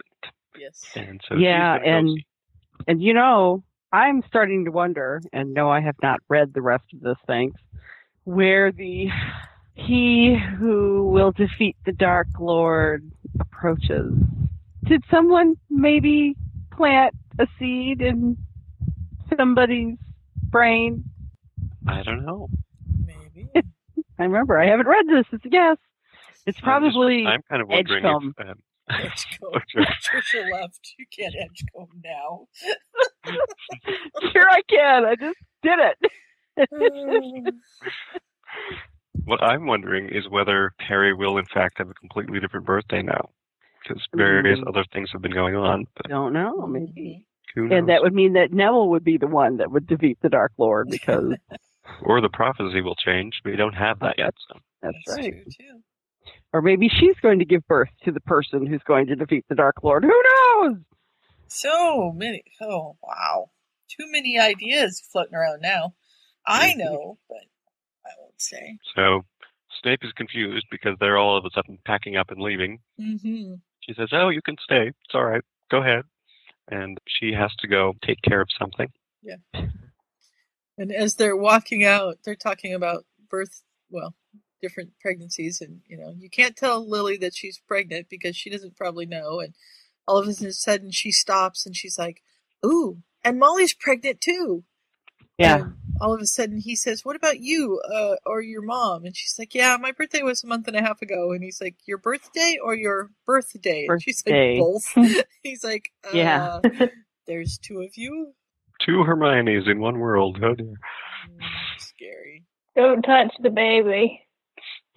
Yes. And so yeah, she's gonna go and and you know, I'm starting to wonder, and no, I have not read the rest of this. Thanks. Where the he who will defeat the Dark Lord approaches. Did someone maybe plant a seed in somebody's brain? I don't know. I remember. I haven't read this. It's a guess. It's I'm just- probably I'm kind of wondering Edgecombe. if um, Edgecombe. Sure. Trisha left. You can't Edgecombe now. Here I can. I just did Oh, it. what I'm wondering is whether Harry will in fact have a completely different birthday now, because various Mm. other things have been going on. But Don't know. Maybe. who knows? And that would mean that Neville would be the one that would defeat the Dark Lord because or the prophecy will change. We don't have Uh, that yet. So. That's, right. Or maybe she's going to give birth to the person who's going to defeat the Dark Lord. Who knows? So many. Oh, wow. Too many ideas floating around now. I know, but I won't say. So Snape is confused because they're all of a sudden packing up and leaving. Mm-hmm. She says, "Oh, you can stay. It's all right. Go ahead." And she has to go take care of something. Yeah. And as they're walking out, they're talking about birth, well, different pregnancies. And, you know, you can't tell Lily that she's pregnant because she doesn't probably know. And all of a sudden, she stops and she's like, Ooh, and Molly's pregnant too. Yeah. All of a sudden, he says, What about you uh, or your mom? And she's like, Yeah, my birthday was a month and a half ago. And he's like, Your birthday or your birthday? And she's like, Birthday. Both. he's like, uh, Yeah. There's two of you. Two Hermiones in one world. Oh dear. Hmm, Scary. Don't touch the baby.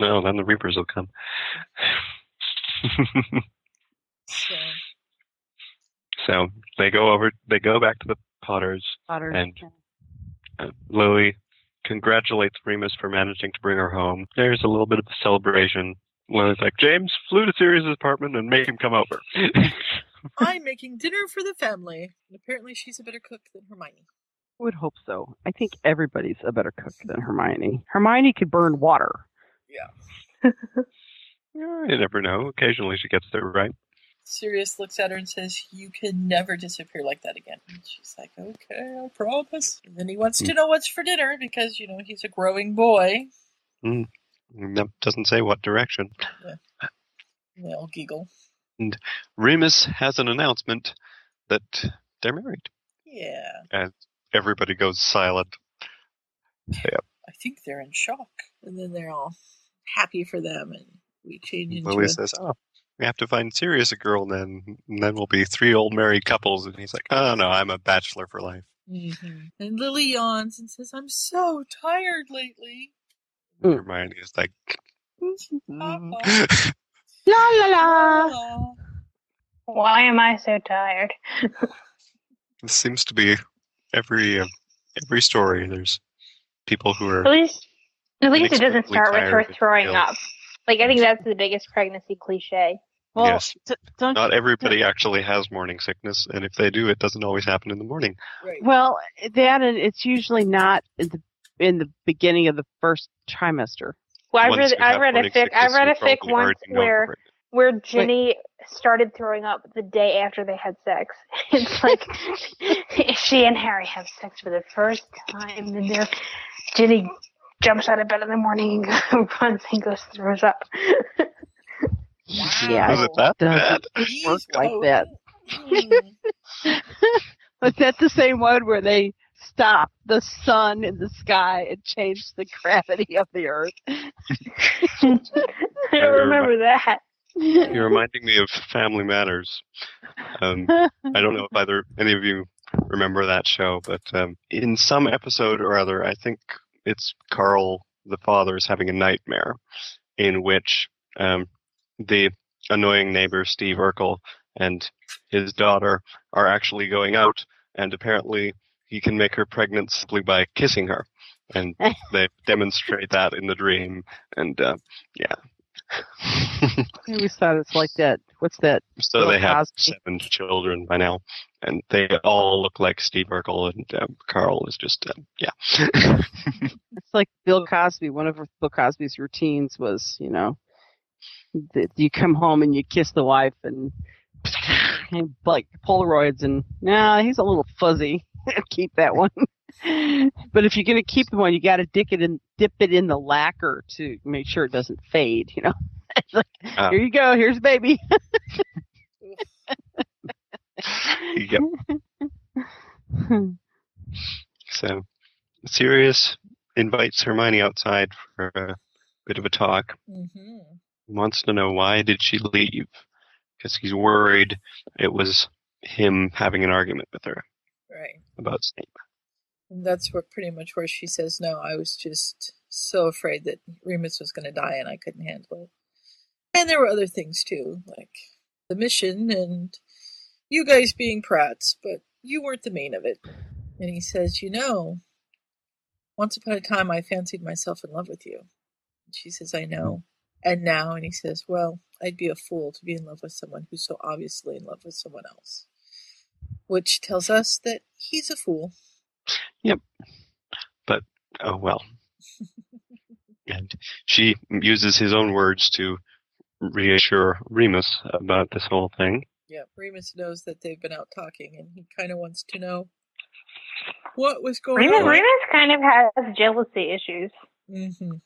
No, then the Reapers will come. So, so they go over. They go back to the Potters, Potters, and uh, Lily congratulates Remus for managing to bring her home. There's a little bit of a celebration. Lily's like, James flew to Sirius's apartment and made him come over. I'm making dinner for the family. And apparently, she's a better cook than Hermione. Would hope so. I think everybody's a better cook than Hermione. Hermione could burn water. Yeah. you never know. Occasionally she gets there right. Sirius looks at her and says, You can never disappear like that again. And she's like, Okay, I promise. And then he wants Hmm. to know what's for dinner because, you know, he's a growing boy. Mm. Nope, Doesn't say what direction. And they all giggle. And Remus has an announcement that they're married, Yeah, and everybody goes silent. Yeah. I think they're in shock. And then they're all happy for them. And we change into Lily a- says, "Oh, we have to find Sirius a girl, and then and then we'll be three old married couples." And he's like, "Oh no, I'm a bachelor for life." Mhm. And Lily yawns and says, I'm so tired lately. Hmm. And Hermione is like, Mm-hmm. Papa. La la la. Why am I so tired? "This seems to be every uh, every story. There's people who At are least, at least it doesn't Inexplicably start with her tired and throwing ill. up. Like I think that's the biggest pregnancy cliche. yes, not everybody actually has morning sickness, and if they do, it doesn't always happen in the morning." Well, that and it's usually not in the in the beginning of the first trimester. Well, I Once read you I have read a morning fic I sickness, read you a fic once probably already know where about where Ginny started throwing up the day after they had sex. It's like she and Harry have sex for the first time, and they're Ginny jumps out of bed in the morning and runs and goes throws up. Yeah, Was it that doesn't bad? work like that. Mm-hmm. Was that the same one where they stopped the sun in the sky and changed the gravity of the earth? I don't remember that. You're reminding me of Family Matters. Um, I don't know if either any of you remember that show, but um, in some episode or other, I think it's Carl the father is having a nightmare in which um, the annoying neighbor Steve Urkel and his daughter are actually going out, and apparently he can make her pregnant simply by kissing her, and they demonstrate that in the dream. And uh, yeah, I always thought it's like that. What's that? so Bill they have Cosby? seven children by now, and they all look like Steve Urkel, and um, Carl is just um, yeah. It's like Bill Cosby. One of Bill Cosby's routines was, you know, that you come home and you kiss the wife and, and like Polaroids, and nah, he's a little fuzzy. keep that one. but if you're gonna keep the one, you gotta dip it in, dip it in the lacquer to make sure it doesn't fade. You know, it's like Um, here you go, here's the baby. yep. So, Sirius invites Hermione outside for a bit of a talk. Mm-hmm. wants to know why did she leave because he's worried it was him having an argument with her Right. about Snape. And that's where pretty much where she says, "No, I was just so afraid that Remus was going to die, and I couldn't handle it." And there were other things too, like the mission and you guys being prats, but you weren't the main of it. And he says, "You know, once upon a time I fancied myself in love with you." And she says, "I know." And now, and he says, "Well, I'd be a fool to be in love with someone who's so obviously in love with someone else," which tells us that he's a fool. But oh well. and she uses his own words to reassure Remus about this whole thing. Yeah, Remus knows that they've been out talking, and he kind of wants to know what was going Remus, on. Remus kind of has jealousy issues. Mm-hmm.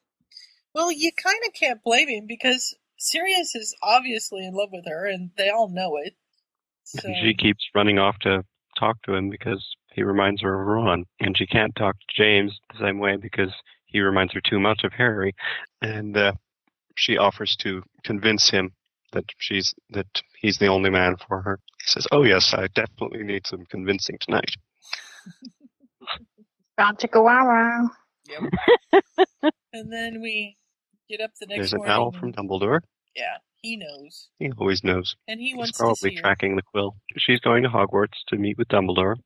Well, you kind of can't blame him because Sirius is obviously in love with her, and they all know it. So, She keeps running off to talk to him because he reminds her of Ron, and she can't talk to James the same way because he reminds her too much of Harry. And uh, she offers to convince him that she's that he's the only man for her. He says, "Oh yes, I definitely need some convincing tonight." Chihuahua. and then we get up the next There's an morning. owl from Dumbledore. Yeah, he knows, He always knows. and he He's wants to probably see her, tracking the quill. She's going to Hogwarts to meet with Dumbledore.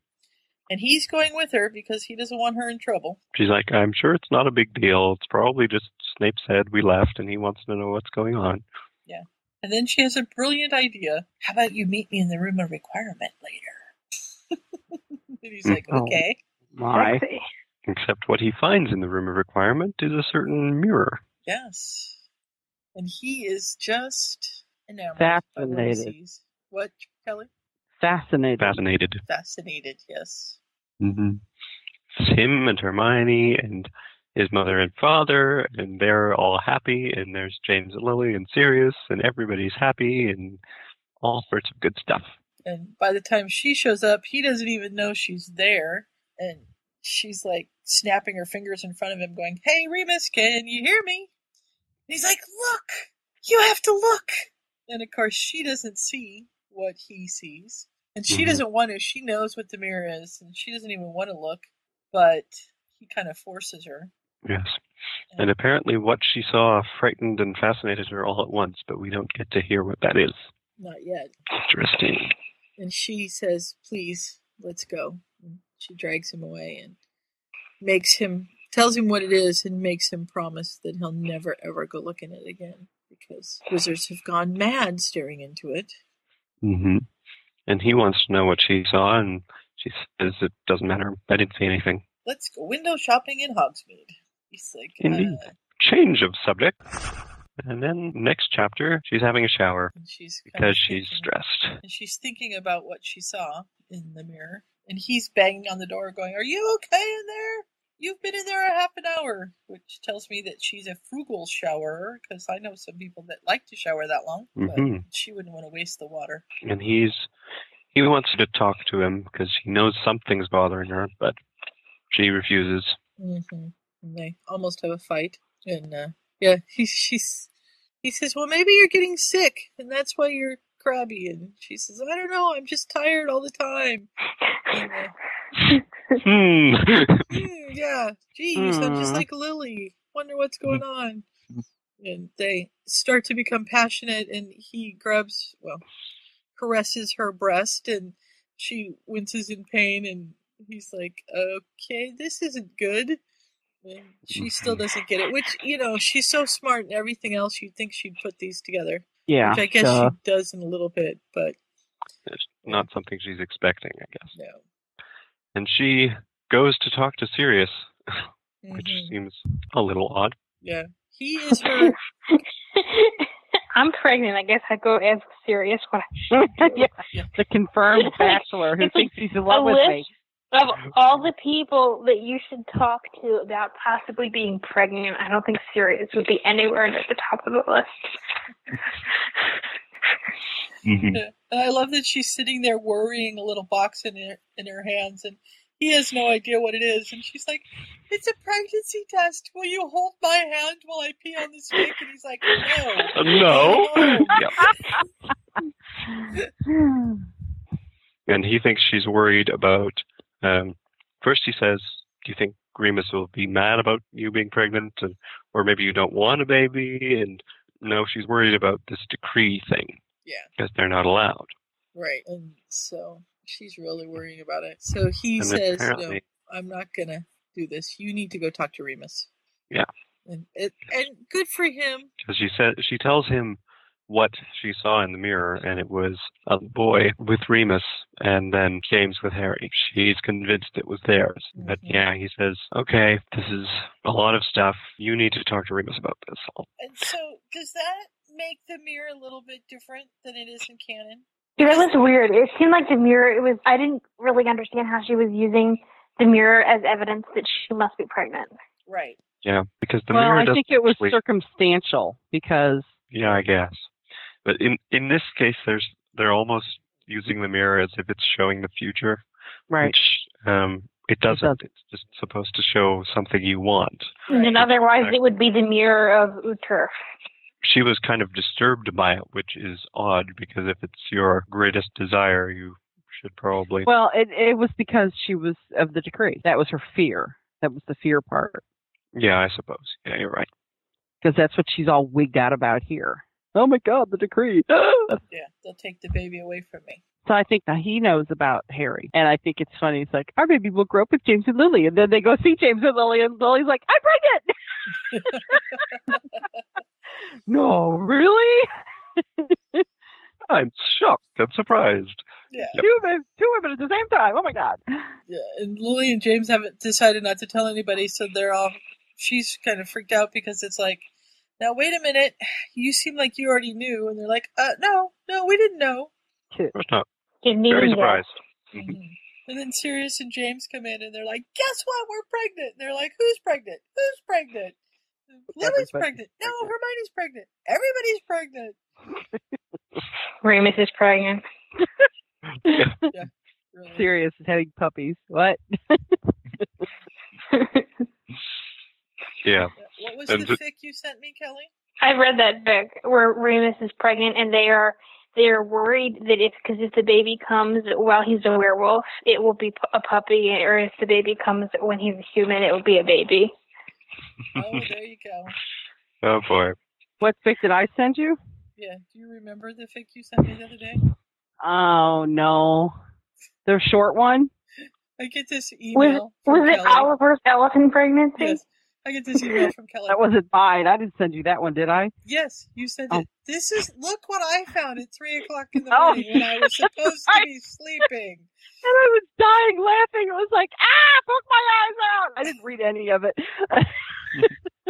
and he's going with her because he doesn't want her in trouble. She's like, I'm sure it's not a big deal. It's probably just Snape said we left and he wants to know what's going on. Yeah, and then she has a brilliant idea. How about you meet me in the room of requirement later? and he's like, Oh. okay. My. Except what he finds in the room of requirement is a certain mirror. Yes. And he is just enamored. by what he Fascinated. sees. What, Kelly? Fascinated. Fascinated. Fascinated, yes. hmm It's him and Hermione and his mother and father, and they're all happy, and there's James and Lily and Sirius, and everybody's happy, and all sorts of good stuff. And by the time she shows up, he doesn't even know she's there. And she's like snapping her fingers in front of him, going, Hey, Remus, can you hear me? And he's like, Look! You have to look! And of course, she doesn't see what he sees. And she Mhm. doesn't want to. She knows what the mirror is, and she doesn't even want to look. But he kind of forces her. Yes. And apparently, what she saw frightened and fascinated her all at once, but we don't get to hear what that is. Not yet. Interesting. and she says, "Please, let's go." And she drags him away and makes him tells him what it is and makes him promise that he'll never ever go look in it again because wizards have gone mad staring into it. hmm And he wants to know what she saw, and she says it doesn't matter. I didn't see anything. Let's go window shopping in Hogsmeade. He's like, Indeed. uh, Change of subject. And then next chapter, she's having a shower she's kind because of she's thinking- stressed. and she's thinking about what she saw in the mirror. And he's banging on the door, going, "Are you okay in there? You've been in there a half an hour," which tells me that she's a frugal showerer because I know some people that like to shower that long, but Mhm. she wouldn't want to waste the water. And he's he wants her to talk to him because he knows something's bothering her, but she refuses. Mm-hmm. And they almost have a fight, and uh, yeah, he, she's he says, "Well, maybe you're getting sick, and that's why you're crabby." And she says, "I don't know. I'm just tired all the time." And, uh, Hmm. "Hmm, yeah, geez, I'm just Hmm. like Lily. Wonder what's going on. And they start to become passionate, and he grabs, well, caresses her breast, and she winces in pain, and he's like, okay, this isn't good. And she still doesn't get it, which, you know, she's so smart and everything else, you'd think she'd put these together. Yeah, Which I guess duh. she does in a little bit, but It's not something she's expecting, I guess. no. And she goes to talk to Sirius, Which seems a little odd. Mm-hmm, Yeah. He is her. I'm pregnant. I guess I go as serious when I yeah, the confirmed bachelor who It's like thinks he's in a love with me. list Of all the people that you should talk to about possibly being pregnant, I don't think Sirius would be anywhere at the top of the list. And I love that she's sitting there worrying a little box in her, in her hands, and he has no idea what it is. And she's like, It's a pregnancy test. Will you hold my hand while I pee on this snake? And he's like, No. no. And he thinks she's worried about. Um, first, he says, "Do you think Remus will be mad about you being pregnant, and, or maybe you don't want a baby?" And no, she's worried about this decree thing Yeah. because they're not allowed. Right. And so she's really worrying about it. So he And says, No, apparently- I'm not going to do this. You need to go talk to Remus. Yeah, And, it, and good for him. because she said she tells him what she saw in the mirror, and it was a boy with Remus, and then James with Harry. She's convinced it was theirs, but Mm-hmm. yeah, he says, "Okay, this is a lot of stuff. You need to talk to Remus about this." And so does that make the mirror a little bit different than it is in canon? Yeah, that was weird. It seemed like the mirror. It was. I didn't really understand how she was using the mirror as evidence that she must be pregnant. Right. Yeah, because the well, mirror I doesn't think it was actually- circumstantial because Yeah, I guess. But in in this case, there's they're almost using the mirror as if it's showing the future. Right. Which, um, it doesn't. It's just supposed to show something you want. And then otherwise, Right. it would be the mirror of Uter. She was kind of disturbed by it, which is odd because if it's your greatest desire, you should probably. well, it it was because she was of the decree. That was her fear. That was the fear part Yeah, I suppose. Yeah, you're right. because that's what she's all wigged out about here. Oh my God, the decree! so Yeah, they'll take the baby away from me. I think now he knows about Harry, and I think it's funny. He's like, our baby will grow up with James and Lily, and then they go see James and Lily, and Lily's like, I'm pregnant. no, really? I'm shocked and surprised. Yeah. Two, men- two women at the same time. Oh my God. Yeah, and Lily and James haven't decided not to tell anybody, so they're all. She's kind of freaked out because it's like, now wait a minute, you seem like you already knew, and they're like, uh, no, no, we didn't know. Of course not. Didn't Very even know. surprised. And then Sirius and James come in, and they're like, guess what, we're pregnant. And they're like, who's pregnant? Who's pregnant? Lily's Everybody's pregnant. No, Hermione's pregnant. Everybody's pregnant. Remus is pregnant. Yeah, really. Serious is having puppies. What? Yeah. What was And the th- fic you sent me, Kelly? I've read that book where Remus is pregnant, and they are they are worried that if because if the baby comes while he's a werewolf, it will be p- a puppy, or if the baby comes when he's a human, it will be a baby. Oh, there you go. Oh boy. What fic did I send you? Yeah, do you remember the fic you sent me the other day? Oh no, the short one. I get this Was email. from was it Kelly. Oliver's elephant pregnancy? Yes. I get this email from Kelly. That wasn't mine. I didn't send you that one, did I? Yes, you said Oh. it. This is look what I found at three o'clock in the Oh. morning when I was supposed to be sleeping. And I was dying laughing. It was like, ah, poke my eyes out. I didn't read any of it.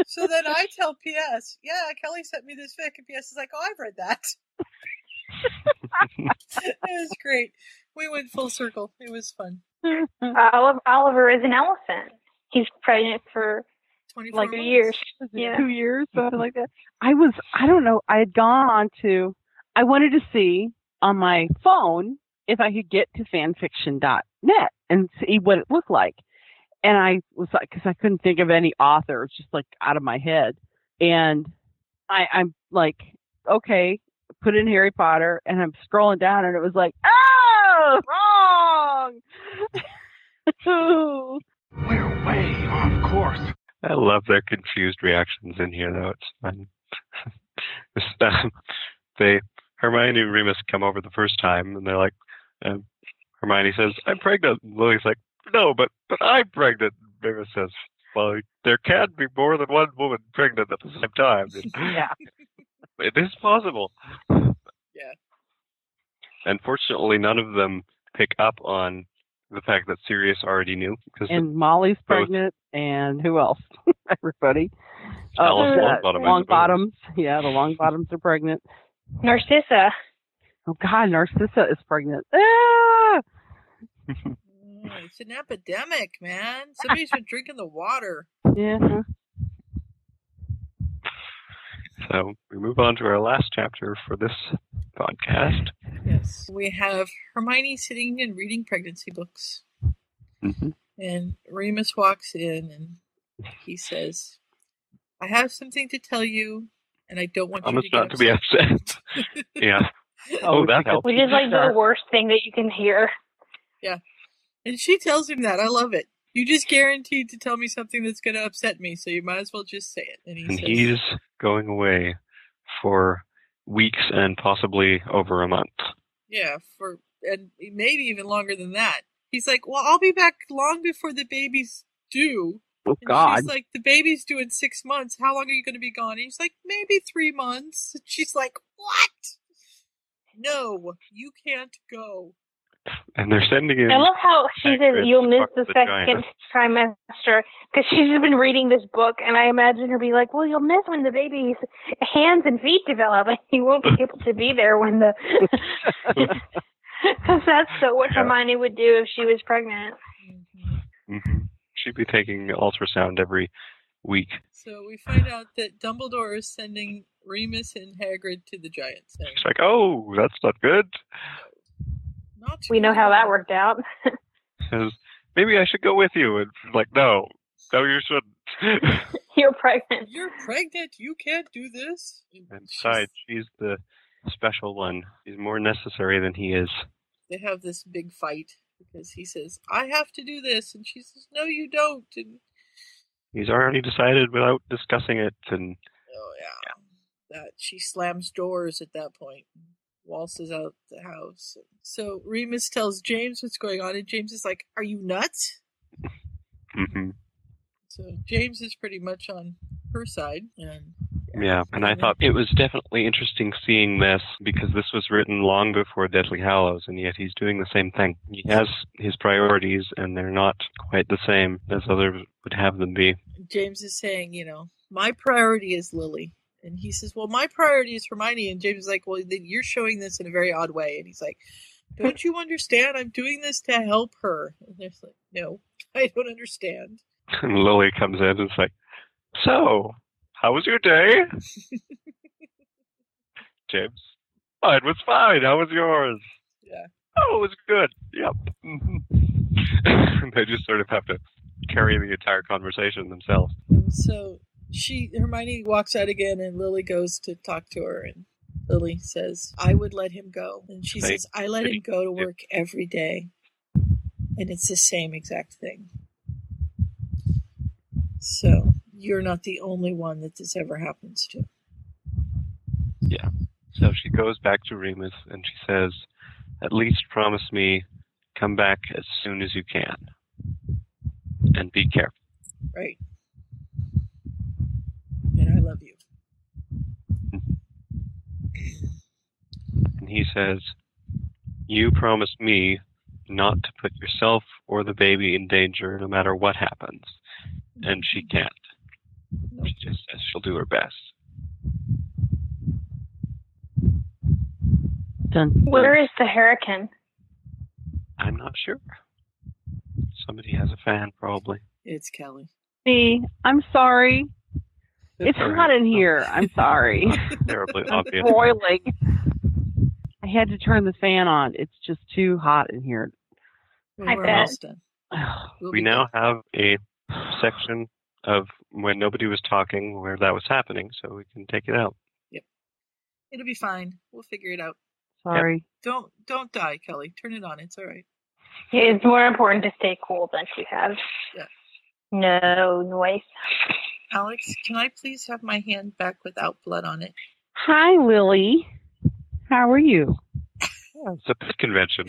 So then I tell PS, yeah, Kelly sent me this fic, and PS is like, oh, I've read that. it was great. We went full circle. It was fun. Oliver, Oliver is an elephant. He's pregnant for 24 like months. years. Was it Two years, something like that. I was, I don't know. I had gone on to, I wanted to see on my phone if I could get to fanfiction.net and see what it looked like. And I was like, because I couldn't think of any author, it's just like out of my head. And I, I'm like, okay, put in Harry Potter, and I'm scrolling down, and it was like, oh, wrong. Ooh. We're way off course. I love their confused reactions in here, though. It's fun. It's, um, they Hermione and Remus come over the first time, and they're like, um, Hermione says, "I'm pregnant." And Lily's like, No, but but I'm pregnant. Mira says, "Well, there can be more than one woman pregnant at the same time. yeah. It is possible." Yeah. Unfortunately, none of them pick up on the fact that Sirius already knew because And Molly's pregnant, and who else? Everybody. Alice uh, Longbottom is long bottoms. Yeah, the long bottoms are pregnant. Narcissa. Oh God, Narcissa is pregnant. Ah! Oh, it's an epidemic, man. Somebody's been drinking the water. Yeah. so we move on to our last chapter for this podcast. Yes. We have Hermione sitting and reading pregnancy books. Mm-hmm. And Remus walks in and he says, I have something to tell you, and I don't want Promise you to not to get be upset. yeah. Oh, that helps. Which is like the worst thing that you can hear. Yeah. And she tells him that. I love it. You just guaranteed to tell me something that's going to upset me, so you might as well just say it. And he And says, he's going away for weeks and possibly over a month. Yeah, for and maybe even longer than that. He's like, "Well, I'll be back long before the baby's due." Oh And God. She's like, "The baby's due in six months. How long are you going to be gone?" And he's like, "Maybe three months." And she's like, "What? No, you can't go." And they're sending him. I love how she says Hagrid you'll miss fucked the the giant. second trimester because she's just been reading this book, and I imagine her be like, "Well, you'll miss when the baby's hands and feet develop, and you won't be able to be there when the." Because that's so what Yeah. Hermione would do if she was pregnant. Mhm. She'd be taking ultrasound every week. So we find out that Dumbledore is sending Remus and Hagrid to the Giants. And It's like, oh, that's not good. We know how that worked out. Says, Maybe I should go with you. And she's like, no, no, you shouldn't. You're pregnant. You're pregnant. You can't do this. and besides, she's the special one. She's more necessary than he is. they have this big fight because he says, I have to do this. And she says, No, you don't. And He's already decided without discussing it, and oh, yeah. That she slams doors at that point and waltzes out the house. So Remus tells James what's going on, and James is like, Are you nuts? mhm. So James is pretty much on her side. And yeah. And I thought it was definitely interesting seeing this because this was written long before Deadly Hallows, and yet he's doing the same thing. He has his priorities, and they're not quite the same as others would have them be. James is saying, You know, my priority is Lily. And he says, Well, my priority is Hermione. And James is like, Well, then you're showing this in a very odd way. And he's like, Don't you understand? I'm doing this to help her. And they're like, No, I don't understand. And Lily comes in and is like, So, how was your day? James, mine was fine. How was yours? Yeah. Oh, it was good. Yep. Mhm. they just sort of have to carry the entire conversation themselves. And so she, Hermione walks out again, and Lily goes to talk to her. And Lily says, I would let him go. And she They- says, I let him go to work every day. And it's the same exact thing. So you're not the only one that this ever happens to. Yeah. So she goes back to Remus and she says, At least promise me, come back as soon as you can. And be careful. Right. And I love you. And he says, You promised me not to put yourself or the baby in danger no matter what happens. And she can't. She just says she'll do her best. Where is the hurricane? I'm not sure. Somebody has a fan, probably. It's Kelly. Me, I'm sorry. It's all hot in here. I'm sorry. Terribly I'm obvious. boiling. I had to turn the fan on. It's just too hot in here. I bet. We now have a section of when nobody was talking where that was happening, so we can take it out. It'll be fine. We'll figure it out. Sorry. Don't don't die, Kelly. Turn it on. It's all right. It's more important to stay cool than to have Yeah. no noise. Alex, can I please have my hand back without blood on it? Hi, Lily. How are you? It's a pet convention.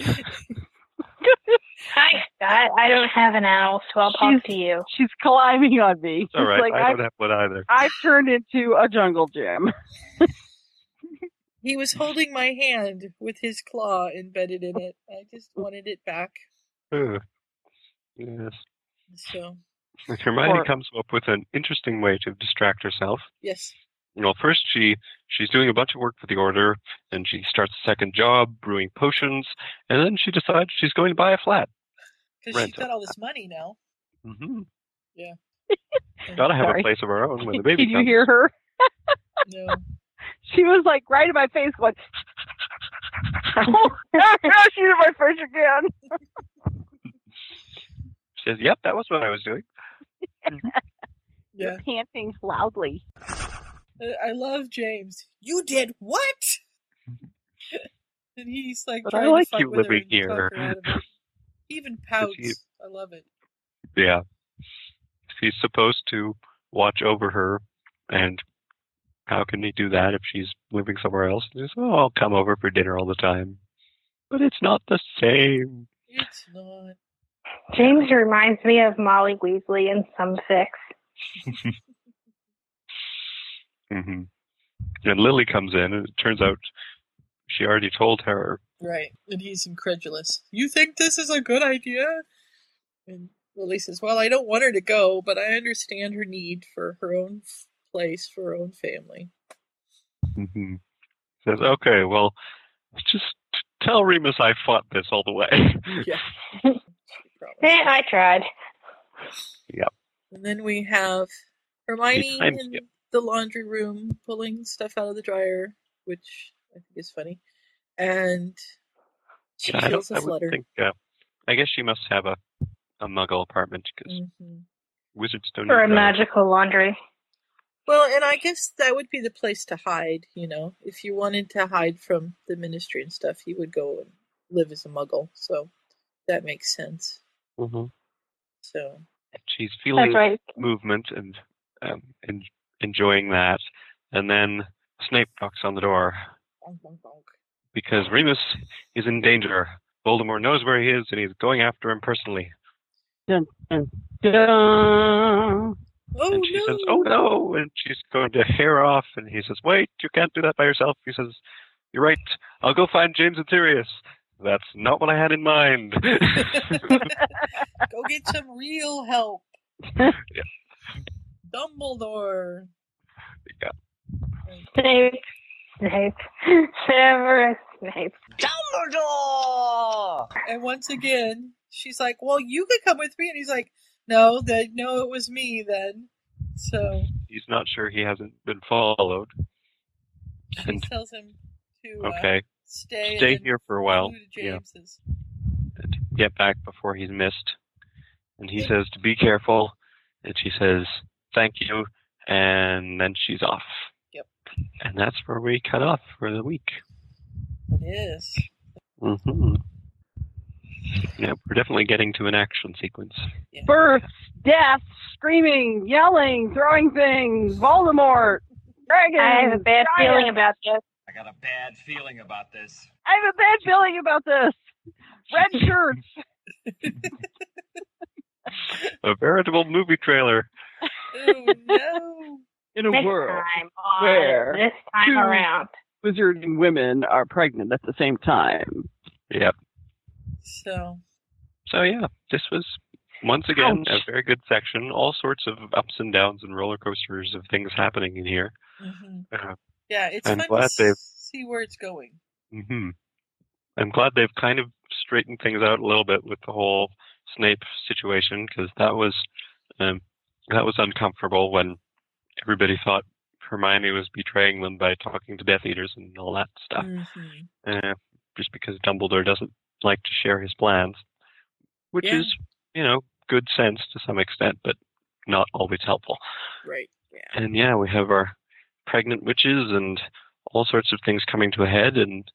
I, I don't have an owl, so I'll talk to you. She's climbing on me. All She's right, like, I don't I've, have one either. I've turned into a jungle gym. He was holding my hand with his claw embedded in it. I just wanted it back. Ugh. yes. So, Hermione Or- comes up with an interesting way to distract herself. yes. Well, first she she's doing a bunch of work for the order, and she starts a second job brewing potions, and then she decides she's going to buy a flat. Because Rent she's got all this money now. Mm-hmm. Yeah. Gotta have Sorry. a place of her own when the baby Did you comes. hear her? no. She was like right in my face, going. she's in my face again. She says, "Yep, that was what I was doing." Yeah. Panting loudly. I I love James. You did what? and he's like But I trying like to fight you with her living and here. talk her out of it. He even pouts. I love it. Yeah, she's supposed to watch over her, and how can he do that if she's living somewhere else? He says, "Oh, I'll come over for dinner all the time," but it's not the same. It's not. James reminds me of Molly Weasley in some fix. hmm And Lily comes in, and it turns out she already told her. Right. And he's incredulous. You think this is a good idea? And Lily says, Well, I don't want her to go, but I understand her need for her own f- place, for her own family. hmm Says, "Okay, well, just tell Remus I fought this all the way." Yeah. Eh, I tried. yep. And then we have Hermione Time in the laundry room pulling stuff out of the dryer, which I think is funny. And she I feels don't- I this would letter. think, uh, I guess she must have a, a muggle apartment Mm. because Mm-hmm. wizards don't. Or a need that. magical laundry. Well, and I guess that would be the place to hide, you know. If you wanted to hide from the ministry and stuff, you would go and live as a muggle. So that makes sense. Mhm. So She's feeling right. movement and um, and enjoying that, and then Snape knocks on the door bonk, bonk, bonk. because Remus is in danger. Voldemort knows where he is, and he's going after him personally. Dun, dun, dun. Oh and she says, "Oh no!" And she's going to hair off, and he says, "Wait, you can't do that by yourself." He says, "You're right. I'll go find James and Sirius." That's not what I had in mind. Go get some real help. Dumbledore. Snape, Snape, Severus Snape. Dumbledore. And once again, she's like, "Well, you could come with me," and he's like, "No, that no, it was me then." So He's not sure he hasn't been followed. she And tells him to uh, okay, stay stay, and then here for a while. flew to Yeah, James's. get back before he's missed. And he says to be careful, and she says thank you, and then she's off. Yep. And that's where we cut off for the week. It is. hmm Yeah, we're definitely getting to an action sequence. Births, deaths, screaming, yelling, throwing things, Voldemort, dragons. I have a bad giants. feeling about this. I got a bad feeling about this. I have a bad feeling about this. Red shirts. A veritable movie trailer Oh no! In a this world time on, where this time two around. wizarding women are pregnant at the same time. Yep. So So yeah, this was once again Ouch. a very good section. All sorts of ups and downs and roller coasters of things happening in here. mhm. Uh, yeah, it's I'm fun glad to they've- see where it's going. hmm I'm glad they've kind of straightened things out a little bit with the whole Snape situation because that was um, that was uncomfortable when everybody thought Hermione was betraying them by talking to Death Eaters and all that stuff. Mhm. uh, just because Dumbledore doesn't like to share his plans, which Yeah. is, you know, good sense to some extent, but not always helpful. Right. Yeah. And yeah, we have our pregnant witches and all sorts of things coming to a head, and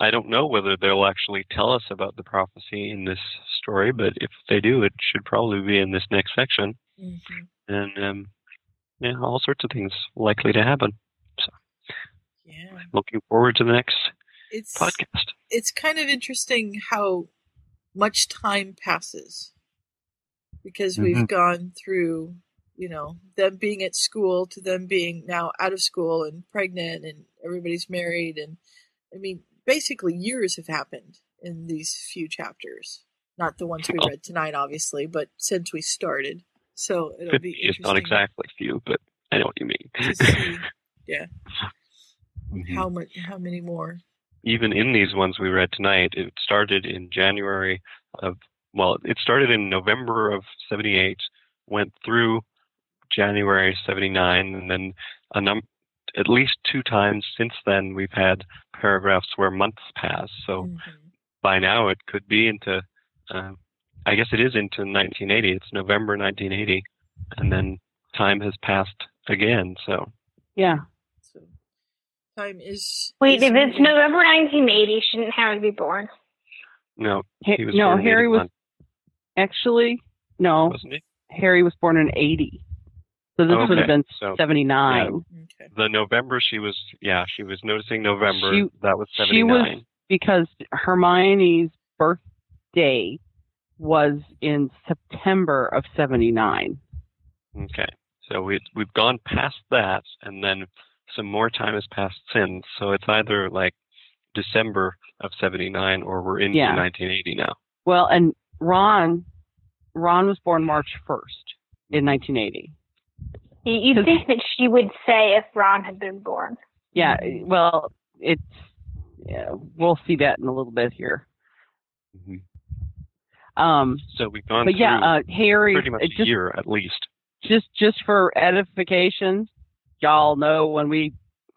I don't know whether they'll actually tell us about the prophecy in this story, but if they do, it should probably be in this next section. Mhm. And um, yeah, all sorts of things likely to happen. Yeah. Looking forward to the next It's podcast. it's kind of interesting how much time passes because Mhm. Mm-hmm. we've gone through, you know, them being at school to them being now out of school and pregnant and everybody's married. And I mean, basically, years have happened in these few chapters. Not the ones we Well- read tonight, obviously, but since we started. So it'll Fifty be is not interesting. exactly few, but I know what you mean. Yeah. Mhm. How much? How many more? even in these ones we read tonight, it started in January of, well, it started in November of 78, went through January 79, and then a num- at least two times since then we've had paragraphs where months pass. So Mm. Mm-hmm. by now it could be into, uh, I guess it is into 1980. It's November 1980, and then time has passed again. So Yeah. Time is. Wait, is if it's moving. November 1980, shouldn't Harry be born? no, Ha- he was no, born in Harry was 81. actually no. Wasn't he? Harry was born in eighty, so this would have Okay, been so, seventy nine. yeah. The November she was yeah, she was noticing November. She- that was She seventy was nine. because Hermione's birthday was in September of seventy nine. Okay. So we we've gone past that and then some more time has passed since. So it's either like December of seventy nine or we're into Yeah. nineteen eighty now. Well, and Ron, Ron was born March first in nineteen eighty. You would think that she would say if Ron had been born. Yeah. Well, it's yeah, we'll see that in a little bit here. Um. Mm-hmm. So we've gone but through yeah, uh, Harry, pretty much uh, a just- year at least. just just for edification, y'all know when we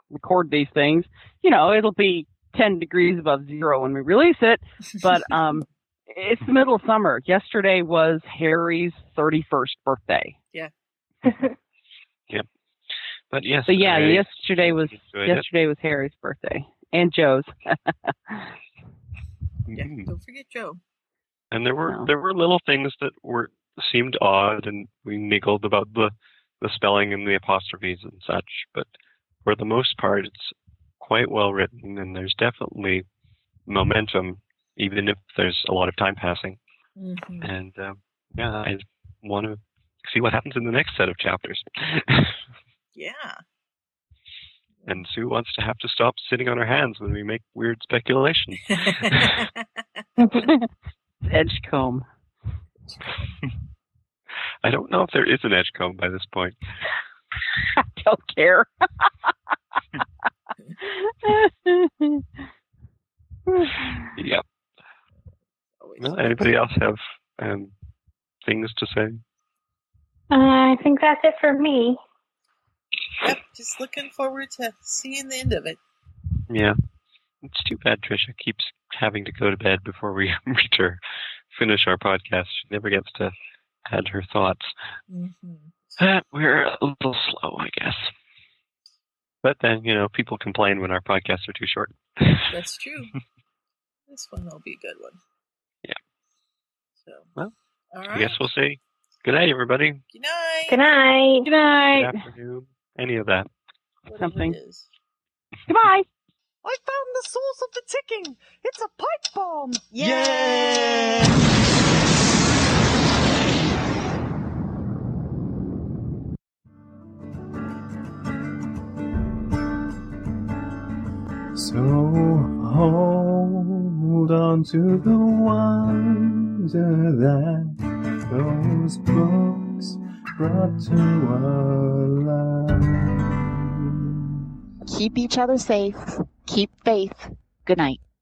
record these things, you know, it'll be 10 degrees above zero when we release it. But um, it's the middle of summer. Yesterday was Harry's 31st birthday. Yeah. Yep. But yes. So yeah, I yesterday was enjoyed it. yesterday was Harry's birthday and Joe's. Yeah. mm-hmm. Don't forget Joe. And there were there were little things that were seemed odd, and we niggled about the the spelling and the apostrophes and such. But for the most part, it's quite well written, and there's definitely momentum, even if there's a lot of time passing. Mm-hmm. Mm. And um, yeah, I want to see what happens in the next set of chapters. Yeah. and Sue wants to have to stop sitting on her hands when we make weird speculation. Edgecombe. I don't know if there is an Edgecombe by this point. I don't care. Yeah. Well, anybody else have um, things to say? Uh, I think that's it for me. Yep. Just looking forward to seeing the end of it. Yeah. It's too bad Trisha keeps having to go to bed before we reach her, finish our podcast. She never gets to add her thoughts. Mm-hmm. That we're a little slow, I guess. But then, you know, people complain when our podcasts are too short. That's true. this one will be a good one. Yeah. So. Well, All I right. guess we'll see. Good night, everybody. Good night. Good night. Good Good afternoon. Any of that. Something. Goodbye. I found the source of the ticking. It's a pipe bomb. So hold on to the wonder that those books brought to our lives. Keep each other safe. Keep faith. Good night.